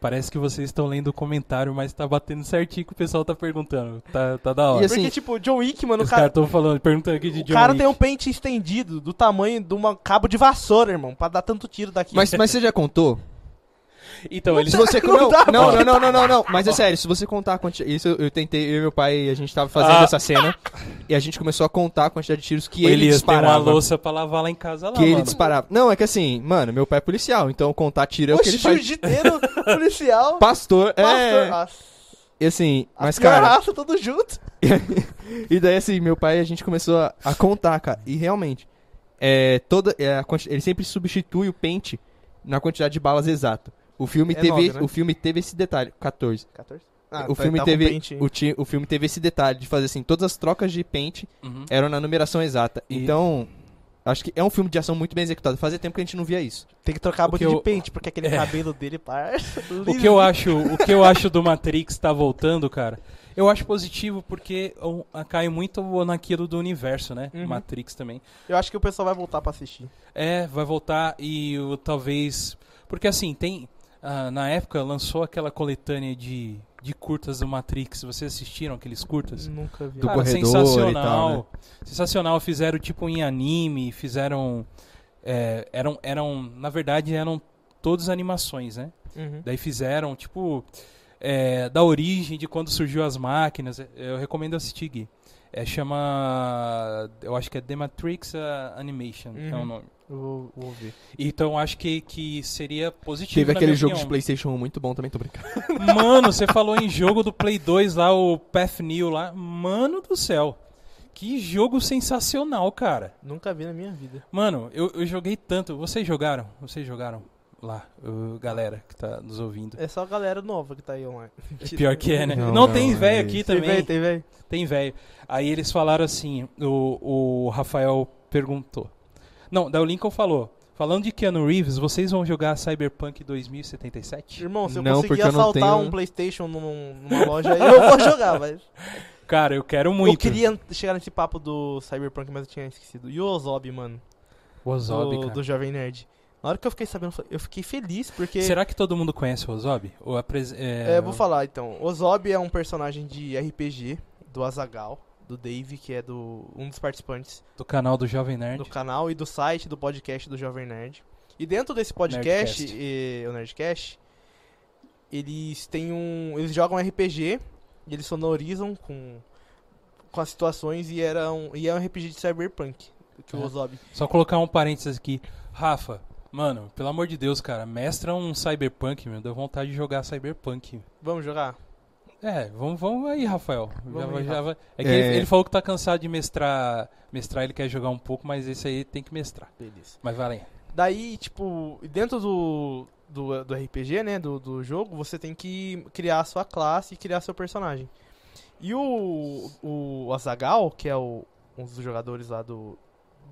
parece que vocês estão lendo o comentário, mas tá batendo certinho que o pessoal tá perguntando. Tá, tá da hora.
E assim,
Porque tipo, o John Wick, mano, o
Os
cara,
caras estão falando, perguntando aqui de
o
John
cara
Wick.
tem um pente estendido do tamanho de uma cabo de vassoura, irmão, pra dar tanto tiro daqui.
Mas, mas você já contou?
Então, eles
Se você
Não
não,
dá,
não,
mano.
não, não, não, não, não. Mas é sério, se você contar a quantidade. Isso eu, eu tentei, eu e meu pai, a gente tava fazendo
Ah.
essa cena. E a gente começou a contar a quantidade de tiros que
o
ele
Elias tem uma
disparava.
louça pra lavar lá em casa lá,
Que ele
mano.
disparava. Não, é que assim, mano, meu pai é policial, então contar tiro é o que
Oxe,
ele faz.
jiu-jiteiro, policial,
Pastor, é.
pastor, nossa,
E assim,
a
mas
pior
cara.
raça, tudo junto. Ah.
e daí assim, meu pai, a gente começou a, a contar, cara. E realmente, é, toda, é, a quanti- ele sempre substitui o pente na quantidade de balas exata. O filme,
É
teve,
nove, né?
o filme teve esse detalhe, 14.
14.
Ah, tá,
o, filme
tá
teve, o, ti- o filme teve esse detalhe de fazer assim, todas as trocas de pente
Uhum.
eram na numeração exata.
E-
Então, acho que é um filme de ação muito bem executado. Fazia tempo que a gente não via isso.
Tem que trocar a
O
boca
que
de
eu-
pente, porque aquele
É.
cabelo dele, parça.
O que eu acho, o que eu acho do Matrix tá voltando, cara. Eu acho positivo porque um, ah, cai muito naquilo do universo, né?
Uhum.
Matrix também.
Eu acho que o pessoal vai voltar pra assistir.
É, vai voltar e o, talvez porque assim tem ah, na época lançou aquela coletânea de, de curtas do Matrix. Vocês assistiram aqueles curtas?
Nunca vi. Ah,
Do
Cara,
corredor e tal,
sensacional.
né?
Sensacional. Fizeram tipo em anime, fizeram. é, eram, eram, na verdade, eram todas animações, né?
uhum.
Daí fizeram, tipo, é, da origem de quando surgiu as máquinas. É, Eu recomendo assistir, Gui. É, chama. Eu acho que é The Matrix ah, Animation, é o
Uhum.
nome.
Vou, vou ver.
Então acho que, que seria positivo.
Teve
na
aquele
minha
jogo de
opinião.
Playstation 1 muito bom também, tô brincando.
Mano, você falou em jogo do Play 2 lá, o Path New lá. Mano do céu. Que jogo sensacional, cara.
Nunca vi na minha vida.
Mano, eu, eu joguei tanto. Vocês jogaram? Vocês jogaram lá, ô, galera que tá nos ouvindo.
É só a galera nova que tá aí online.
Pior que é, né?
Não,
Não,
não,
tem
é
velho
isso.
aqui
Tem
também.
velho, tem velho.
Tem velho. Aí eles falaram assim, o, o Rafael perguntou. Não, daí o Lincoln falou. Falando de Keanu Reeves, vocês vão jogar Cyberpunk 2077?
Irmão, se eu
Não,
conseguir
porque eu não
assaltar
tenho-
um Playstation num- numa loja aí, eu vou jogar, mas...
Cara, eu quero muito.
Eu queria chegar nesse papo do Cyberpunk, mas eu tinha esquecido. E o Ozob, mano?
O Ozob,
do,
cara.
do Jovem Nerd. Na hora que eu fiquei sabendo, eu falei- eu fiquei feliz, porque...
Será que todo mundo conhece o Ozob? Ou apres- é,
É, vou falar então. Ozob é um personagem de RPG do Azagal, do Dave, que é do um dos participantes
Do canal do Jovem
do
Nerd.
canal e do site do podcast do Jovem Nerd. E dentro desse podcast,
Nerdcast.
eh, o Nerdcast, eles têm um, eles jogam RPG e eles sonorizam com com as situações e era um, e é um RPG de cyberpunk. Que o
É.
Ozob.
Só colocar um parênteses aqui. Rafa, mano, pelo amor de Deus, cara, mestra um cyberpunk, meu. Deu vontade de jogar cyberpunk.
Vamos jogar?
É, vamos, vamos aí, Rafael. Já
Vamos
vai-
aí,
já
Rafa.
vai- É que
É.
Ele, ele falou que tá cansado de mestrar. Mestrar, ele quer jogar um pouco, mas esse aí tem que mestrar.
Beleza.
Mas valeu.
Daí, tipo, dentro do, do, do RPG, né? Do, do jogo, você tem que criar a sua classe e criar seu personagem. E o, o Azagal, que é o, um dos jogadores lá do,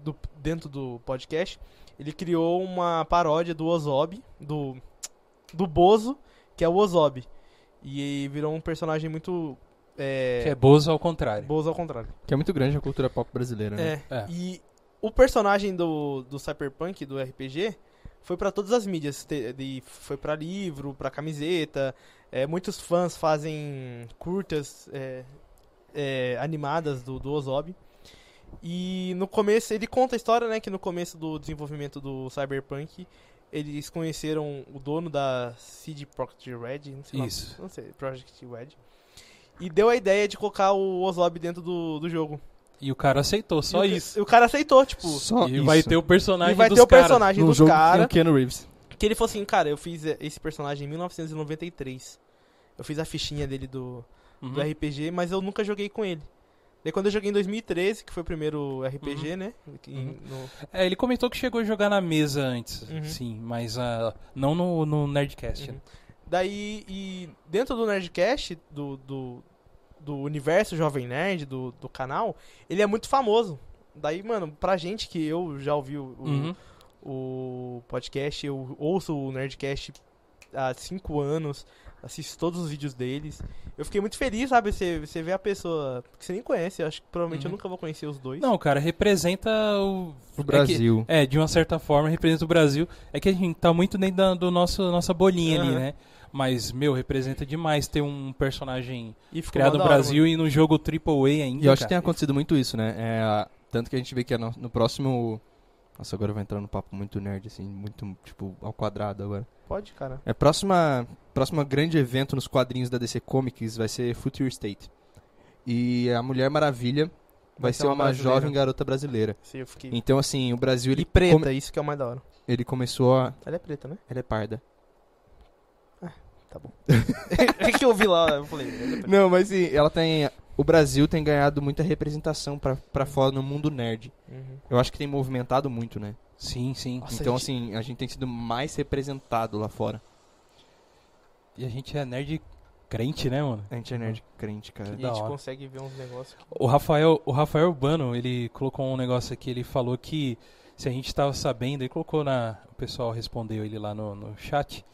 do. dentro do podcast, ele criou uma paródia do Ozob, do. do Bozo, que é o Ozob. E virou um personagem muito.
Que é
É,
Bozo ao contrário.
Bozo ao contrário.
Que é muito grande a cultura pop brasileira, né?
É.
É.
E o personagem do, do Cyberpunk, do RPG, foi pra todas as mídias. Te- de- foi pra livro, pra camiseta. é, muitos fãs fazem curtas é, é, animadas do, do Ozob. E no começo, ele conta a história, né? Que no começo do desenvolvimento do Cyberpunk, eles conheceram o dono da CD Projekt Red. Não sei lá-
Isso.
não sei, Project Red. E deu a ideia de colocar o Ozob dentro do, do jogo.
E o cara aceitou, só
E o-
isso.
E o cara aceitou, tipo.
Só
e vai
isso.
ter o personagem
E vai
dos
ter o
caras.
personagem
Num
dos
jogo que tem o
caras.
Keanu Reeves.
Que ele falou assim, cara, eu fiz esse personagem em 1993. Eu fiz a fichinha dele do,
Uhum.
do RPG, mas eu nunca joguei com ele. Daí quando eu joguei em 2013, que foi o primeiro RPG, né? que-
Uhum.
no-
É, ele comentou que chegou a jogar na mesa antes,
Uhum.
sim, mas ah, não no, no Nerdcast.
Uhum.
né?
Daí, e dentro do Nerdcast, do, do, do universo Jovem Nerd, do, do canal, ele é muito famoso. Daí, mano, pra gente que eu já ouvi o, o-
Uhum.
o podcast, eu ouço o Nerdcast há cinco anos, assisto todos os vídeos deles. Eu fiquei muito feliz, sabe? Você, você vê a pessoa que você nem conhece, eu acho que provavelmente
Uhum.
eu nunca vou conhecer os dois.
Não, cara, representa o.
O Brasil.
É, que- é, de uma certa forma, representa o Brasil. É que a gente tá muito dentro da do nosso, nossa bolinha ali,
Aham.
né? Mas, meu, representa demais ter um personagem
E ficou
criado
mó
no
da hora,
Brasil e no jogo AAA ainda.
E eu acho que tem
cara.
acontecido muito isso, né? É, a- tanto que a gente vê que é no, no próximo. Nossa, agora eu vou entrar num papo muito nerd, assim, muito, tipo, ao quadrado agora.
mano. Pode, cara.
É, próxima, próximo grande evento nos quadrinhos da DC Comics vai ser Future State. E a Mulher Maravilha vai, ser uma,
brasileira.
jovem garota brasileira.
Sim, eu fiquei...
Então, assim, o Brasil, ele,
E preta,
come-
isso que é o mais da hora.
ele começou a...
Ela é preta, né?
Ela é parda.
Ah, é que eu vi tá lá, eu falei. ela é preta.
Não, mas sim, ela tem... O Brasil tem ganhado muita representação pra, pra fora no mundo nerd.
Uhum.
Eu acho que tem movimentado muito, né?
Sim, sim.
Nossa,
então,
a gente-
assim, a gente tem sido mais representado lá fora.
E a gente é nerd crente, né, mano?
A
Uhum.
gente é nerd crente, cara.
E a
da
gente
hora.
consegue ver uns negócios. que-
O Rafael, o Rafael Urbano, ele colocou um negócio aqui, ele falou que se a gente estava sabendo, ele colocou na. O pessoal respondeu ele lá no, no chat.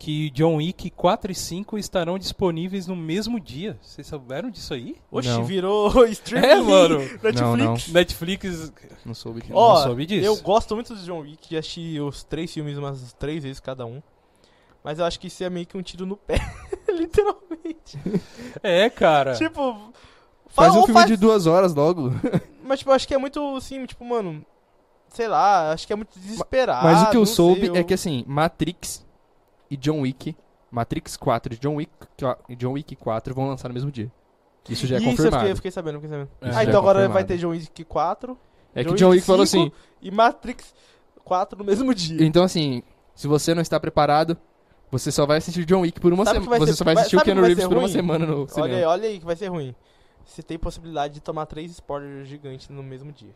Que John Wick 4 e 5 estarão disponíveis no mesmo dia. Vocês souberam disso aí?
Oxi,
Não.
virou streaming.
É, mano.
Netflix.
Não, não.
Netflix.
Não soube disso.
Ó,
não soube disso.
eu gosto muito do John Wick, já assisti os três filmes umas três vezes cada um. Mas eu acho que isso é meio que um tiro no pé, literalmente.
É, cara.
Tipo,
Faz
ou
um filme de duas horas logo.
Mas tipo, eu acho que é muito assim, tipo, mano, sei lá, acho que é muito desesperado.
Mas o que eu
não
soube
sei, eu-
é que assim, Matrix e John Wick, Matrix 4 e John Wick, qua- e John Wick 4 vão lançar no mesmo dia. Isso já é
Isso eu
confirmado.
fiquei, eu fiquei sabendo, eu fiquei sabendo.
É.
ah,
Já é
então agora vai
confirmado.
ter John Wick 4
É que
John
John
Wick
Wick falou assim,
cinco. e Matrix 4 no mesmo dia.
então assim, se você não está preparado, você só vai assistir John Wick por uma
Sabe o que vai
semana. Você
ser-
só vai
vai-
assistir o
sabe o que
Keanu
vai
Reeves
ser
por uma
ruim?
semana no
Olha aí,
cinema.
olha aí que vai ser ruim. Você tem possibilidade de tomar três spoilers gigantes no mesmo dia.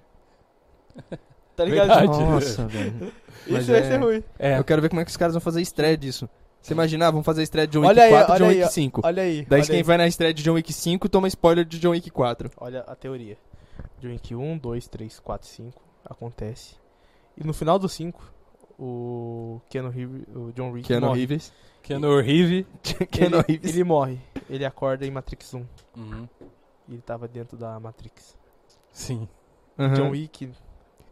Tá ligado?
Verdade.
Nossa, velho. Mas
Isso vai
é-
ser ruim.
É,
Eu quero ver como é que os caras vão fazer a estreia disso. Você imaginar, vão fazer a estreia de John Wick
Olha aí,
4 e
olha
John
aí, ó.
Wick 5.
Olha aí.
Daí
olha
quem
aí.
vai na estreia de John Wick 5 toma spoiler de John Wick 4.
Olha a teoria. um, John Wick 1, 2, 3, 4, 5. Acontece. E no final do 5, o Keanu Reeves, o John Wick
Keanu
morre.
Reeves.
Keanu Reeves.
Keanu
ele,
Reeves.
ele morre. Ele acorda em Matrix 1.
Uhum,
E ele tava dentro da Matrix.
Sim.
Uhum.
Então,
John Wick,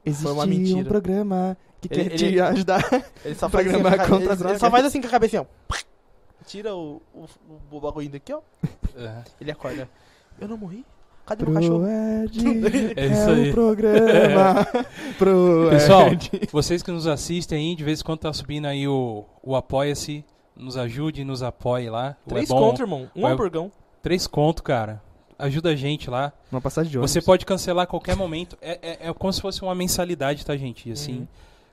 Existia
uma mentira.
um programa que
Ele-
quer
ele-
te ajudar.
ele só faz assim,
Programa
com a cabe-
contra
ele-
as
ele,
drogas.
só faz assim com a cabecinha. ó. Tira o, o, o bagulho daqui, ó.
É.
Ele acorda. Eu não morri? Cadê meu cachorro?
Tá É isso aí.
um programa pro
Pessoal,
É.
vocês que nos assistem aí, de vez em quando tá subindo aí o, o Apoia-se. Nos ajude, nos apoie lá. O
Três
é bom,
contra, irmão. Um
Ué.
hamburgão.
Três conto, cara. ajuda a gente lá.
Uma passagem de ônibus.
Você pode cancelar a qualquer momento. É, é, é como se fosse uma mensalidade, tá, gente?
Uhum.
Assim,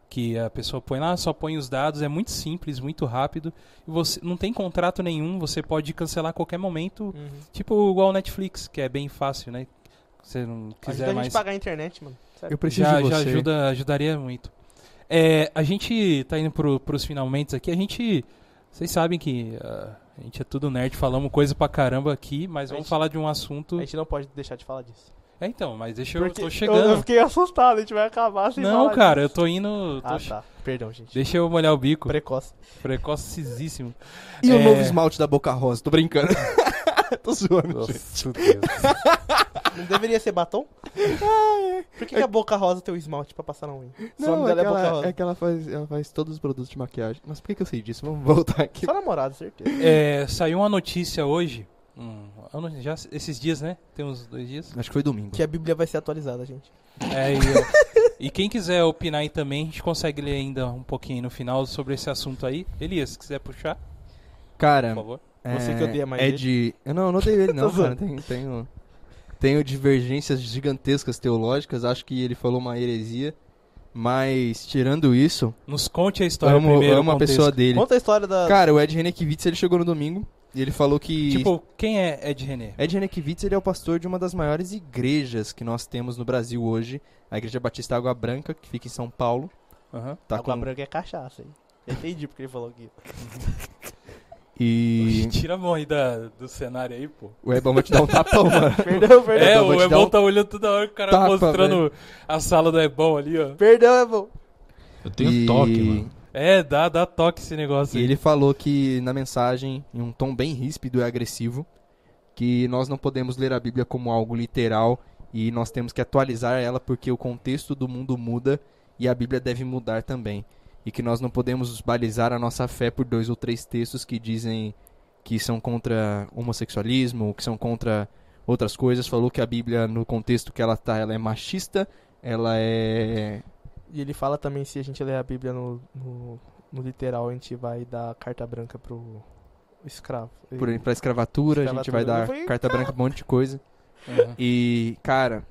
que a pessoa põe lá, só põe os dados, é muito simples, muito rápido. E você não tem contrato nenhum, você pode cancelar a qualquer momento,
Uhum.
tipo igual o Netflix, que é bem fácil, né? Se você não
Ajuda
quiser
a gente
mais.
pagar a internet, mano. Sério.
Eu preciso
Já,
de você.
já ajuda, ajudaria muito. É, a gente tá indo pro, pros finalmente aqui. A gente. Vocês sabem que ah, a gente é tudo nerd, falamos coisa pra caramba aqui, mas
A
vamos
gente-
falar de um assunto.
A gente não pode deixar de falar disso.
É, então, mas deixa eu.
Porque
tô chegando.
Eu, eu fiquei assustado, a gente vai acabar sem
Não,
falar
cara, eu
disso.
tô indo. tô
Ah,
che-
tá. Perdão, gente.
Deixa eu molhar o bico.
Precoce.
Precocíssimo.
E o
É.
novo esmalte da Boca Rosa? Tô brincando. Tô zoando. gente.
Não deveria ser batom? Por é que, que a Boca Rosa tem o esmalte pra passar na unha? Só
Não,
me
é
dá
que,
a Boca
ela,
Rosa.
é que ela faz, ela faz todos os produtos de maquiagem. Mas por que, que eu sei disso? Vamos voltar aqui.
Só namorado, certeza.
É, saiu uma notícia hoje. hum, eu não- já esses dias, né? Tem uns dois dias.
Acho que é- foi domingo.
Que a Bíblia vai ser atualizada, gente.
É, e, e quem quiser opinar aí também, a gente consegue ler ainda um pouquinho no final sobre esse assunto aí. Elias, se quiser puxar,
Cara,
por favor.
Você que odeia mais
é
ele?
de... Eu não, eu não odeio ele não,
Tô
cara.
zoando.
Tenho, tenho, tenho divergências gigantescas teológicas. Acho que ele falou uma heresia. Mas, tirando isso,
Nos conte a
eu
é
história
amo,
primeiro.
eu amo a
contexto.
pessoa dele.
Conta a história da.
Cara, o Ed Renekiewicz, ele chegou no domingo e ele falou que...
Tipo, quem é Ed René?
Ed Renekiewicz, ele é o pastor de uma das maiores igrejas que nós temos no Brasil hoje. A Igreja Batista Água Branca, que fica em São Paulo.
Aham.
Tá
Água
com...
branca é cachaça, hein? Eu Entendi porque ele falou aqui.
E...
Tira a mão aí da- do cenário aí, pô.
O Ebon vai te dar um tapão, mano.
Perdão, perdão.
É,
eu
o
vou te dar
Ebon
um
tá olhando toda hora, o cara
tapa,
mostrando a sala do Ebon ali, ó.
Perdão, é bom.
Eu
um
tenho
E-
toque, mano.
É, dá, dá toque esse negócio
E
aí.
ele falou que na mensagem, em um tom bem ríspido e agressivo, que nós não podemos ler a Bíblia como algo literal e nós temos que atualizar ela porque o contexto do mundo muda e a Bíblia deve mudar também. E que nós não podemos balizar a nossa fé por dois ou três textos que dizem que são contra homossexualismo, que são contra outras coisas. Falou que a Bíblia, no contexto que ela está, ela é machista, ela é
E ele fala também se a gente ler a Bíblia no, no, no literal, a gente vai dar carta branca pro escravo.
por, pra escravatura, a gente vai
Escravatura. Eu
dar
falei,
carta branca pra um monte de coisa.
Aham.
E, cara,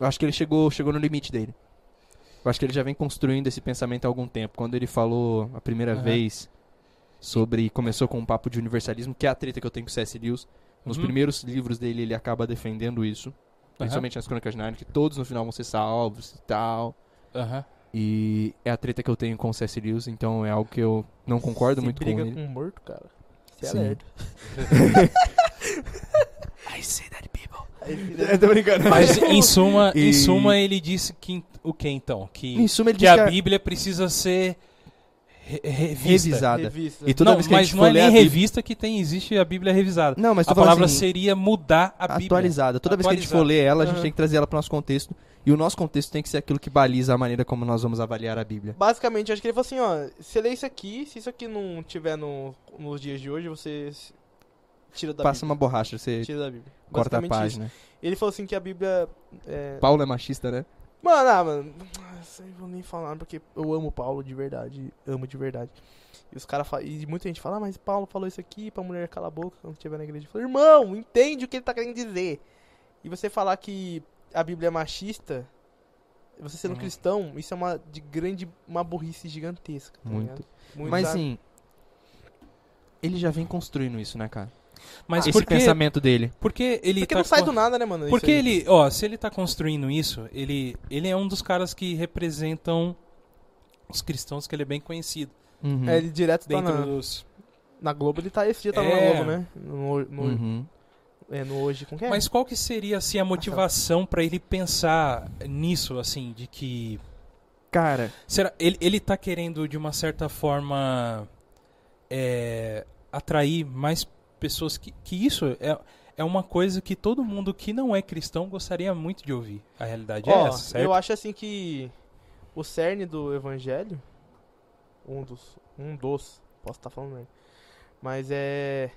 eu acho que ele chegou, chegou no limite dele. Eu acho que ele já vem construindo esse pensamento há algum tempo. Quando ele falou a primeira
Aham.
vez sobre. Começou com um papo de universalismo, que é a treta que eu tenho com o C.S. Lewis. Nos
Uhum.
primeiros livros dele, ele acaba defendendo isso. Principalmente nas Crônicas de Narnia, que todos no final vão ser salvos e tal.
Aham.
E é a treta que eu tenho com o C.S. Lewis, então é algo que eu não concordo muito com
briga
ele.
com um morto, cara. Você é
Sim.
lerdo.
Eu tô brincando.
Mas em suma, em
E-
suma ele disse que o que então? Que,
Em suma, ele
que
diz que é
a
a
Bíblia precisa ser re- revista.
revisada.
Revista.
E toda
não,
vez que a
mas
gente
não
for
é
ler
nem
a Bíblia-
revista que tem, existe a Bíblia revisada.
Não, mas
a
tô falando
palavra
assim,
seria mudar a Bíblia.
atualizada. Toda vez que a gente for
Atualizada.
ler ela, a gente
Aham.
tem que trazer ela para o nosso contexto. E o nosso contexto tem que ser aquilo que baliza a maneira como nós vamos avaliar a Bíblia.
Basicamente, acho que ele falou assim, ó, você lê isso aqui, se isso aqui não tiver no, nos dias de hoje, você s- tira da
Passa
Bíblia.
uma borracha, você
Tira da Bíblia.
corta a
Basicamente isso.
página.
Ele falou assim que a Bíblia. É...
Paulo é machista, né?
Mano, ah, mano. ah, Isso aí eu vou nem falar, porque eu amo Paulo de verdade. Amo de verdade. E os caras falam. E muita gente fala, ah, mas Paulo falou isso aqui pra mulher calar a boca quando estiver na igreja. Eu falo, irmão, entende o que ele tá querendo dizer. E você falar que a Bíblia é machista, você sendo
Uhum.
cristão, isso é uma de grande. uma burrice gigantesca. tá
Muito.
ligado? Muito
Mas
a-
sim. Ele já vem construindo isso, né, cara?
Mas
Esse
por que,
pensamento dele.
por que ele
Porque
tá
não sai
com-
do nada, né, mano?
Porque
isso aí.
ele, ó, se ele tá construindo isso, ele, ele é um dos caras que representam os cristãos que ele é bem conhecido
Uhum.
É, ele direto tá
dentro
na,
dos.
na Globo, ele tá esse dia tava
É.
na Globo, né? No, no-
Uhum.
é, no hoje, com quem?
Mas qual que seria assim
Tá
a motivação pra ele pensar nisso assim, de que
Cara,
será ele ele tá querendo de uma certa forma é, atrair mais pessoas que que isso é é uma coisa que todo mundo que não é cristão gostaria muito de ouvir. A realidade
Ó,
é essa, certo?
eu acho assim que o cerne do evangelho, um dos, um dos, posso estar falando aí, mas é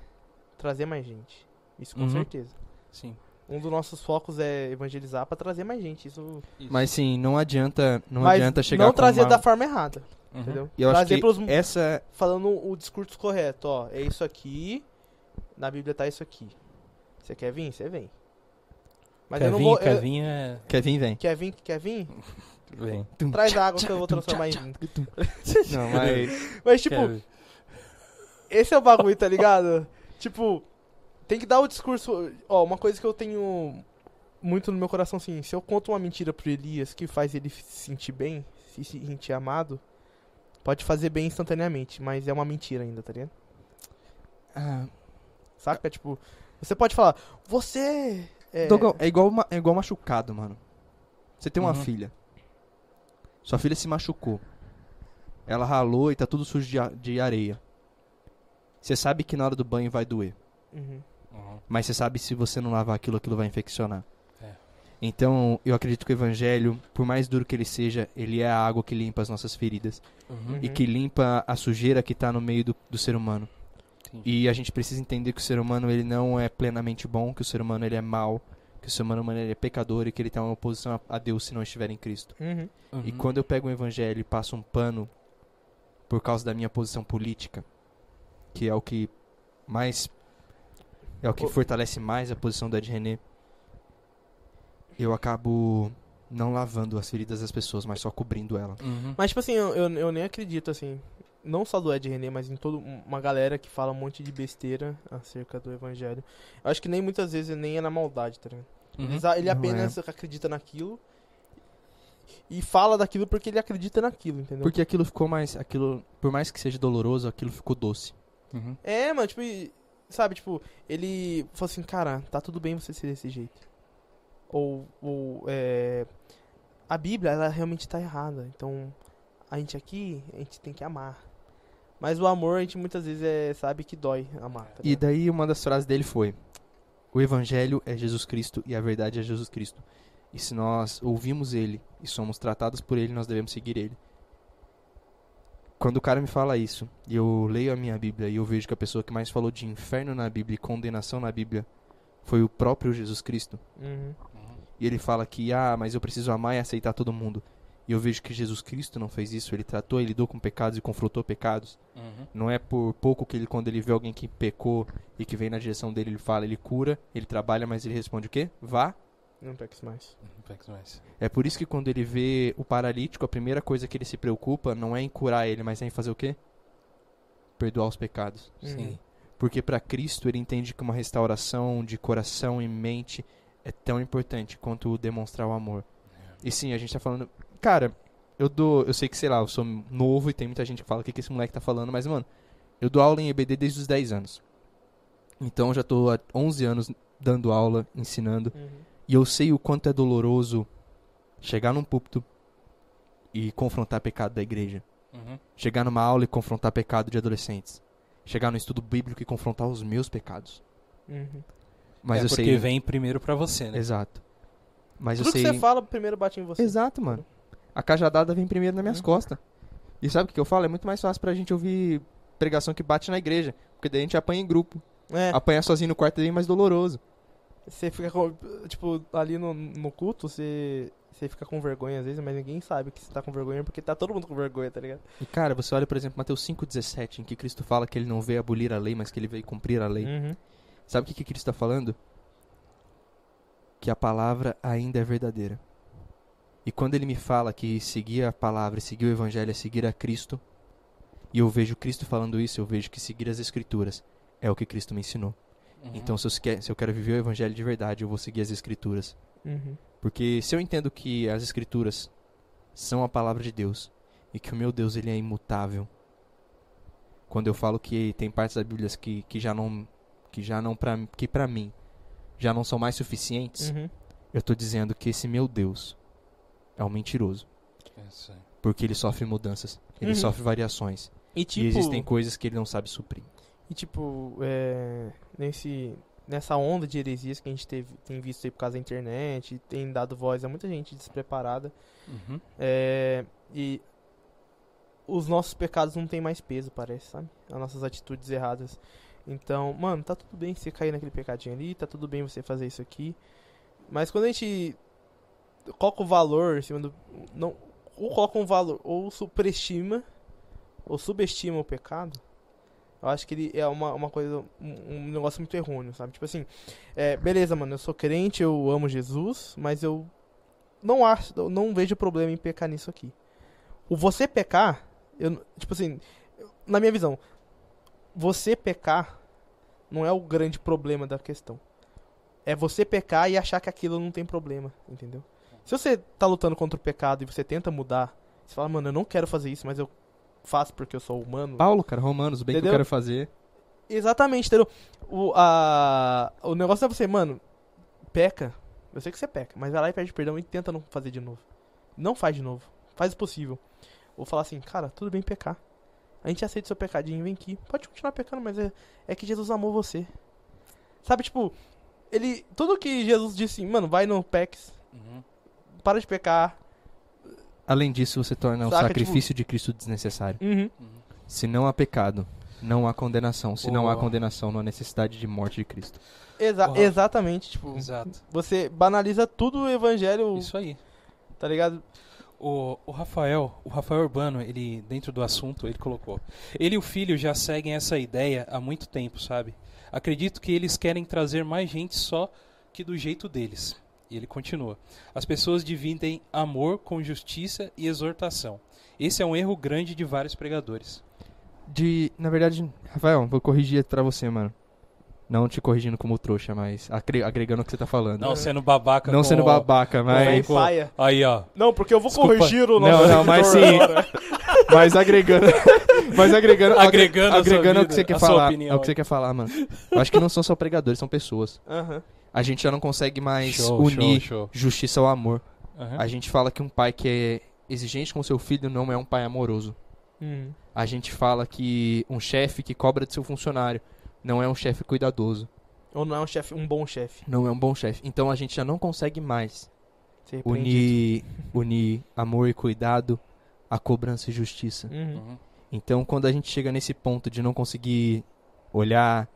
trazer mais gente. Isso com
Uhum.
certeza.
Sim.
Um dos nossos focos é evangelizar pra trazer mais gente. Isso
mas sim, não adianta, não
Mas
adianta chegar
não
com
trazer
uma...
da forma errada,
Uhum.
entendeu?
Eu acho
trazer
que é-
pros-
essa
falando o discurso correto, ó, é isso aqui, na Bíblia tá isso aqui. Você quer vir? Você vem. Mas eu não
Kevinho,
vou. eu-
Kevinho é...
Kevin vem.
Quer vir? Quer vir?
Vem.
Traz água que eu vou transformar em vinho.
Não, mas.
Mas, tipo,
Kevin.
Esse é o bagulho, tá ligado? tipo, tem que dar o discurso. Ó, uma coisa que eu tenho muito no meu coração, assim, se eu conto uma mentira pro Elias que faz ele se sentir bem, se sentir amado, pode fazer bem instantaneamente, mas é uma mentira ainda, tá ligado?
Ah,
Saca? Tipo, você pode falar, você. É,
Dogão, é igual, ma- é igual machucado, mano. Você tem uma
Uhum.
filha. Sua filha se machucou. Ela ralou e tá tudo sujo de, a- de areia. Você sabe que na hora do banho vai doer.
Uhum.
Uhum.
Mas você sabe se você não lavar aquilo, aquilo vai infeccionar.
É.
Então, eu acredito que o evangelho, por mais duro que ele seja, ele é a água que limpa as nossas feridas.
Uhum.
E
Uhum.
que limpa a sujeira que tá no meio do, do ser humano.
Entendi.
E a gente precisa entender que o ser humano ele não é plenamente bom, que o ser humano ele é mau, que o ser humano ele é pecador e que ele tem uma oposição a- a Deus se não estiver em Cristo.
Uhum.
E
Uhum.
quando eu pego o evangelho e passo um pano por causa da minha posição política, que é o que mais é o que
Ô.
fortalece mais a posição do Ed René, eu acabo não lavando as feridas das pessoas, mas só cobrindo ela.
Uhum.
Mas, tipo assim, eu, eu, eu nem acredito, assim. Não só do Ed René, mas em toda uma galera que fala um monte de besteira acerca do evangelho. Eu acho que nem muitas vezes nem é na maldade, tá ligado?
Uhum.
Eles a- Ele
Não é.
apenas acredita naquilo e fala daquilo porque ele acredita naquilo, entendeu?
Porque aquilo ficou mais, aquilo, por mais que seja doloroso, aquilo ficou doce.
Uhum.
É, mano, tipo, e- sabe, tipo, ele falou assim, cara, tá tudo bem você ser desse jeito. Ou, ou é, a Bíblia, ela realmente tá errada, então a gente aqui, a gente tem que amar. Mas o amor, a gente muitas vezes é, sabe que dói amar, tá
E
ligado?
daí uma das frases dele foi: O evangelho é Jesus Cristo e a verdade é Jesus Cristo. E se nós ouvimos ele e somos tratados por ele, nós devemos seguir ele. Quando o cara me fala isso, e eu leio a minha Bíblia e eu vejo que a pessoa que mais falou de inferno na Bíblia e condenação na Bíblia foi o próprio Jesus Cristo.
Uhum.
E ele fala que, ah, mas eu preciso amar e aceitar todo mundo. E eu vejo que Jesus Cristo não fez isso, ele tratou, ele lidou com pecados e confrontou pecados.
Uhum.
Não é por pouco que ele, quando ele vê alguém que pecou e que vem na direção dele, ele fala, ele cura, ele trabalha, mas ele responde o quê? Vá.
Não peques mais.
Não pega mais.
É por isso que quando ele vê o paralítico, a primeira coisa que ele se preocupa não é em curar ele, mas é em fazer o quê? Perdoar os pecados.
Sim.
Porque para Cristo ele entende que uma restauração de coração e mente é tão importante quanto o demonstrar o amor. E sim, a gente tá falando, cara, eu dou, eu sei que sei lá, eu sou novo e tem muita gente que fala o que que esse moleque tá falando, mas mano, eu dou aula em EBD desde os 10 anos. Então eu já tô há 11 anos dando aula, ensinando,
Uhum.
e eu sei o quanto é doloroso chegar num púlpito e confrontar pecado da igreja.
Uhum.
Chegar numa aula e confrontar pecado de adolescentes. Chegar no estudo bíblico e confrontar os meus pecados.
Uhum.
Mas
é
eu
porque
sei.
vem primeiro pra você, né?
Exato. Mas
Tudo
eu sei.
que você fala, primeiro bate em você.
Exato, mano. A cajadada vem primeiro nas minhas
Uhum.
costas. E sabe o que que eu falo? É muito mais fácil pra gente ouvir pregação que bate na igreja. Porque daí a gente apanha em grupo.
É.
Apanhar sozinho no quarto é bem mais doloroso.
Você fica com. Tipo, ali no, no culto, você. Você fica com vergonha às vezes, mas ninguém sabe que você tá com vergonha porque tá todo mundo com vergonha, tá ligado?
E cara, você olha, por exemplo, Mateus 5,17, em que Cristo fala que ele não veio abolir a lei, mas que ele veio cumprir a lei.
Uhum.
Sabe o que, que Cristo está falando? Que a palavra ainda é verdadeira. E quando ele me fala que seguir a palavra, seguir o evangelho é seguir a Cristo, e eu vejo Cristo falando isso, eu vejo que seguir as escrituras é o que Cristo me ensinou.
Uhum.
Então, se eu, se quer- se eu quero viver o evangelho de verdade, eu vou seguir as escrituras.
Uhum.
Porque se eu entendo que as escrituras são a palavra de Deus e que o meu Deus ele é imutável. Quando eu falo que tem partes da Bíblia que, que já não que já não para que para mim já não são mais suficientes,
Uhum.
eu tô dizendo que esse meu Deus é um mentiroso,
Isso aí.
porque ele sofre mudanças, ele
Uhum.
sofre variações
E tipo.
e existem coisas que ele não sabe suprir.
E tipo, é, nesse, nessa onda de heresias que a gente teve, tem visto aí por causa da internet, e tem dado voz a muita gente despreparada.
Uhum.
É, e os nossos pecados não têm mais peso, parece, sabe? As nossas atitudes erradas. Então, mano, tá tudo bem você cair naquele pecadinho ali, tá tudo bem você fazer isso aqui. Mas quando a gente coloca o valor em cima do. Não, ou coloca um valor, ou superestima, ou subestima o pecado, Eu acho que ele é uma, uma coisa, um, um negócio muito errôneo, sabe? Tipo assim, é, beleza, mano, eu sou crente, eu amo Jesus, mas eu não acho, eu não vejo problema em pecar nisso aqui. O você pecar, eu, n- tipo assim, eu- na minha visão, você pecar não é o grande problema da questão. É você pecar e achar que aquilo não tem problema, entendeu? Se você tá lutando contra o pecado e você tenta mudar, você fala, mano, eu não quero fazer isso, mas eu faço porque eu sou humano.
Paulo, cara, Romanos, o bem que eu
Entendeu?
quero fazer.
Exatamente, entendeu? O, a, o negócio é você, mano, peca. Eu sei que você peca, mas vai lá e pede perdão e tenta não fazer de novo. Não faz de novo. Faz o possível. Ou falar assim, cara, tudo bem pecar. A gente aceita o seu pecadinho, vem aqui. Pode continuar pecando, mas é, é que Jesus amou você. Sabe, tipo, ele. Tudo que Jesus disse, mano, vai no PEX,
Uhum.
para de pecar.
Além disso, você torna
Saca, tipo
o sacrifício de Cristo desnecessário.
Uhum.
Se não há pecado, não há condenação. Se não há
Boa.
condenação, não há necessidade de morte de Cristo.
Exa-
Porra.
exatamente, tipo,
Exato.
você banaliza tudo o evangelho,
Isso aí.
tá ligado?
O, o Rafael, o Rafael Urbano, ele dentro do assunto, ele colocou. Ele e o filho já seguem essa ideia há muito tempo, sabe? Acredito que eles querem trazer mais gente só que do jeito deles. E ele continua. As pessoas dividem amor com justiça e exortação. Esse é um erro grande de vários pregadores.
De, na verdade, Rafael, vou corrigir pra você, mano. Não te corrigindo como trouxa, mas agre- agregando o que você tá falando.
Não sendo babaca
Não
com
sendo
o-
babaca,
Vai,
mas
com-
paia.
Aí, ó.
Não, porque eu vou
Desculpa.
corrigir o
Não,
nosso
não, mas
editor
sim.
agora.
mas agregando, mas
Agregando a
agregando,
sua
agregando o
vida,
que você quer
a sua
falar,
opinião.
é o que você quer falar, mano. Eu acho que não são só pregadores, são pessoas.
Aham.
A gente já não consegue mais
Show,
unir
show, É? show.
justiça ao amor.
Aham.
A gente fala que um pai que é exigente com seu filho não é um pai amoroso.
Hum.
A gente fala que um chefe que cobra de seu funcionário não é um chefe cuidadoso,
Ou não é um chefe, um bom chefe.
não é um bom chefe. Então a gente já não consegue mais
Ser repreendido.
unir, unir amor e cuidado à cobrança e justiça.
Uhum.
Uhum.
Então quando a gente chega nesse ponto de não conseguir olhar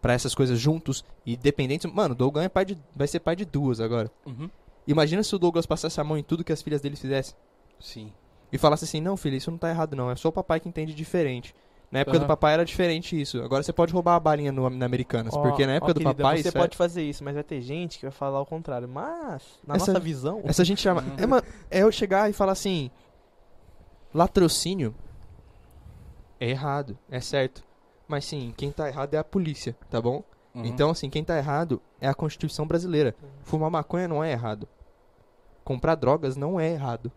pra essas coisas juntos e dependentes, mano, o Douglas é pai de, vai ser pai de duas agora.
Uhum.
Imagina se o Douglas passasse a mão em tudo que as filhas dele fizessem.
Sim.
e falasse assim: não, filho, isso não tá errado, não. É só o papai que entende diferente. Na época
Aham.
do papai era diferente isso. Agora você pode roubar a balinha no, na Americanas.
Ó,
porque na época
ó,
do
querida,
papai.
Você
isso é
pode fazer isso, mas vai ter gente que vai falar o contrário. Mas, na
Essa-
nossa visão.
é... Essa gente chama.
Hum.
É, uma- é eu chegar e falar assim: latrocínio é errado, é certo. Mas sim, quem tá errado é a polícia, tá bom?
Uhum.
Então, assim, quem tá errado é a Constituição brasileira.
Uhum.
Fumar maconha não é errado. Comprar drogas não é errado.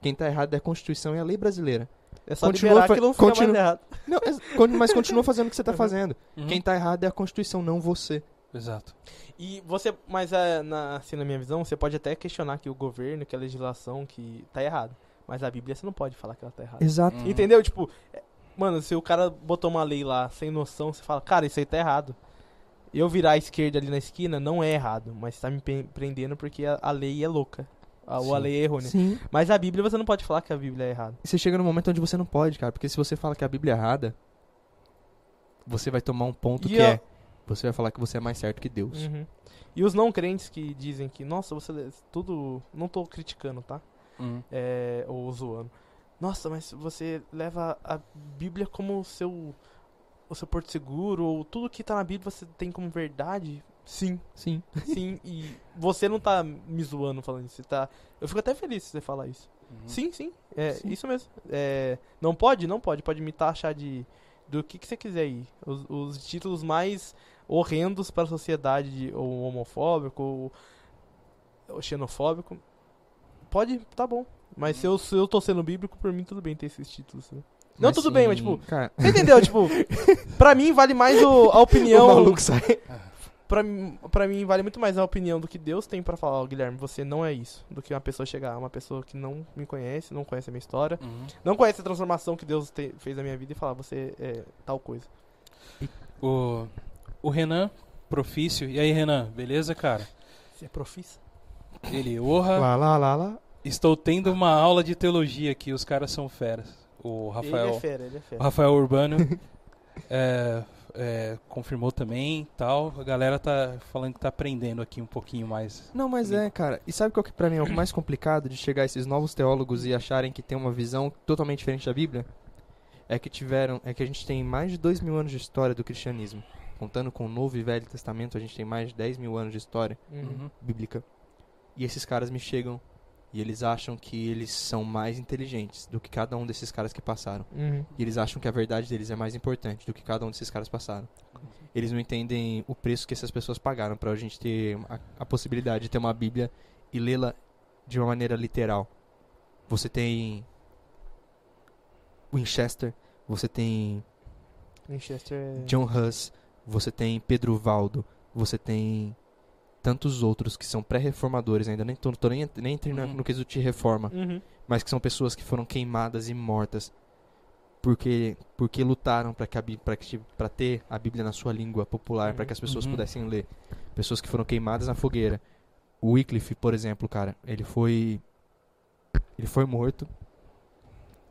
Quem tá errado é a Constituição e a lei brasileira.
É só
continua
liberar
fa-
que não fica mais
continua.
errado.
Não, mas- con- mas continua fazendo o que você tá fazendo.
Uhum.
Quem tá errado é a Constituição, não você.
Exato.
E você, mas é, na, assim, na minha visão, você pode até questionar que o governo, que a legislação, que tá errado. Mas a Bíblia você não pode falar que ela tá errada.
Exato.
Uhum.
Entendeu? Tipo, é- mano, se o cara botou uma lei lá sem noção, você fala, cara, isso aí tá errado. Eu virar à esquerda ali na esquina não é errado, mas tá me pe- prendendo porque a, a lei é louca. A, ou a
Sim.
lei é errônea.
Sim.
Mas a Bíblia você não pode falar que a Bíblia é errada.
Você chega num momento onde você não pode, cara, porque se você fala que a Bíblia é errada, você vai tomar um ponto
E
que
a-
é. Você vai falar que você é mais certo que Deus.
Uhum. E os não crentes que dizem que, nossa, você lê tudo. Não tô criticando, tá?
Uhum.
É, ou zoando. Nossa, mas você leva a Bíblia como o seu, o seu porto seguro, ou tudo que tá na Bíblia você tem como verdade? Sim.
Sim.
Sim, e você não tá me zoando falando isso. Você tá... Eu fico até feliz se você falar isso.
Uhum.
Sim, sim. É
Hum. Sim.
isso mesmo. É, não pode? Não pode. Pode me taxar de. Do que, que você quiser aí. Os, os títulos mais horrendos para a sociedade, de- ou homofóbico, ou, ou xenofóbico. Pode, tá bom. Mas
Hum.
se eu, se eu tô sendo bíblico, por mim tudo bem ter esses títulos. né? Não, tudo bem, mas, tipo,
Cara,
Você entendeu? tipo, pra mim vale mais o- a opinião.
o maluco sai.
Pra, mim- pra mim, vale muito mais a opinião do que Deus tem pra falar, ó, Guilherme, você não é isso, do que uma pessoa chegar, uma pessoa que não me conhece, não conhece a minha história,
Uhum.
não conhece a transformação que Deus te- fez na minha vida e falar, você é tal coisa.
O, o Renan, profício. E aí, Renan, beleza, cara?
Você é profissa?
Ele, orra.
Lá, lá, lá, lá.
Estou tendo uma aula de teologia aqui, os caras são feras. O Rafael,
Ele é fera, ele é
o
fera.
Rafael Urbano é, é, confirmou também e tal. A galera tá falando que tá aprendendo aqui um pouquinho mais.
Não, mas é, cara. E sabe qual que pra mim é o mais complicado de chegar a esses novos teólogos e acharem que tem uma visão totalmente diferente da Bíblia? é que tiveram, é que a gente tem mais de 2 mil anos de história do cristianismo. Contando com o Novo e Velho Testamento, a gente tem mais de 10 mil anos de história
Uhum.
bíblica. E esses caras me chegam e eles acham que eles são mais inteligentes do que cada um desses caras que passaram.
Uhum.
E eles acham que a verdade deles é mais importante do que cada um desses caras passaram. Eles não entendem o preço que essas pessoas pagaram pra gente ter a, a possibilidade de ter uma Bíblia e lê-la de uma maneira literal. Você tem Winchester, você tem
Winchester é...
John Huss, você tem Pedro Valdo, você tem tantos outros que são pré-reformadores ainda, nem tô, tô nem, nem entrando
Uhum.
no quesito de reforma
Uhum.
mas que são pessoas que foram queimadas e mortas porque porque lutaram para que a Bí- pra que para ter a Bíblia na sua língua popular para que as pessoas
Uhum.
pudessem ler pessoas que foram queimadas na fogueira o Wycliffe por exemplo cara ele foi ele foi morto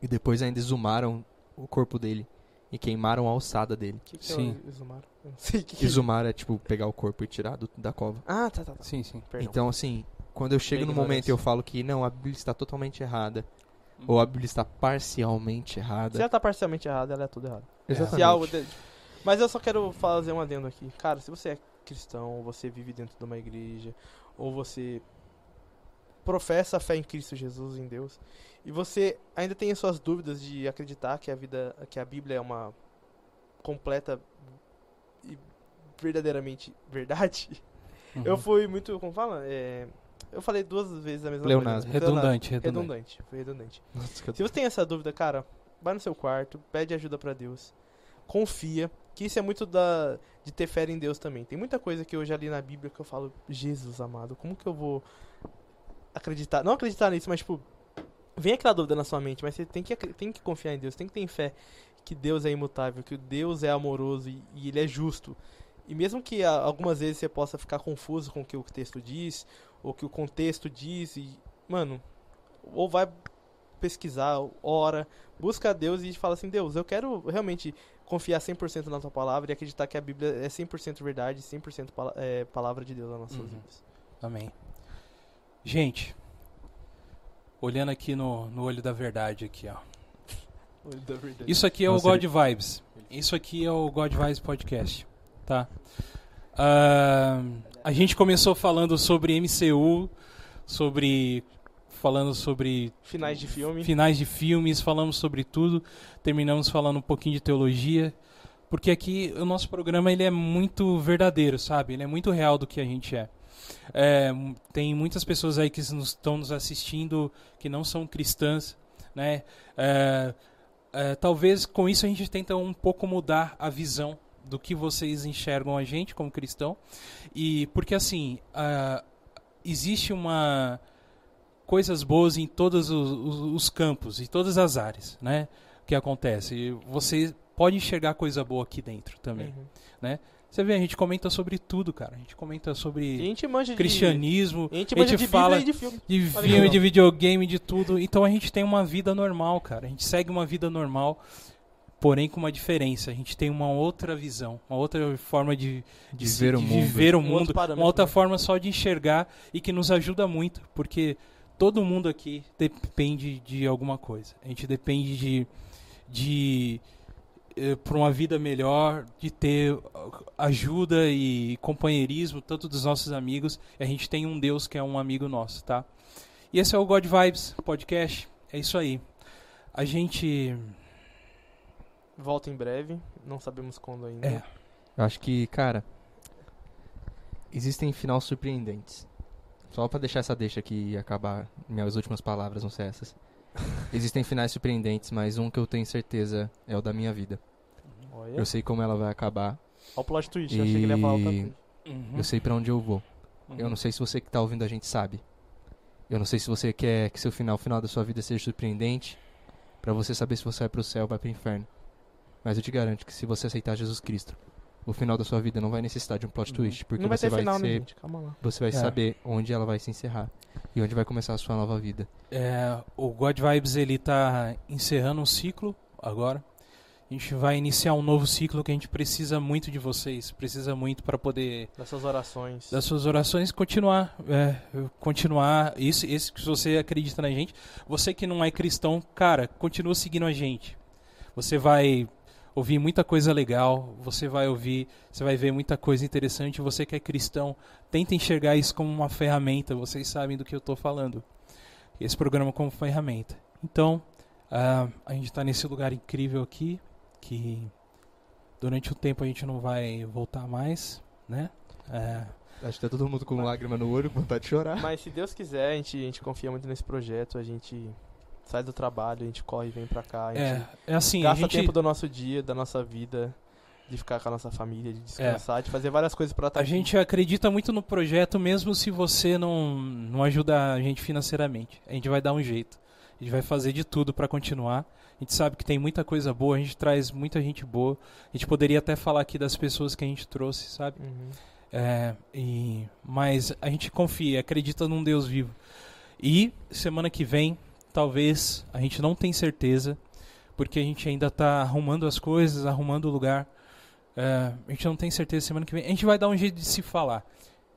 e depois ainda exumaram o corpo dele e queimaram a alçada dele
Que que
Sim.
É o Isumar? Eu não sei o que que é.
exumar é tipo pegar o corpo e tirar do- da cova
Ah, tá, tá, tá.
Sim, sim.
Perdão.
então, assim, quando eu chego no
Bem
momento e
ignorância.
eu falo que não, a Bíblia está totalmente errada, ou
Uhum.
a Bíblia está parcialmente
Se
errada.
ela tá parcialmente errada, ela é tudo errada.
Exatamente.
Se algo de- Mas eu só quero fazer um adendo aqui. Cara, se você é cristão, ou você vive dentro de uma igreja, ou você professa a fé em Cristo Jesus, em Deus, e você ainda tem as suas dúvidas de acreditar que a vida, que a Bíblia é uma completa e verdadeiramente verdade,
Uhum.
eu fui muito, como fala? É, eu falei duas vezes a mesma
Pleonasmo.
coisa. Pleonasmo.
Redundante, redundante.
Redundante, foi redundante.
Nossa, que eu-
Se você tem essa dúvida, cara, vai no seu quarto, pede ajuda pra Deus. Confia, que isso é muito da de ter fé em Deus também. Tem muita coisa que eu já li na Bíblia que eu falo, Jesus amado, como que eu vou acreditar? Não acreditar nisso, mas tipo, vem aquela dúvida na sua mente, mas você tem que acre- tem que confiar em Deus, tem que ter fé que Deus é imutável, que Deus é amoroso e, e ele é justo. E mesmo que a- algumas vezes você possa ficar confuso com o que o texto diz, ou que o contexto diz, e, mano, ou vai pesquisar, ora, busca a Deus e fala assim: Deus, eu quero realmente confiar 100% na tua palavra e acreditar que a Bíblia é 100% verdade, 100% pala é, palavra de Deus nas nossas
Uhum.
vidas.
Amém. Gente, olhando aqui no, no olho da verdade aqui, ó. Isso aqui é
Nossa,
o God Vibes. Isso aqui é o God Vibes Podcast, tá? Ah, a gente começou falando sobre MCU, sobre falando sobre
Finais de filme.
finais de filmes, falamos sobre tudo, terminamos falando um pouquinho de teologia, porque aqui o nosso programa ele é muito verdadeiro, sabe? Ele é muito real do que a gente é. É, m- tem muitas pessoas aí que nos- estão nos assistindo que não são cristãs, né? É, é, talvez com isso a gente tenta um pouco mudar a visão do que vocês enxergam a gente como cristão e porque assim ah, existe uma coisas boas em todos os, os- os campos, em todas as áreas, né? Que acontece. E você pode enxergar coisa boa aqui dentro também.
Uhum.
Você vê, a gente comenta sobre tudo, cara. A gente comenta
E a
sobre
gente manja de.
cristianismo,
A gente manja de
fala
Bíblia e de filme.
de
Olha que
filme,
legal.
de videogame, de tudo. Então a gente tem uma vida normal, cara. A gente segue uma vida normal, porém com uma diferença. A gente tem uma outra visão, uma outra forma de,
De
se-
ver o
de
mundo.
viver o
Um outro
mundo,
parâmetro,
uma outra
né?
forma só de enxergar e que nos ajuda muito, porque todo mundo aqui depende de alguma coisa. A gente depende de, de para uma vida melhor, de ter ajuda e companheirismo tanto dos nossos amigos. E a gente tem um Deus que é um amigo nosso, tá? E esse é o God Vibes Podcast. É isso aí. A gente
Volta em breve, não sabemos quando ainda.
É.
Eu acho que, cara, existem finais surpreendentes. Só pra deixar essa deixa aqui e acabar, minhas últimas palavras vão ser essas. Existem finais surpreendentes, mas um que eu tenho certeza é o da minha vida.
Olha.
Eu sei como ela vai acabar,
Olha o plot twist, eu achei que ele ia falar outra
E-
coisa.
Uhum.
eu sei pra onde eu vou. Eu não sei se você que tá ouvindo a gente sabe. Eu não sei se você quer que seu final, o final da sua vida seja surpreendente, pra você saber se você vai pro céu ou vai pro inferno. Mas eu te garanto que se você aceitar Jesus Cristo, o final da sua vida não vai necessitar de um plot
Uhum.
twist, porque
não vai
você
ter
vai
final, né,
ser,
gente? Calma lá.
você vai
É.
saber onde ela vai se encerrar e onde vai começar a sua nova vida.
É, o God Vibes ele tá encerrando um ciclo agora. A gente vai iniciar um novo ciclo que a gente precisa muito de vocês, precisa muito para poder
Das suas orações.
das suas orações continuar, é, continuar. Isso, esse que você acredita na gente, você que não é cristão, cara, continua seguindo a gente. Você vai ouvir muita coisa legal, você vai ouvir, você vai ver muita coisa interessante. Você que é cristão, tenta enxergar isso como uma ferramenta. Vocês sabem do que eu estou falando. Esse programa como ferramenta. Então, ah, a gente está nesse lugar incrível aqui, que durante um tempo a gente não vai voltar mais, né? Ah,
Acho que tá todo mundo com lágrima no olho, com vontade de chorar.
Mas se Deus quiser, a gente, a gente confia muito nesse projeto, a gente sai do trabalho, a gente corre e vem pra cá, a gente
é, é assim, a
gasta
gente,
tempo do nosso dia, da nossa vida, de ficar com a nossa família, de descansar, de fazer várias coisas pra tá estar
É. A gente acredita muito no projeto, mesmo se você não, não ajuda a gente financeiramente. A gente vai dar um jeito. A gente vai fazer de tudo para continuar. A gente sabe que tem muita coisa boa, a gente traz muita gente boa. A gente poderia até falar aqui das pessoas que a gente trouxe, sabe?
Uhum.
É, e, mas a gente confia, acredita num Deus vivo. E semana que vem, talvez, a gente não tem certeza, porque a gente ainda está arrumando as coisas, arrumando o lugar. É, a gente não tem certeza semana que vem. A gente vai dar um jeito de se falar.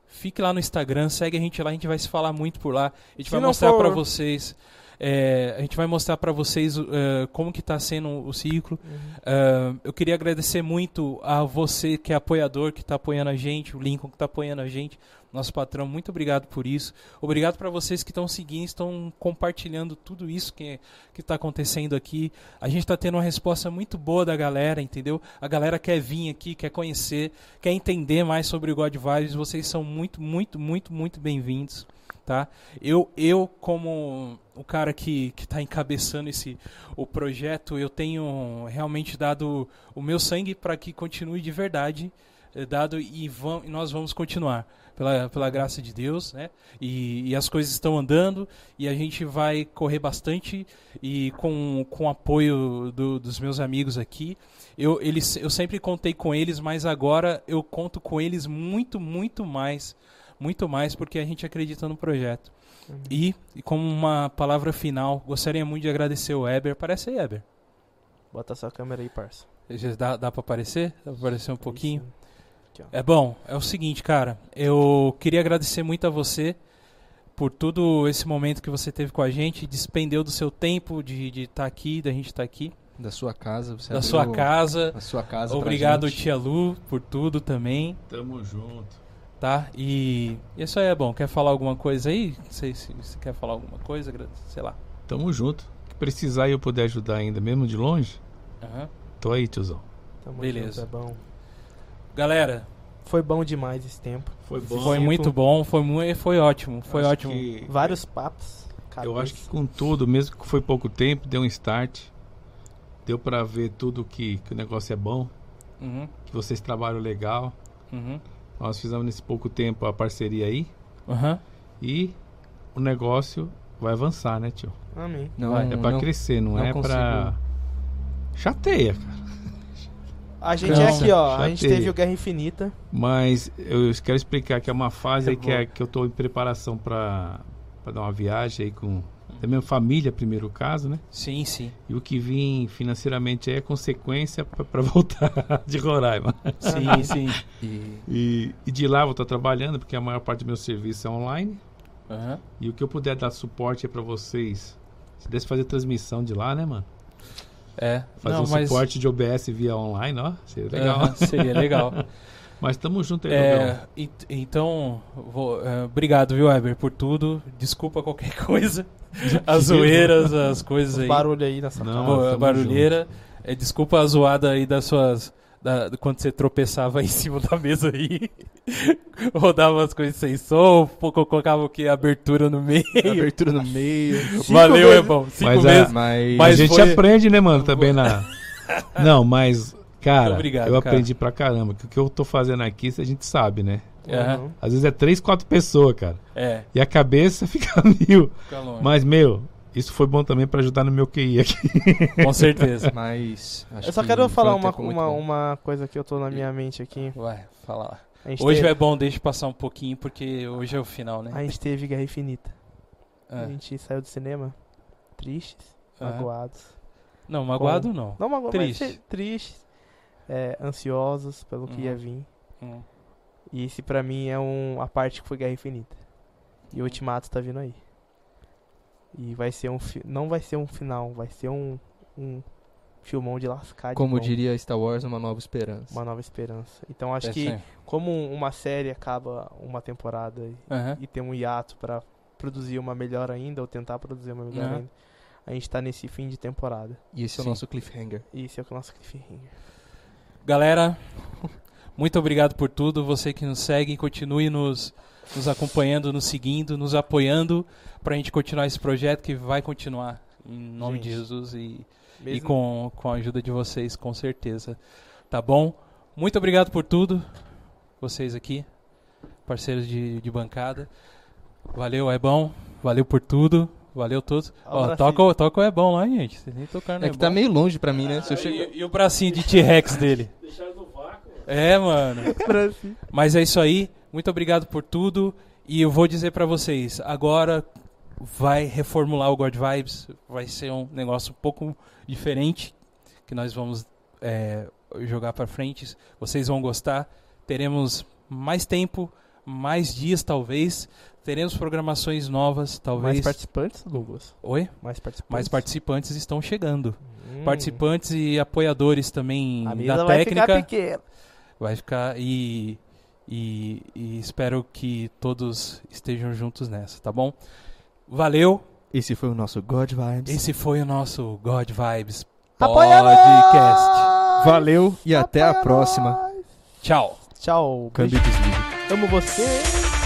Fique lá no Instagram, segue a gente lá, a gente vai se falar muito por lá. A gente
Se
vai
não
mostrar
for-
para vocês. é, a gente vai mostrar para vocês é, como que tá sendo o ciclo.
Uhum,
Ah, eu queria agradecer muito a você que é apoiador, que está apoiando a gente, o Lincoln que está apoiando a gente, nosso patrão, muito obrigado por isso. Obrigado para vocês que estão seguindo, estão compartilhando tudo isso que que está acontecendo aqui. A gente está tendo uma resposta muito boa da galera, entendeu? A galera quer vir aqui, quer conhecer, quer entender mais sobre o God Vibes. Vocês são muito, muito, muito, muito bem-vindos. Tá? Eu, eu, como o cara que está encabeçando esse, o projeto, eu tenho realmente dado o meu sangue para que continue de verdade, eh, dado e, vão, e nós vamos continuar pela, pela graça de Deus, né? E, e as coisas estão andando e a gente vai correr bastante e com, com o apoio do- dos meus amigos aqui. Eu, eles, eu sempre contei com eles, mas agora eu conto com eles muito, muito mais. Muito mais porque a gente acredita no projeto.
uhum.
E, e como uma palavra final, gostaria muito de agradecer o Eber. Parece aí, Eber.
Bota sua câmera aí, parça.
Já Dá, dá pra aparecer? Dá pra aparecer um pouquinho?
Isso.
É bom, é o seguinte, cara. Eu queria agradecer muito a você por todo esse momento que você teve com a gente, despendeu do seu tempo de estar de tá aqui, da gente estar aqui,
Da sua casa, você
da
abriu
sua casa.
A sua Tá casa pra
Obrigado,
gente.
tia Lu, por tudo também,
Tamo junto.
tá? E isso aí é bom. Quer falar alguma coisa aí? Não sei se você quer falar alguma coisa, agra- sei lá.
Tamo junto. Se precisar e eu puder ajudar ainda, mesmo de longe,
Aham.
tô aí, tiozão.
Tamo
Beleza.
junto, é bom.
Galera,
Foi bom demais esse tempo.
Foi bom.
foi
Sim,
muito
pô.
bom, foi, mu- foi ótimo, foi
Acho
ótimo.
que-
Vários papos.
Eu
cabeça.
acho que com tudo, mesmo que foi pouco tempo, deu um start. Deu pra ver tudo que, que o negócio é bom,
Uhum,
que vocês trabalham legal.
uhum,
Nós fizemos nesse pouco tempo a parceria aí
aham.
e o negócio vai avançar, né, tio?
Amém.
Não,
Vai,
É pra
não-
crescer, não,
não
é pra. Chateia, cara.
A gente é
Cansa.
aqui, ó. A gente
Chateia.
teve o Guerra Infinita.
Mas eu quero explicar que é uma fase
É
aí que, é, que eu tô em preparação pra, pra dar uma viagem aí com. Da minha família, primeiro caso, né?
Sim, sim.
E o que vim financeiramente aí é consequência pra pra voltar de Roraima.
Sim, sim.
E
E, e de lá eu vou estar trabalhando, porque a maior parte do meu serviço é online.
Aham.
E o que eu puder dar suporte aí pra vocês. Se desse fazer transmissão de lá, né, mano?
É.
Fazer
Não,
um
mas...
suporte de OBS via online, ó. Seria legal.
Aham, seria legal.
Mas tamo junto aí, Dogão.
É, ent- então, vou- é, obrigado, viu, Weber, por tudo. Desculpa qualquer coisa. As zoeiras, as coisas aí.
Barulho aí nessa
Não,
Boa,
tamo
barulheira. É, desculpa a zoada aí das suas. da- quando você tropeçava em cima da mesa aí. Rodava as coisas sem som, pô, colocava o que? Abertura no meio.
abertura no meio.
Valeu, é bom. Cinco
Mas a-
meses.
Mas,
A
Mas
gente
foi-
aprende, né, mano, também na. Não, mas, cara,
Obrigado,
eu
cara.
aprendi pra caramba. Que o que eu tô fazendo aqui, a gente sabe, né?
É,
Uhum.
Às vezes é três, quatro pessoas, cara.
é,
E a cabeça fica mil.
fica longe.
Mas, meu, isso foi bom também pra ajudar no meu QI aqui.
Com certeza.
mas acho
Eu só
que
quero
foi
falar
um
uma,
tempo muito
uma,
bom.
uma coisa que eu tô na minha mente aqui.
Vai, fala lá.
A gente
Hoje
teve,
é bom, deixa eu passar um pouquinho, porque hoje é o final, né?
a gente teve Guerra Infinita. A
É.
gente saiu do cinema tristes,
É.
Aham.
magoados.
ah. Não, magoado não.
Não magoados, mas
Triste.
tri- tristes, é, ansiosos pelo que
Uhum.
ia vir.
Hum.
E esse pra mim é um, a parte que foi Guerra Infinita.
Uhum.
E o Ultimato tá vindo aí. E vai ser um. fi- Não vai ser um final, vai ser um. um Filmão de lascar de
Como
bom.
diria Star Wars, uma nova esperança.
Uma nova esperança. Então
é
acho que
assim.
como um, uma série acaba uma temporada e,
Aham.
e tem um hiato pra produzir uma melhor ainda, ou tentar produzir uma melhor
Aham.
ainda, a gente tá nesse fim de temporada.
E esse é o
Sim.
nosso cliffhanger.
E esse é o nosso cliffhanger.
Galera, muito obrigado por tudo. Você que nos segue, continue nos, nos acompanhando, nos seguindo, nos apoiando pra gente continuar esse projeto que vai continuar em nome de
Gente.
Jesus e, e
Mesmo-
com, com a ajuda de vocês, com certeza. Tá bom? Muito obrigado por tudo, vocês aqui, parceiros de, de bancada. Valeu, é bom. Valeu por tudo. Valeu todos. Ó,
Abraço.
toca, o- toca o é bom lá, hein, gente. Vocês nem tocaram no
É que tá
Bom.
meio longe pra mim, né? Se eu chegar...
E, e o bracinho de T-Rex dele? É, mano. Mas é isso aí. Muito obrigado por tudo. E eu vou dizer pra vocês, agora vai reformular o God Vibes. Vai ser um negócio um pouco diferente que nós vamos é, jogar pra frente. Vocês vão gostar. Teremos mais tempo, mais dias talvez. Teremos programações novas,
Mais
talvez.
participantes, Douglas?
Oi?
Mais participantes?
Mais participantes estão chegando.
Hum.
Uhum. Participantes e apoiadores também
A mesa
da
vai
técnica.
ficar pequena.
Vai ficar e, e, e espero que todos estejam juntos nessa, tá bom? Valeu!
Esse foi o nosso God Vibes.
Esse foi o nosso God Vibes
Apoia
Podcast.
nós!
Valeu e até a próxima.
Tchau!
Tchau.
Câmbio
Beijo.
e desliga.
Amo você.